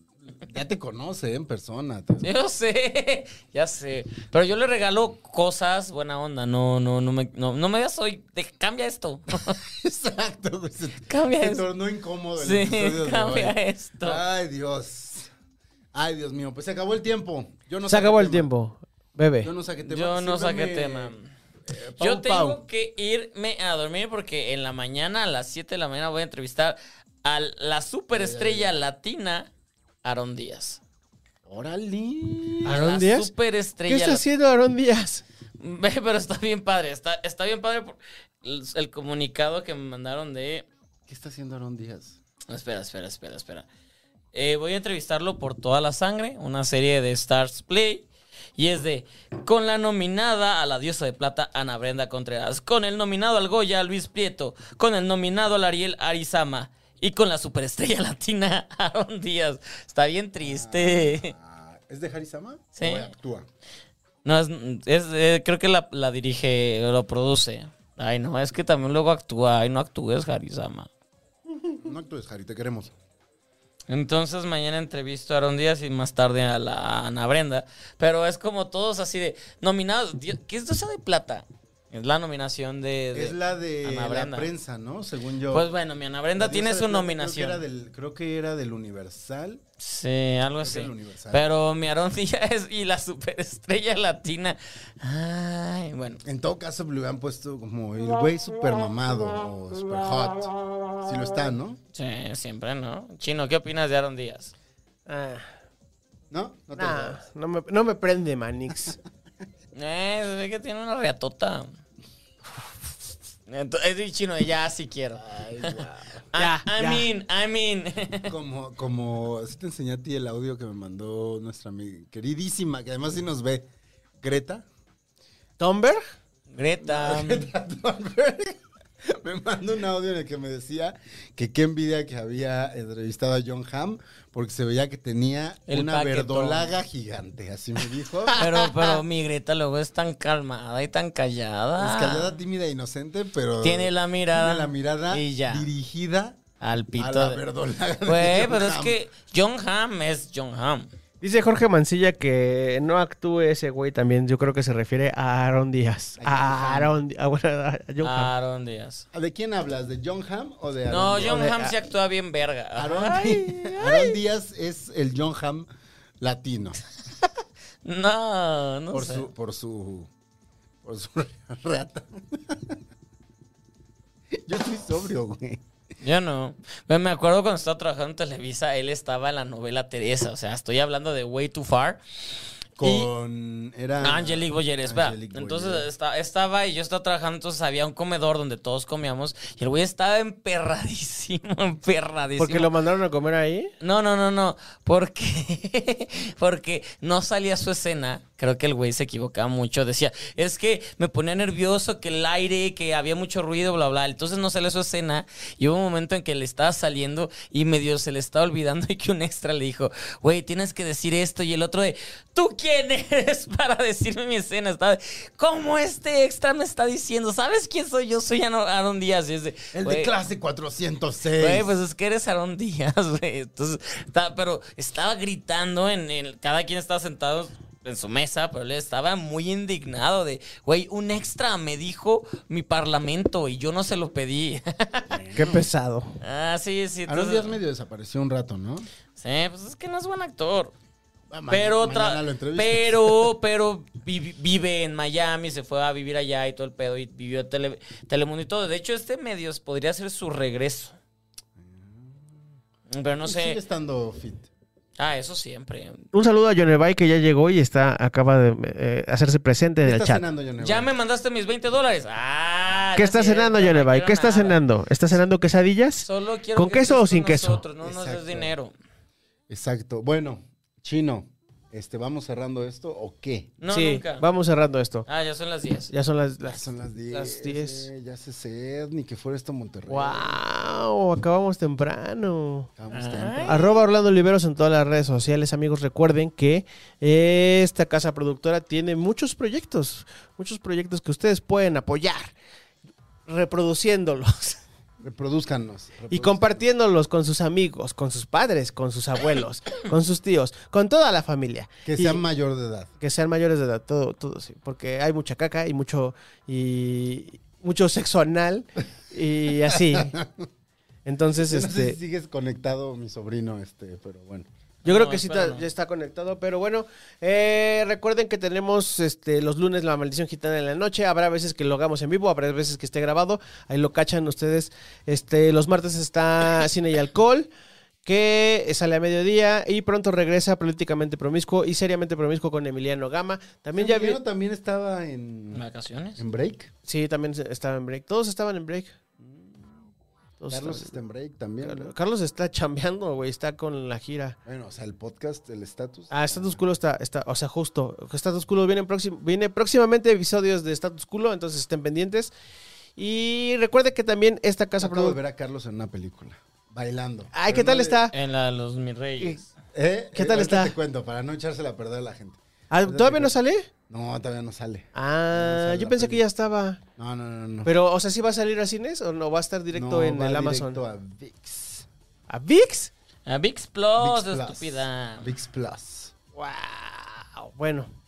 F: ya te conoce en persona. te-
E: Yo sé, ya sé. Pero yo le regalo cosas buena onda. No, no, no me, no, no me veas hoy. de- cambia esto.
F: Exacto, güey. Se,
E: Cambia
F: se
E: eso.
F: tornó incómodo el
E: Sí,
F: episodio de
E: cambia
F: hoy.
E: esto.
F: Ay, Dios. Ay, Dios mío. Pues se acabó el tiempo. Yo no
C: Se
F: saqué
C: acabó el
F: tema.
C: tiempo. Bebe.
F: Yo no saqué tema.
E: Yo no saqué
F: Sírveme,
E: tema.
F: eh, Pau
E: Yo
F: Pau.
E: tengo que irme a dormir porque en la mañana, a las 7 de la mañana, voy a entrevistar a la superestrella latina, Aaron Díaz.
F: Órale.
E: A
C: ¿Aarón
E: la
C: Díaz? ¿Qué
E: Superestrella
C: está
E: latina.
C: haciendo Aarón Díaz?
E: Ve, pero está bien padre, está, está bien padre por- el, el comunicado que me mandaron de...
F: ¿Qué está haciendo Aaron Díaz?
E: Espera, espera, espera, espera. Eh, voy a entrevistarlo por Toda la Sangre, una serie de Stars Play. Y es de, con la nominada a la diosa de plata Ana Brenda Contreras, con el nominado al Goya Luis Prieto, con el nominado al Ariel Arizama y con la superestrella latina Aaron Díaz. Está bien triste.
F: Ah, ¿Es de Harisama?
E: Sí.
F: ¿O actúa?
E: No, es, es, eh, creo que la, la dirige, lo produce. Ay, no, es que también luego actúa. Ay, no actúes, Harizama.
F: No actúes, Harry, te queremos.
E: Entonces mañana entrevisto a Aaron Díaz y más tarde a la Ana Brenda. Pero es como todos así de nominados. Dios, ¿Qué es Diosa de Plata? Es la nominación de... de
F: Es la de
E: Ana
F: la
E: Brenda.
F: prensa, ¿no? Según yo.
E: Pues bueno, mi Ana Brenda
F: La
E: tiene
F: diosa
E: su
F: de plata
E: nominación.
F: Creo que era del, creo que era del Universal.
E: Sí, algo
F: Creo que
E: así.
F: el Universal.
E: Pero mi Aaron Díaz y la superestrella latina. Ay, bueno.
F: En todo caso, le han puesto como el güey super mamado o super hot. Si lo está, ¿no?
E: Sí, siempre, ¿no? Chino, ¿qué opinas de Aaron Díaz?
C: Ah,
F: ¿No? No te
C: nah, no, me, no me prende, Manix.
E: Eh, se ve que tiene una riatota. Entonces, sí, chino, ya sí quiero.
C: Ya,
E: Ah, I,
C: ya.
E: mean, I mean.
F: Como, como sí te enseñé a ti el audio que me mandó nuestra amiga, queridísima, que además sí nos ve, Greta.
C: ¿Tomberg?
E: Greta.
F: Me mandó un audio en el que me decía que qué envidia que había entrevistado a John Hamm porque se veía que tenía
E: El
F: una
E: paquetón.
F: verdolaga gigante, así me dijo.
E: Pero, pero mi Greta luego es tan calmada y tan callada.
F: Es callada, tímida e inocente, pero
E: Tiene la mirada.
F: tiene la mirada
E: Y ya.
F: dirigida
E: Al pito.
F: a la
E: de-
F: verdolaga. de
E: Güey,
F: John
E: pero es
F: Hamm.
E: que John Hamm es John Hamm.
C: Dice Jorge Mancilla que no actúe ese güey también. Yo creo que se refiere a Aaron Díaz. A Aaron Díaz.
E: Aaron Díaz.
F: ¿De quién hablas? ¿De John Hamm o de
E: No,
F: Aaron Díaz? ah.
E: John
C: Díaz.
E: Hamm se actúa bien verga.
F: Aaron,
E: Ay,
F: Aaron Díaz es el John Hamm latino
E: No, no
F: por
E: sé.
F: su por su por su reata. Yo estoy sobrio, güey.
E: Yo no. Pero me acuerdo cuando estaba trabajando en Televisa, él estaba en la novela Teresa. O sea, estoy hablando de Way Too Far.
F: Con era
E: Angelique Boyer, espera.
F: Angelique
E: entonces
F: Boyer.
E: esta- estaba y yo estaba trabajando, entonces había un comedor donde todos comíamos y el güey estaba emperradísimo, emperradísimo.
C: Porque lo mandaron a comer ahí.
E: No, no, no, no. Porque, porque no salía su escena. Creo que el güey se equivocaba mucho. Decía, es que me ponía nervioso, que el aire, que había mucho ruido, bla, bla. Entonces no salía su escena. Y hubo un momento en que le estaba saliendo y medio se le estaba olvidando y que un extra le dijo, güey, tienes que decir esto. Y el otro de, ¿tú quién eres para decirme mi escena? Estaba, ¿Cómo este extra me está diciendo? ¿Sabes quién soy yo? Soy Aaron Díaz. Y es de,
F: el de
E: "Güey,
F: clase 406.
E: Güey, pues es que eres Aarón Díaz, güey. Entonces, ta- pero estaba gritando en el. Cada quien estaba sentado en su mesa, pero él estaba muy indignado de, güey, un extra me dijo mi parlamento y yo no se lo pedí.
C: Qué pesado.
E: ah, sí, sí.
F: Aaron
E: entonces-
F: Díaz medio desapareció un rato, ¿no?
E: Sí, pues es que no es buen actor.
F: Ah, ma-
E: Pero,
F: mañana
E: tra-
F: lo entrevistas.
E: pero, pero vi- vive en Miami, se fue a vivir allá y todo el pedo y vivió en Tele- Telemundo y todo. De hecho, este medios podría ser su regreso. Pero no sé.
F: Pues Sigue estando fit.
E: Ah, eso siempre.
C: Un saludo a Yonevay que ya llegó y está acaba de eh, hacerse presente en el
F: Está
C: chat.
F: cenando, John
E: Ya
F: Evan?
E: me mandaste mis 20 dólares. Ah,
C: ¿Qué
E: no
C: está
E: es cierto,
C: cenando,
E: no
C: Yonevay?
E: quiero
C: ¿Qué está
E: nada.
C: cenando? ¿Está cenando quesadillas?
E: Solo quiero
C: ¿Con
E: que estés
C: queso o
E: con
C: sin queso?
E: nosotros, No nos
F: Exacto.
E: des dinero.
F: Exacto. Bueno, chino, este, ¿vamos cerrando esto o qué?
E: No,
C: sí,
E: nunca.
C: vamos cerrando esto.
E: Ah, ya son las 10.
C: Ya son las...
F: Ya
C: las-
F: son las 10.
C: Las 10.
F: eh, Ya se sed, ni que fuera esto Monterrey.
C: ¡Wow! Acabamos temprano.
F: Acabamos temprano.
C: Arroba Orlando Oliveros en todas las redes sociales, amigos. Recuerden que esta casa productora tiene muchos proyectos, muchos proyectos que ustedes pueden apoyar reproduciéndolos
F: Reproduzcanos.
C: y
F: reproduzcanos.
C: compartiéndolos con sus amigos, con sus padres, con sus abuelos, con sus tíos, con toda la familia.
F: Que
C: Y
F: sean mayor de edad.
C: que sean mayores de edad, todo, todo, sí, porque hay mucha caca y mucho y mucho sexo anal y así. Entonces,
F: Yo No sé
C: este
F: si sigues conectado mi sobrino, este, pero bueno.
C: Yo
E: No,
C: creo que sí
E: espero
C: está-
E: no.
C: ya está conectado, pero bueno, eh, recuerden que tenemos este, los lunes la maldición gitana en la noche, habrá veces que lo hagamos en vivo, habrá veces que esté grabado, ahí lo cachan ustedes, este, los martes está cine y alcohol, que sale a mediodía y pronto regresa políticamente promiscuo y seriamente promiscuo con Emiliano Gama, también ya vi,
F: Emiliano también estaba en,
E: ¿Vacaciones?
F: en break.
C: sí, también se- estaba en break, todos estaban en break. Todos
F: Carlos
C: estaban-
F: está en break también. ¿no?
C: Carlos está chambeando, güey, está con la gira.
F: Bueno, o sea, el podcast, el estatus.
C: Ah, Status Culo está, está, o sea, justo. Status Culo viene, próxim- viene próximamente episodios de Status Culo, entonces estén pendientes. Y recuerde que también esta casa
F: Acabo de
C: productora.
F: ver a Carlos en una película. Bailando.
C: Ay,
F: Pero
C: ¿qué
F: no
C: tal
F: le-
C: está?
E: En la de los Mis Reyes.
F: ¿Eh?
C: ¿Qué
F: Eh,
C: tal
F: ahorita
C: está?
F: te cuento, para no echársela a perder a la gente.
C: Ah, ¿Todavía no sale?
F: No, todavía no sale.
C: Ah,
F: sale
C: yo
F: la
C: pensé que
F: peli.
C: ya estaba.
F: No, no, no, no.
C: Pero, o sea, ¿sí va a salir a cines o no va a estar directo
F: No,
C: en
F: va
C: el Amazon?
F: directo a VIX.
C: ¿A VIX?
E: A Ah, VIX Plus,
F: ViX Plus.
E: estúpida.
F: VIX Plus.
C: ¡Wow! Bueno,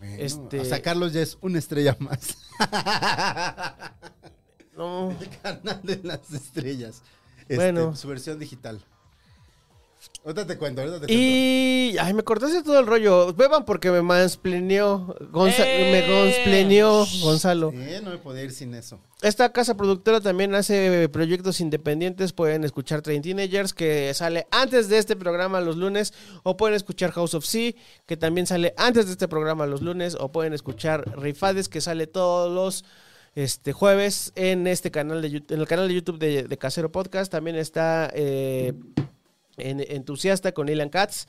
F: Bueno,
C: Este-
F: O sea, Carlos ya es una estrella más.
C: no.
F: El canal de las estrellas. Este,
C: Bueno.
F: Su versión digital. Ahorita te cuento, ahorita te cuento.
C: Y. Ay, me cortaste todo el rollo. Beban porque me mansplenió. Gonza-
E: ¡Eh!
C: Me gonzplenió, Gonzalo.
F: Eh, no me podía ir sin eso.
C: Esta casa productora también hace proyectos independientes. Pueden escuchar Train Teenagers, que sale antes de este programa los lunes. O pueden escuchar House of Sea, que también sale antes de este programa los lunes. O pueden escuchar Rifades, que sale todos los este, jueves en este canal de Yu- en el canal de YouTube de, de Casero Podcast. También está eh, en entusiasta con Ilan Katz.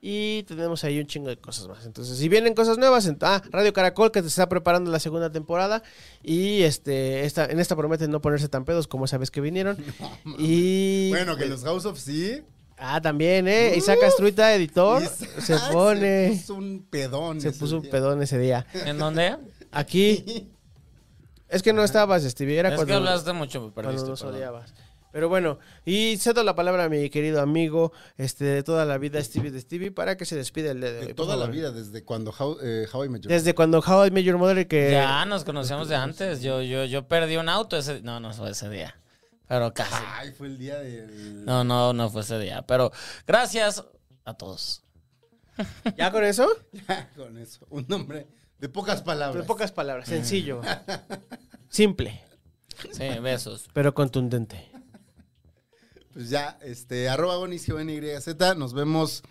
C: Y tenemos ahí un chingo de cosas más. Entonces, si vienen cosas nuevas, ent- ah, Radio Caracol que se está preparando la segunda temporada. Y este, esta, en esta prometen no ponerse tan pedos como sabes que vinieron. y
F: Bueno, que los House of sí.
C: Ah, también, ¿eh? Isaac Astruita, editor,
F: Isaac
C: se pone.
F: Se puso un pedón.
C: Se
F: ese
C: puso un
F: día.
C: pedón ese día.
E: ¿En dónde?
C: Aquí. Es que no estabas, Stevie. Era
E: Es que
C: cuando,
E: hablaste mucho, me
C: cuando
E: perdiste.
C: nos
E: perdón.
C: odiabas. Pero bueno, y cedo la palabra a mi querido amigo este, de toda la vida, Stevie de Stevie, para que se despida el día de hoy,
F: De
C: eh, por
F: toda la
C: favor.
F: vida, desde cuando How, eh, How I Met Your
C: Desde cuando How I Met Your Mother, que.
E: Ya nos conocemos de antes. Yo, yo, yo perdí un auto ese No, no fue ese día. Pero casi.
C: Ah.
F: Ay, fue el día del...
E: No, no, no fue ese día. Pero gracias a todos.
C: ¿Ya con eso?
F: Con eso. Un nombre de pocas palabras.
C: En pocas palabras, sencillo. Simple,
E: Sí, besos.
C: pero contundente.
F: Pues ya, este, arroba Gonis, G-O-N-Y-Z. Nos vemos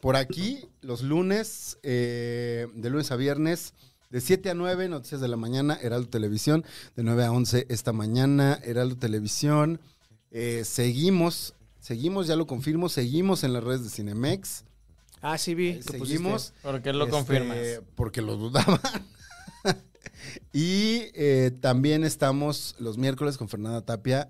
F: por aquí los lunes, eh, de lunes a viernes, de 7 a 9, Noticias de la Mañana, Heraldo Televisión. De 9 a 11 esta mañana, Heraldo Televisión. Eh, seguimos, seguimos, ya lo confirmo, seguimos en las redes de Cinemex.
C: Ah, sí, vi. que pusiste.
F: Seguimos.
E: Porque lo
F: Este,
E: confirmas.
F: Porque lo dudaban. y eh, también estamos los miércoles con Fernanda Tapia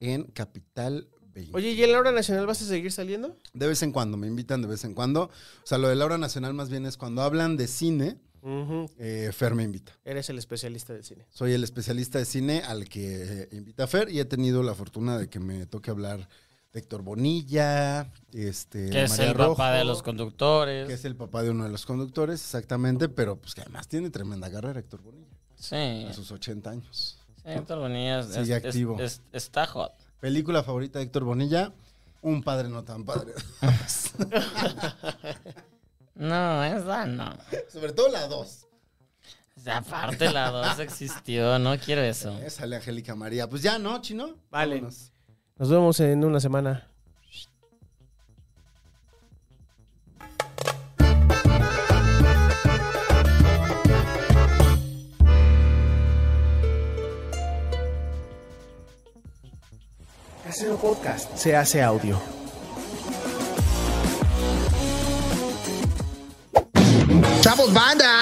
F: en Capital 20.
C: Oye, ¿y en la hora nacional vas a seguir saliendo?
F: De vez en cuando, me invitan de vez en cuando. O sea, lo de Laura Nacional más bien es cuando hablan de cine,
C: Ujú.
F: eh, Fer me invita.
C: Eres el especialista del cine.
F: Soy el especialista de cine al que eh, invita Fer y he tenido la fortuna de que me toque hablar de Héctor Bonilla, este,
E: Que es
F: María
E: el
F: Rojo,
E: papá de los
F: que es
E: conductores.
F: el papá de uno de los conductores, exactamente, pero pues que además tiene tremenda carrera Héctor Bonilla.
E: Sí.
F: A sus 80 años.
E: Sí, Héctor Bonilla es-
F: Sigue
E: es- es-
F: activo.
E: es- está hot.
F: Película favorita de Héctor Bonilla, Un padre no tan padre.
E: No, esa no.
F: Sobre todo la 2.
E: O sea, Aparte la 2 existió, no quiero eso.
F: Sale Angélica María. Pues ya, ¿no, chino?
C: Vale.
F: Vámonos.
C: Nos vemos en una semana.
D: Casero Podcast se hace audio. ¡Chavos, banda!